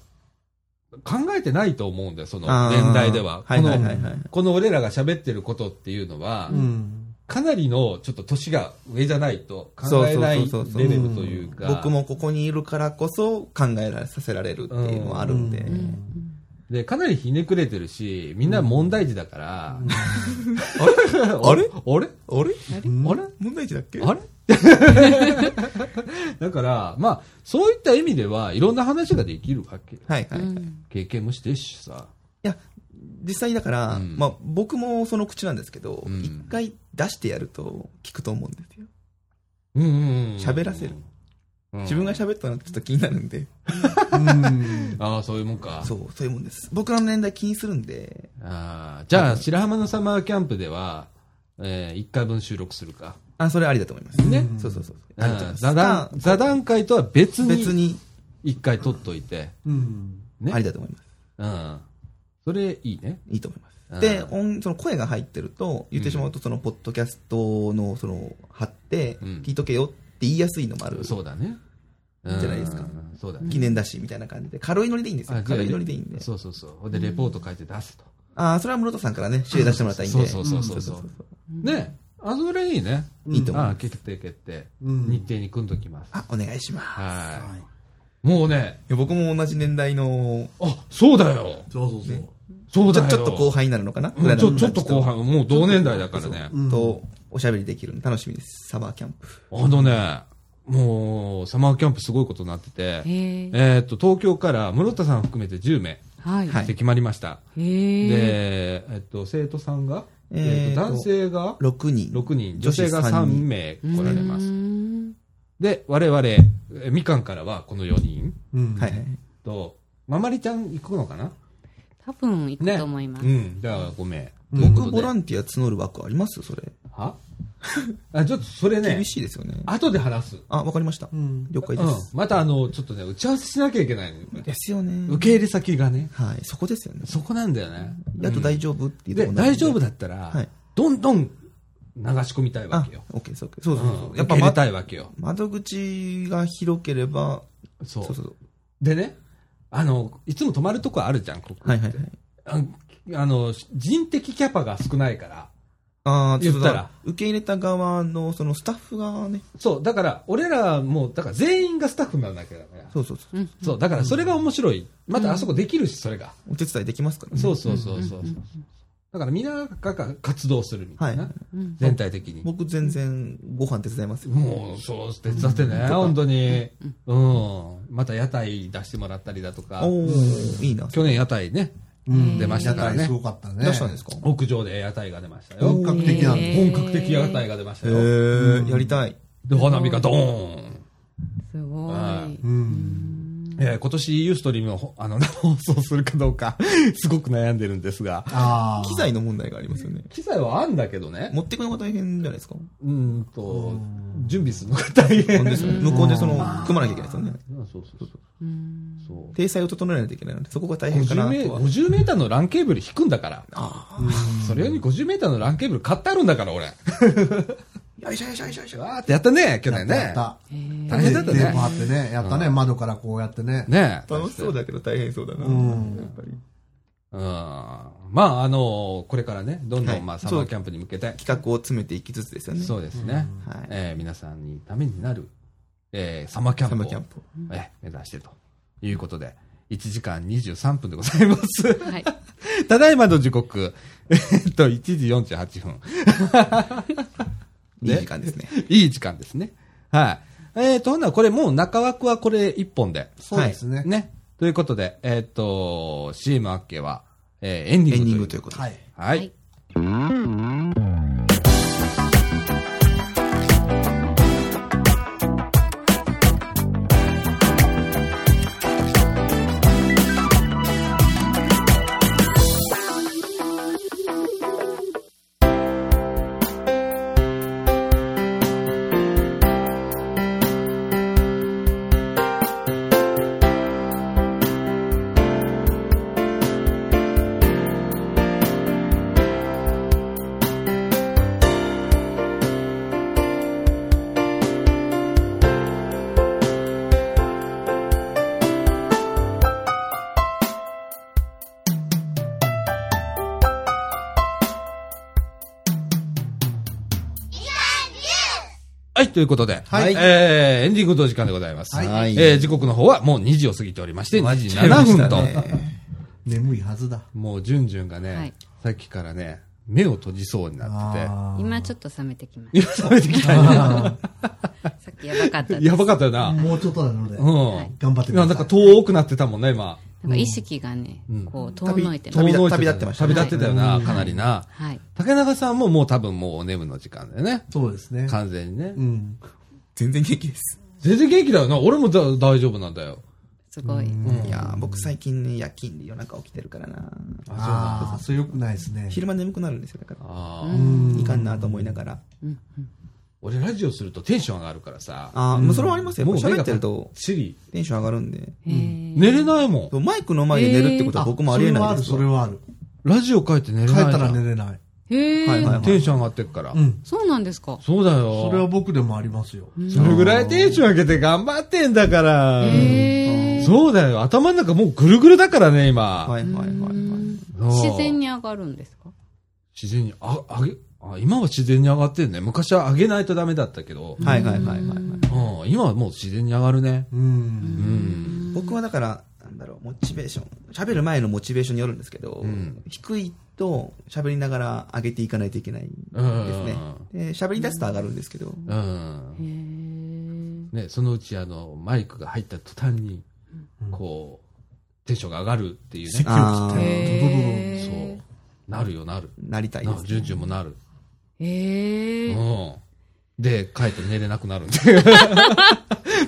Speaker 1: 考えてないと思うんだよ、その
Speaker 3: あー
Speaker 1: 年代では。
Speaker 3: はい
Speaker 1: こ
Speaker 3: はい
Speaker 1: の
Speaker 3: はいはい。
Speaker 1: この俺らが喋ってることっていうのは、
Speaker 2: うん。
Speaker 1: かなりのちょっと年が上じゃないと
Speaker 3: そう
Speaker 1: 考
Speaker 3: そう
Speaker 1: え
Speaker 3: そう
Speaker 1: ない
Speaker 3: そうそう
Speaker 1: レベルというか。
Speaker 3: 僕。もここにいるからこそ考えられさせられるっていうのはあるんで。
Speaker 2: う
Speaker 1: で、かなりひねくれてるし、みんな問題児だから。
Speaker 3: あ
Speaker 1: (laughs)
Speaker 3: れ
Speaker 1: あれ
Speaker 3: あれ
Speaker 1: あれ
Speaker 3: 問題児だっけ
Speaker 1: あれだから、まあ、そういった意味では、いろんな話ができるわけ。
Speaker 3: はいはい。い
Speaker 1: 経験もしてるしさ。
Speaker 3: や、実際だから、
Speaker 1: うん
Speaker 3: まあ僕もその口なんですけど
Speaker 1: う、ん
Speaker 3: 一、回出してやると聞くと思うんですよ。
Speaker 1: うんうんうん。
Speaker 3: 喋らせる
Speaker 1: うん。
Speaker 3: 自分が喋ったのってちょっと気になるんで。
Speaker 2: うん。
Speaker 1: ああ、そういうもんか。
Speaker 3: そう、そういうもんです。僕らの年代気にするんで。
Speaker 1: ああ、じゃあ、白浜のサマーキャンプでは、えー、1回分収録するか。
Speaker 3: あ、それありだと思います。
Speaker 1: ね
Speaker 3: うんそうそうそう。ありだと思います
Speaker 1: 座談
Speaker 3: か、
Speaker 1: 座談会とは別
Speaker 3: 別
Speaker 1: に、
Speaker 3: に、
Speaker 1: 1回撮っといて。
Speaker 2: うん。
Speaker 1: ね
Speaker 3: ありだと思います。
Speaker 1: うん。それ、いいね。
Speaker 3: いいと思います。
Speaker 1: うん
Speaker 3: で、音その声が入ってると、言ってしまうと、その、ポッドキャストの、その、貼って、
Speaker 1: うん
Speaker 3: 聞いとけよって言いやすいのもある。
Speaker 1: そうだね。
Speaker 3: じゃないです
Speaker 1: う
Speaker 3: か
Speaker 1: ん。そうだね。
Speaker 3: 記念だし、みたいな感じで。軽いノリでいいんですよ
Speaker 1: あ。
Speaker 3: 軽いノリでいいんで。
Speaker 1: そうそうそう。ほんで、レポート書いて出すと。
Speaker 3: ああ、それは室田さんからね、指令出してもらったらいいんで。
Speaker 1: そうそうそうそうそうねあ、それいいね。
Speaker 3: いいと思い
Speaker 1: あ
Speaker 3: ま
Speaker 1: あ、
Speaker 3: す。
Speaker 1: 決定決定。
Speaker 2: うん
Speaker 1: 日程に組んどきます。
Speaker 3: あ、お願いします。い
Speaker 1: はい。もうね、
Speaker 3: や僕も同じ年代の、
Speaker 1: あ、そうだよ。
Speaker 2: そうそうそう。
Speaker 1: そう
Speaker 3: ち
Speaker 1: だよ。
Speaker 3: ょちょっと後輩になるのかな
Speaker 1: うんちょちょっと後
Speaker 3: 輩
Speaker 1: 半、もう同年代だからね。
Speaker 2: うん
Speaker 3: と、おしゃべりできるの楽しみです。サマーキャンプ。
Speaker 1: あのね、もう、サマーキャンプすごいことになってて、
Speaker 4: へえ。
Speaker 1: えーっと、東京から室田さん含めて10名
Speaker 4: はい。
Speaker 3: は
Speaker 1: っ
Speaker 3: い
Speaker 1: て決まりました。
Speaker 4: へえ。
Speaker 1: で、えっと、生徒さんが、
Speaker 3: えー
Speaker 1: えーっ
Speaker 3: と
Speaker 1: と、男性が
Speaker 3: 6人。
Speaker 1: 6人、女性が
Speaker 3: 女子3
Speaker 1: 3
Speaker 3: 人
Speaker 1: 名来られま
Speaker 4: う
Speaker 1: す。
Speaker 4: ん
Speaker 1: で、我々、えーみかんからはこの4人
Speaker 2: うん。
Speaker 3: はいはい。
Speaker 1: と、ままりちゃん行くのかな
Speaker 4: 多分行くと思います。
Speaker 1: うん、じゃあごめん。
Speaker 3: 僕、ボラ
Speaker 1: ン
Speaker 3: ンティア募る枠ありますそれ。
Speaker 1: は (laughs) あ、ちょっとそれね
Speaker 3: 厳、しいですよね。
Speaker 1: 後で話す。
Speaker 3: あ、わかりました。
Speaker 2: うん。
Speaker 3: 了解で
Speaker 1: うん
Speaker 3: す。。
Speaker 1: またあの、ちょっとね、打ち合わせしなきゃいけないのよ
Speaker 3: ですよね。
Speaker 1: 受け入れ先がね、
Speaker 3: はい、そこですよね。
Speaker 1: そこなんだよね。
Speaker 3: あと大丈夫っていうと
Speaker 1: で、
Speaker 3: こなん
Speaker 1: 大丈夫だったら
Speaker 3: はい、
Speaker 1: どんどん流し込みたいわ
Speaker 3: あ
Speaker 1: けよ。、
Speaker 3: オッケーです、オッケー。そうそうそう。
Speaker 1: うん
Speaker 3: やっ
Speaker 1: 受け
Speaker 3: ぱ
Speaker 1: 入れ
Speaker 3: ま
Speaker 1: たいわけよ。
Speaker 3: 窓口が広ければ、
Speaker 1: そ
Speaker 3: そうそう
Speaker 1: う。
Speaker 3: そう。
Speaker 1: でね、あの、いつも泊まるとこあるじゃん、ここって。
Speaker 3: はいはいはい。
Speaker 1: ああの、人的キャパが少ないから。
Speaker 3: ああ、
Speaker 1: 言ったら
Speaker 3: そうだ。受け入れた側の、そのスタッフがね、
Speaker 1: そう、だから、俺らも、だから全員がスタッフにならなきゃだから。
Speaker 3: そうそうそう。
Speaker 4: うん
Speaker 1: そう、だからそれが面白い。またあそこできるし、それが。
Speaker 3: お手伝いできますからね。
Speaker 1: そうそうそうそう。だからみんなが活動するみたいな
Speaker 3: は。
Speaker 1: い
Speaker 4: うん
Speaker 1: 全体的に。
Speaker 3: 僕全然ご飯手伝いますよ。
Speaker 1: もう、そう、手伝ってね、本当に。うん。また屋台出してもらったりだとか。
Speaker 3: おー、いいな。
Speaker 1: 去年屋台ね、
Speaker 2: うん
Speaker 1: 出まし
Speaker 2: 屋
Speaker 1: たから
Speaker 2: 台す
Speaker 1: ね。
Speaker 2: ごかったね。
Speaker 3: 出したんですか
Speaker 1: 屋上で屋台が出ましたよ
Speaker 2: 本。格的なの。
Speaker 4: へー
Speaker 1: 本格的屋台が出ました
Speaker 3: へ
Speaker 1: よ。
Speaker 3: ー、やりたい。
Speaker 1: で、花火がドーン。
Speaker 4: すご
Speaker 1: あ
Speaker 4: い。
Speaker 2: うん。
Speaker 1: えー今年ユーストリームをほあの (laughs) 放送するかどうか、すごく悩んでるんですが。
Speaker 2: ああ。
Speaker 3: 機材の問題がありますよね。
Speaker 1: 機材はあんだけどね。
Speaker 3: 持ってくのが大変じゃないですか。
Speaker 1: うーんと、準備するのが大変。
Speaker 3: ですよね向こうでその、組まなきゃいけないですよね。
Speaker 1: うんそうそうそう。
Speaker 4: うん
Speaker 1: そう
Speaker 3: 体裁を整えないといけないので、そこが大変か
Speaker 1: 50
Speaker 3: なと
Speaker 1: メ
Speaker 3: は。
Speaker 1: 50メーターのランケーブル引くんだから。
Speaker 3: あ
Speaker 1: それより50メーターのランケーブル買ってあるんだから、俺。
Speaker 3: あ。 (laughs) よいしょよいしょよいしょよいしょ。
Speaker 1: わーってやったね、去
Speaker 2: や
Speaker 1: 年
Speaker 2: ったや
Speaker 1: ね
Speaker 2: っ。た。
Speaker 1: 大変だった
Speaker 2: テープ
Speaker 1: ね。
Speaker 2: 貼ってね。やったね。窓からこうやってね。
Speaker 1: ねえ。
Speaker 3: 楽しそうだけど大変そうだな。
Speaker 2: うん
Speaker 3: やっぱり。
Speaker 1: うん。まあ、あのこれからね、どんど
Speaker 3: はい
Speaker 1: ん、まあ、サマーキャンプに向けて、
Speaker 3: 企画を詰めていきつつですよね。
Speaker 1: そうですね、
Speaker 3: うんはい
Speaker 1: えー皆さんにためになる、えーサマーキャンプ
Speaker 3: サマ
Speaker 1: を
Speaker 3: ーキャンプを。
Speaker 1: えー目指してということで、1時間23分でございます。 (laughs)
Speaker 4: はい。
Speaker 1: ただいまの時刻、えーっと、1時48分。
Speaker 3: いい時間ですね。
Speaker 1: いい時間ですね。はい。えー、と、ほな、これもう中枠はこれ一本で。
Speaker 2: そうですね。
Speaker 1: ね。ということで、えーっ、と、CM 明けは、えーエンデ
Speaker 3: エ
Speaker 1: ィン
Speaker 3: ンディン
Speaker 1: グ
Speaker 3: グ
Speaker 1: と
Speaker 3: と
Speaker 1: い。
Speaker 3: いううことで。
Speaker 2: はい。
Speaker 1: はい。
Speaker 4: はい
Speaker 5: 「
Speaker 1: はい、ということで、
Speaker 2: はい
Speaker 1: えー、エンディングのお時間でございます。
Speaker 2: はい
Speaker 1: えー、時刻の方はもう2時を過ぎておりまして、2時7分と、
Speaker 2: 眠いはずだ。
Speaker 1: もう、じゅんじゅんがね、
Speaker 4: はい
Speaker 1: さっきからね、目を閉じそうになってて、
Speaker 2: あー
Speaker 4: 今ちょっと冷めてきまし
Speaker 1: 今食べてきたね
Speaker 4: た。さっきやばかったです。
Speaker 1: やばかったよな。
Speaker 2: もうちょっとなので、
Speaker 1: うん。
Speaker 4: い
Speaker 2: 頑張ってく
Speaker 1: 今
Speaker 2: だ
Speaker 1: な
Speaker 2: さ
Speaker 1: んか
Speaker 2: い。
Speaker 1: 遠くなってたもんね、今。
Speaker 4: なんか意識がね、こう遠のいてま
Speaker 3: 旅
Speaker 4: す
Speaker 1: 遠
Speaker 3: 立
Speaker 1: のい
Speaker 3: 旅立ってました
Speaker 1: 旅
Speaker 4: ね
Speaker 1: 立ってたよな、かなりな。
Speaker 4: はい。
Speaker 1: 竹中さんももう多分もうお眠の時間だよね。
Speaker 2: そうですね。
Speaker 1: 完全にね
Speaker 2: う。ん。
Speaker 3: (laughs) 全然元気です。
Speaker 1: 全然元気だよな。俺もだ大丈夫なんだよ。
Speaker 4: すごい。
Speaker 3: いやー僕最近ね、夜勤で夜中起きてるからな。
Speaker 2: ああ、それよくないですね。
Speaker 3: 昼間眠くなるんですよ、だから。
Speaker 1: ああ、
Speaker 3: いかんなと思いながら。
Speaker 1: 俺ラジオするとテンション上がるからさ。
Speaker 3: ああ、もうそれはありますよ。やっぱ喋ってる
Speaker 1: もう目が
Speaker 3: と
Speaker 1: チリ。
Speaker 3: テンション上がるんで。
Speaker 4: へー
Speaker 1: 寝れないもん
Speaker 3: そ。うマイクの前で寝るってことは僕もありえないです
Speaker 2: そ
Speaker 3: わ
Speaker 2: れはある、
Speaker 1: ラジオ書いて寝れ
Speaker 2: そ
Speaker 1: ない
Speaker 2: れ
Speaker 1: じ
Speaker 2: はあ
Speaker 1: ゃん。
Speaker 2: る。帰ったら寝れない。
Speaker 4: へ
Speaker 3: はいはい
Speaker 4: え。
Speaker 3: はい。
Speaker 1: テンション上がってっから。
Speaker 2: うん。
Speaker 4: そうなんですか。
Speaker 1: そうだよ。
Speaker 2: それは僕でもありますよ。
Speaker 1: それぐらいテンション上げて頑張ってんだから。
Speaker 4: へえ。
Speaker 1: そうだよ。頭の中もうぐるぐるだからね、今。
Speaker 3: はいはいはいはい。
Speaker 1: そう
Speaker 4: 自然に上がるんですか
Speaker 1: 自然に、あ、上げ、あ、今は自然に上がってるね。昔は上げないとダメだったけど。
Speaker 3: はいはいはいはいはい。
Speaker 1: うん、今はもう自然に上がるね。
Speaker 2: う。
Speaker 1: うんん。
Speaker 3: 僕はだから、なんだろう、モチベーション。喋る前のモチベーションによるんですけど、
Speaker 1: ん
Speaker 3: 低いと喋りながら上げていかないといけないですね。で喋り出すと上がるんですけど、
Speaker 1: うん。
Speaker 4: へ
Speaker 1: ね、そのうちあの、マイクが入った途端に、こう、テンションが上がるっていうね。
Speaker 3: あー
Speaker 4: え。
Speaker 1: そう。なるよ、なる。
Speaker 3: なりたいで
Speaker 1: な
Speaker 3: す、
Speaker 1: 順々もなる。
Speaker 4: へ
Speaker 1: う
Speaker 4: え。
Speaker 1: ん。で、帰って寝れなくなるんで。 (laughs)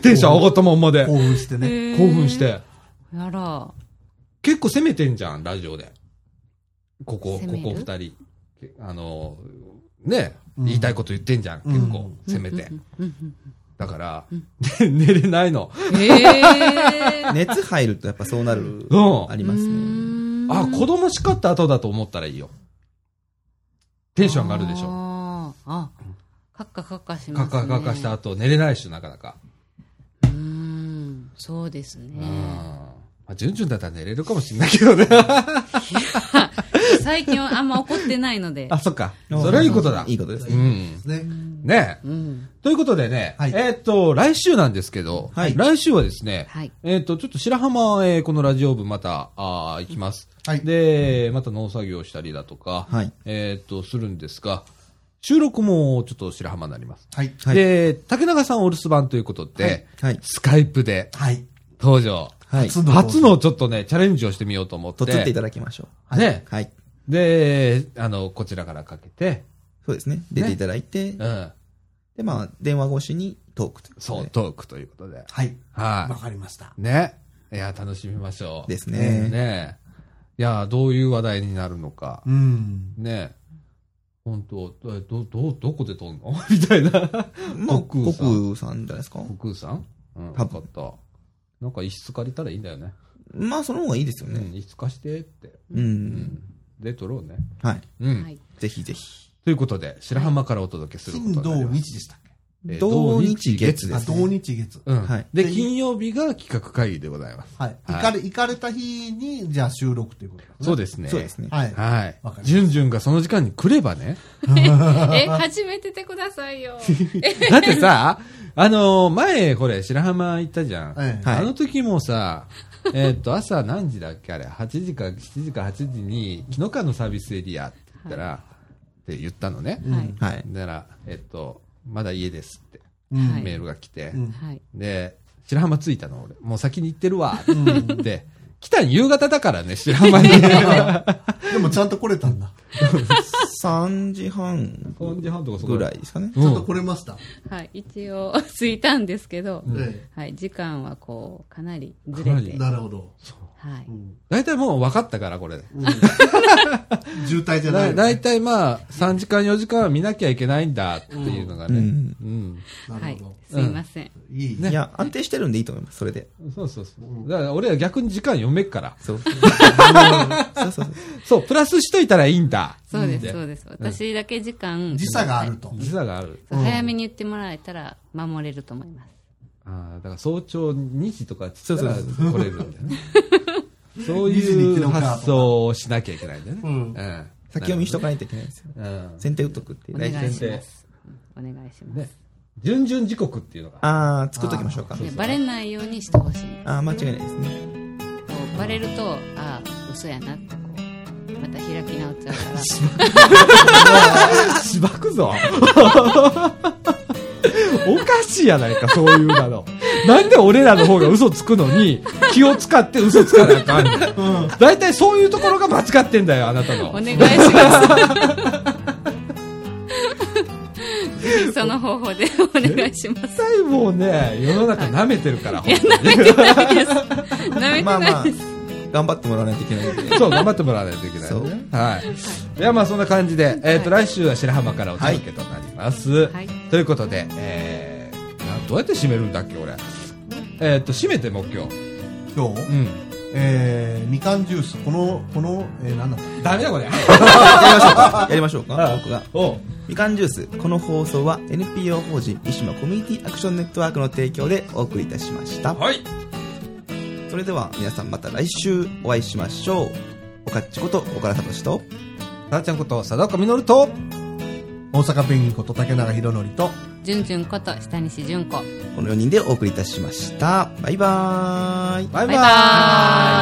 Speaker 1: テンション上がったまんまで。
Speaker 2: 興奮してね。
Speaker 4: へー
Speaker 1: 興奮し。て。
Speaker 4: あら。
Speaker 1: 結構攻めてんじゃん、ラジオで。ここ、こ
Speaker 4: 攻める
Speaker 1: こ二人。あの、ね、
Speaker 2: うん
Speaker 1: 言いたいこと言ってんじゃん、
Speaker 2: うん
Speaker 1: 結構、攻めて。
Speaker 4: うん
Speaker 1: だから、 (laughs) 寝れないの。
Speaker 4: うんへえ。
Speaker 3: 熱入るとやっぱそうなる、
Speaker 1: うん
Speaker 3: あります
Speaker 4: う
Speaker 3: ね。
Speaker 4: ーん
Speaker 1: あ、子供叱った後だと思ったらいいよ。テンション上がるでしょ。
Speaker 4: あーあ、カッカカッカし
Speaker 1: カ
Speaker 4: ま
Speaker 1: ッ
Speaker 4: すね。
Speaker 1: カカッカした後、寝れないし、なかなか。
Speaker 4: うーん、そうです
Speaker 1: うん。
Speaker 4: ね。
Speaker 1: まあ、順々だったら寝れるかもしれないけどね。
Speaker 4: 最近はあんま怒ってないので
Speaker 1: あ、。そっか。それはいいことだ。
Speaker 3: いいことです
Speaker 1: う
Speaker 3: ね。
Speaker 1: ん。
Speaker 2: ね。
Speaker 1: ねえ。
Speaker 4: うん。
Speaker 1: ということでね、
Speaker 2: はい
Speaker 1: えーっと、来週なんですけど、
Speaker 3: はい
Speaker 1: 来週はですね、
Speaker 4: はい
Speaker 1: えーっと、ちょっと白浜へこのラジオ部また、あー行きます。
Speaker 2: はい
Speaker 1: で、また農作業したりだとか、
Speaker 3: はい
Speaker 1: えーっと、するんですが、収録もちょっと白浜になります。
Speaker 2: はい。
Speaker 3: はい
Speaker 1: で、竹中さんお留守番ということで、
Speaker 3: はいはい
Speaker 1: スカイプで
Speaker 2: はい。
Speaker 1: 登場。
Speaker 3: はい。
Speaker 2: 初の
Speaker 1: 初のちょっとね、チャレンジをしてみようと思って。
Speaker 3: とつっていただきましょう。
Speaker 1: ね。
Speaker 3: はい。
Speaker 1: で、あの、こちらからかけて、
Speaker 3: そうですね。出ていただいて、
Speaker 1: うん。
Speaker 3: で、まあ、電話越しにトークといことで
Speaker 1: そう、トークということで。
Speaker 2: はい。
Speaker 1: はい
Speaker 2: わ。かりました。
Speaker 1: ね。いや、楽しみましょう。
Speaker 3: ですね
Speaker 1: ねいや、どういう話題になるのか。
Speaker 2: うん。
Speaker 1: ね。本当えど、ど、どこで撮んの (laughs) みたいな。
Speaker 3: まあ、
Speaker 1: 国空
Speaker 3: 国
Speaker 1: さん。
Speaker 3: 空さんじゃないですか。
Speaker 1: 国空さんうん。分
Speaker 3: 多
Speaker 1: か
Speaker 3: 分
Speaker 1: った。なんか一室借りたらいいんだよね。
Speaker 3: まあ、その方がいいですよ
Speaker 1: う
Speaker 3: ね。
Speaker 1: ん、一室貸してって。
Speaker 3: う。
Speaker 1: うんん。で、撮ろうね。
Speaker 3: はい。
Speaker 1: うん。 (laughs)
Speaker 4: はい。
Speaker 3: ぜひぜひ。
Speaker 1: ということで、白浜からお届けすることに
Speaker 2: 金、
Speaker 1: な
Speaker 2: 土
Speaker 1: り、ます。
Speaker 2: 日でしたっ
Speaker 1: えー
Speaker 3: 土日月
Speaker 2: け
Speaker 3: で
Speaker 2: あ、
Speaker 3: すね
Speaker 2: 土日月。
Speaker 1: うん。
Speaker 3: はい
Speaker 1: で、金曜日が企画会議でございます。
Speaker 2: はい。
Speaker 1: はい
Speaker 2: 行かれ、行かれた日に、じゃあ収録ということですね。
Speaker 1: そうですね。
Speaker 3: そうですね。
Speaker 2: は
Speaker 1: はい
Speaker 2: い。わかりました。
Speaker 1: じゅんじゅんがその時間に来ればね。
Speaker 4: え、始めててくださいよ。
Speaker 1: だってさ、あのー前、これ、白浜行ったじゃん。
Speaker 2: はい
Speaker 1: あの時もさ、えーっと、朝何時だっけあれ、8時か7時か8時に、紀の川のサービスエリアって言ったら、って言ったのね。
Speaker 4: はい。
Speaker 3: はい。
Speaker 1: なら、えーっと、まだ家ですって、
Speaker 2: うん
Speaker 4: はい
Speaker 1: メールが来て、
Speaker 2: うん
Speaker 4: はい。
Speaker 1: で、白浜着いたの、俺。もう先に行ってるわ、って言って、来たん夕方だからね、白浜に。
Speaker 2: でもちゃんと来れたんだ。
Speaker 3: 3時半
Speaker 1: 3時半とかそこ
Speaker 3: ぐらいですかね。
Speaker 1: う
Speaker 2: ちゃんと
Speaker 1: ん。
Speaker 2: 来れました。
Speaker 4: はい。一応、着いたんですけど、
Speaker 2: え
Speaker 4: はい。時間はこう、かなりず
Speaker 1: かな
Speaker 4: れ
Speaker 1: り
Speaker 4: て
Speaker 2: え。。なるほど。
Speaker 4: はい。
Speaker 1: 大体もう分かったから、これ。
Speaker 2: 渋滞じゃな
Speaker 1: だ
Speaker 2: い。
Speaker 1: 大体まあ、3時間4時間は見なきゃいけないんだっていうのがね。
Speaker 3: うん
Speaker 1: うん。
Speaker 2: な
Speaker 4: は
Speaker 2: る
Speaker 4: い
Speaker 2: ほど。。
Speaker 4: すいません。
Speaker 2: いい。
Speaker 3: いや、安定してるんでいいと思います、それで。
Speaker 1: そうそうそう。だから俺は逆に時間読めっから。
Speaker 3: そう。そうそうそう。
Speaker 1: そう、プラスしといたらいいんだ。
Speaker 4: そうです、
Speaker 1: ん
Speaker 4: そうです。私だけ時間、
Speaker 2: 時差があると。
Speaker 1: 時差がある。
Speaker 4: そう早めに言ってもらえたら守れると思います。
Speaker 1: ああ、だから早朝2時とかっつったら来れるんだよね。そう
Speaker 2: 2時に行っ
Speaker 1: い
Speaker 2: て
Speaker 1: う
Speaker 2: のか
Speaker 1: 発想をしなきゃいけないんだよね。
Speaker 2: うん
Speaker 1: うん。
Speaker 3: 先読みしとかないといけないですよ。
Speaker 1: うん。
Speaker 3: 先手打っとくって
Speaker 4: お願
Speaker 3: 大事で
Speaker 4: い
Speaker 3: す
Speaker 4: し
Speaker 1: 先生
Speaker 4: ます。お願いしま
Speaker 1: ね
Speaker 4: す。。
Speaker 1: 準々時刻っていうのが。
Speaker 3: ああ、作っときましょうか。
Speaker 4: でバレないようにしてほしい
Speaker 3: ああ、間違いないですね。
Speaker 4: こうバレるとああ嘘やなってこうまた開き直っちゃうから
Speaker 1: しばくぞ。 (laughs) おかしいやないか、そういうなの。なんで俺らの方が嘘つくのに、気を使って嘘つかなあかんの。大体そういうところが間違ってんだよ、あなたの
Speaker 4: お。願いします
Speaker 3: (laughs)
Speaker 4: ぜひその方法で (laughs) お願いしま
Speaker 1: 絶
Speaker 4: す
Speaker 1: 対もうね、世の中舐めてるから、ほんとに
Speaker 4: なめて
Speaker 3: まあ
Speaker 4: ない
Speaker 3: まあ、頑張ってもらわないといけないんで。
Speaker 1: (laughs) そう、頑張ってもらわないといけない
Speaker 3: そう
Speaker 1: ね。はい。いや、まあそんな感じで、えっ、と、来週は白浜からお届けとなります。
Speaker 4: はい
Speaker 1: ということで、えー、などうやって締めるんだっけ、俺。えっ、と、締めてもう今日。
Speaker 2: 今日、
Speaker 1: うん。
Speaker 2: えー、みかんジュース、この、この、えー、なんだっけ
Speaker 1: ダメだこれ。
Speaker 3: やりましょうか。やりましょうか、僕が。
Speaker 1: (laughs) おう
Speaker 3: みかんジュース。この放送は NPO 法人一種のコミュニティアクションネットワークの提供でお送りいたしました。
Speaker 1: はい。
Speaker 3: それでは皆さんまた来週お会いしましょう。おかっちこと岡田聡と。
Speaker 1: さあちゃんこと、佐田岡実と、
Speaker 2: 大阪ペンギンこと竹永宏典と、
Speaker 4: じゅんじゅんこと下西じゅん子
Speaker 3: この4人でお送りいたしました。バイバーイ。
Speaker 1: バイバ
Speaker 4: バイバーイ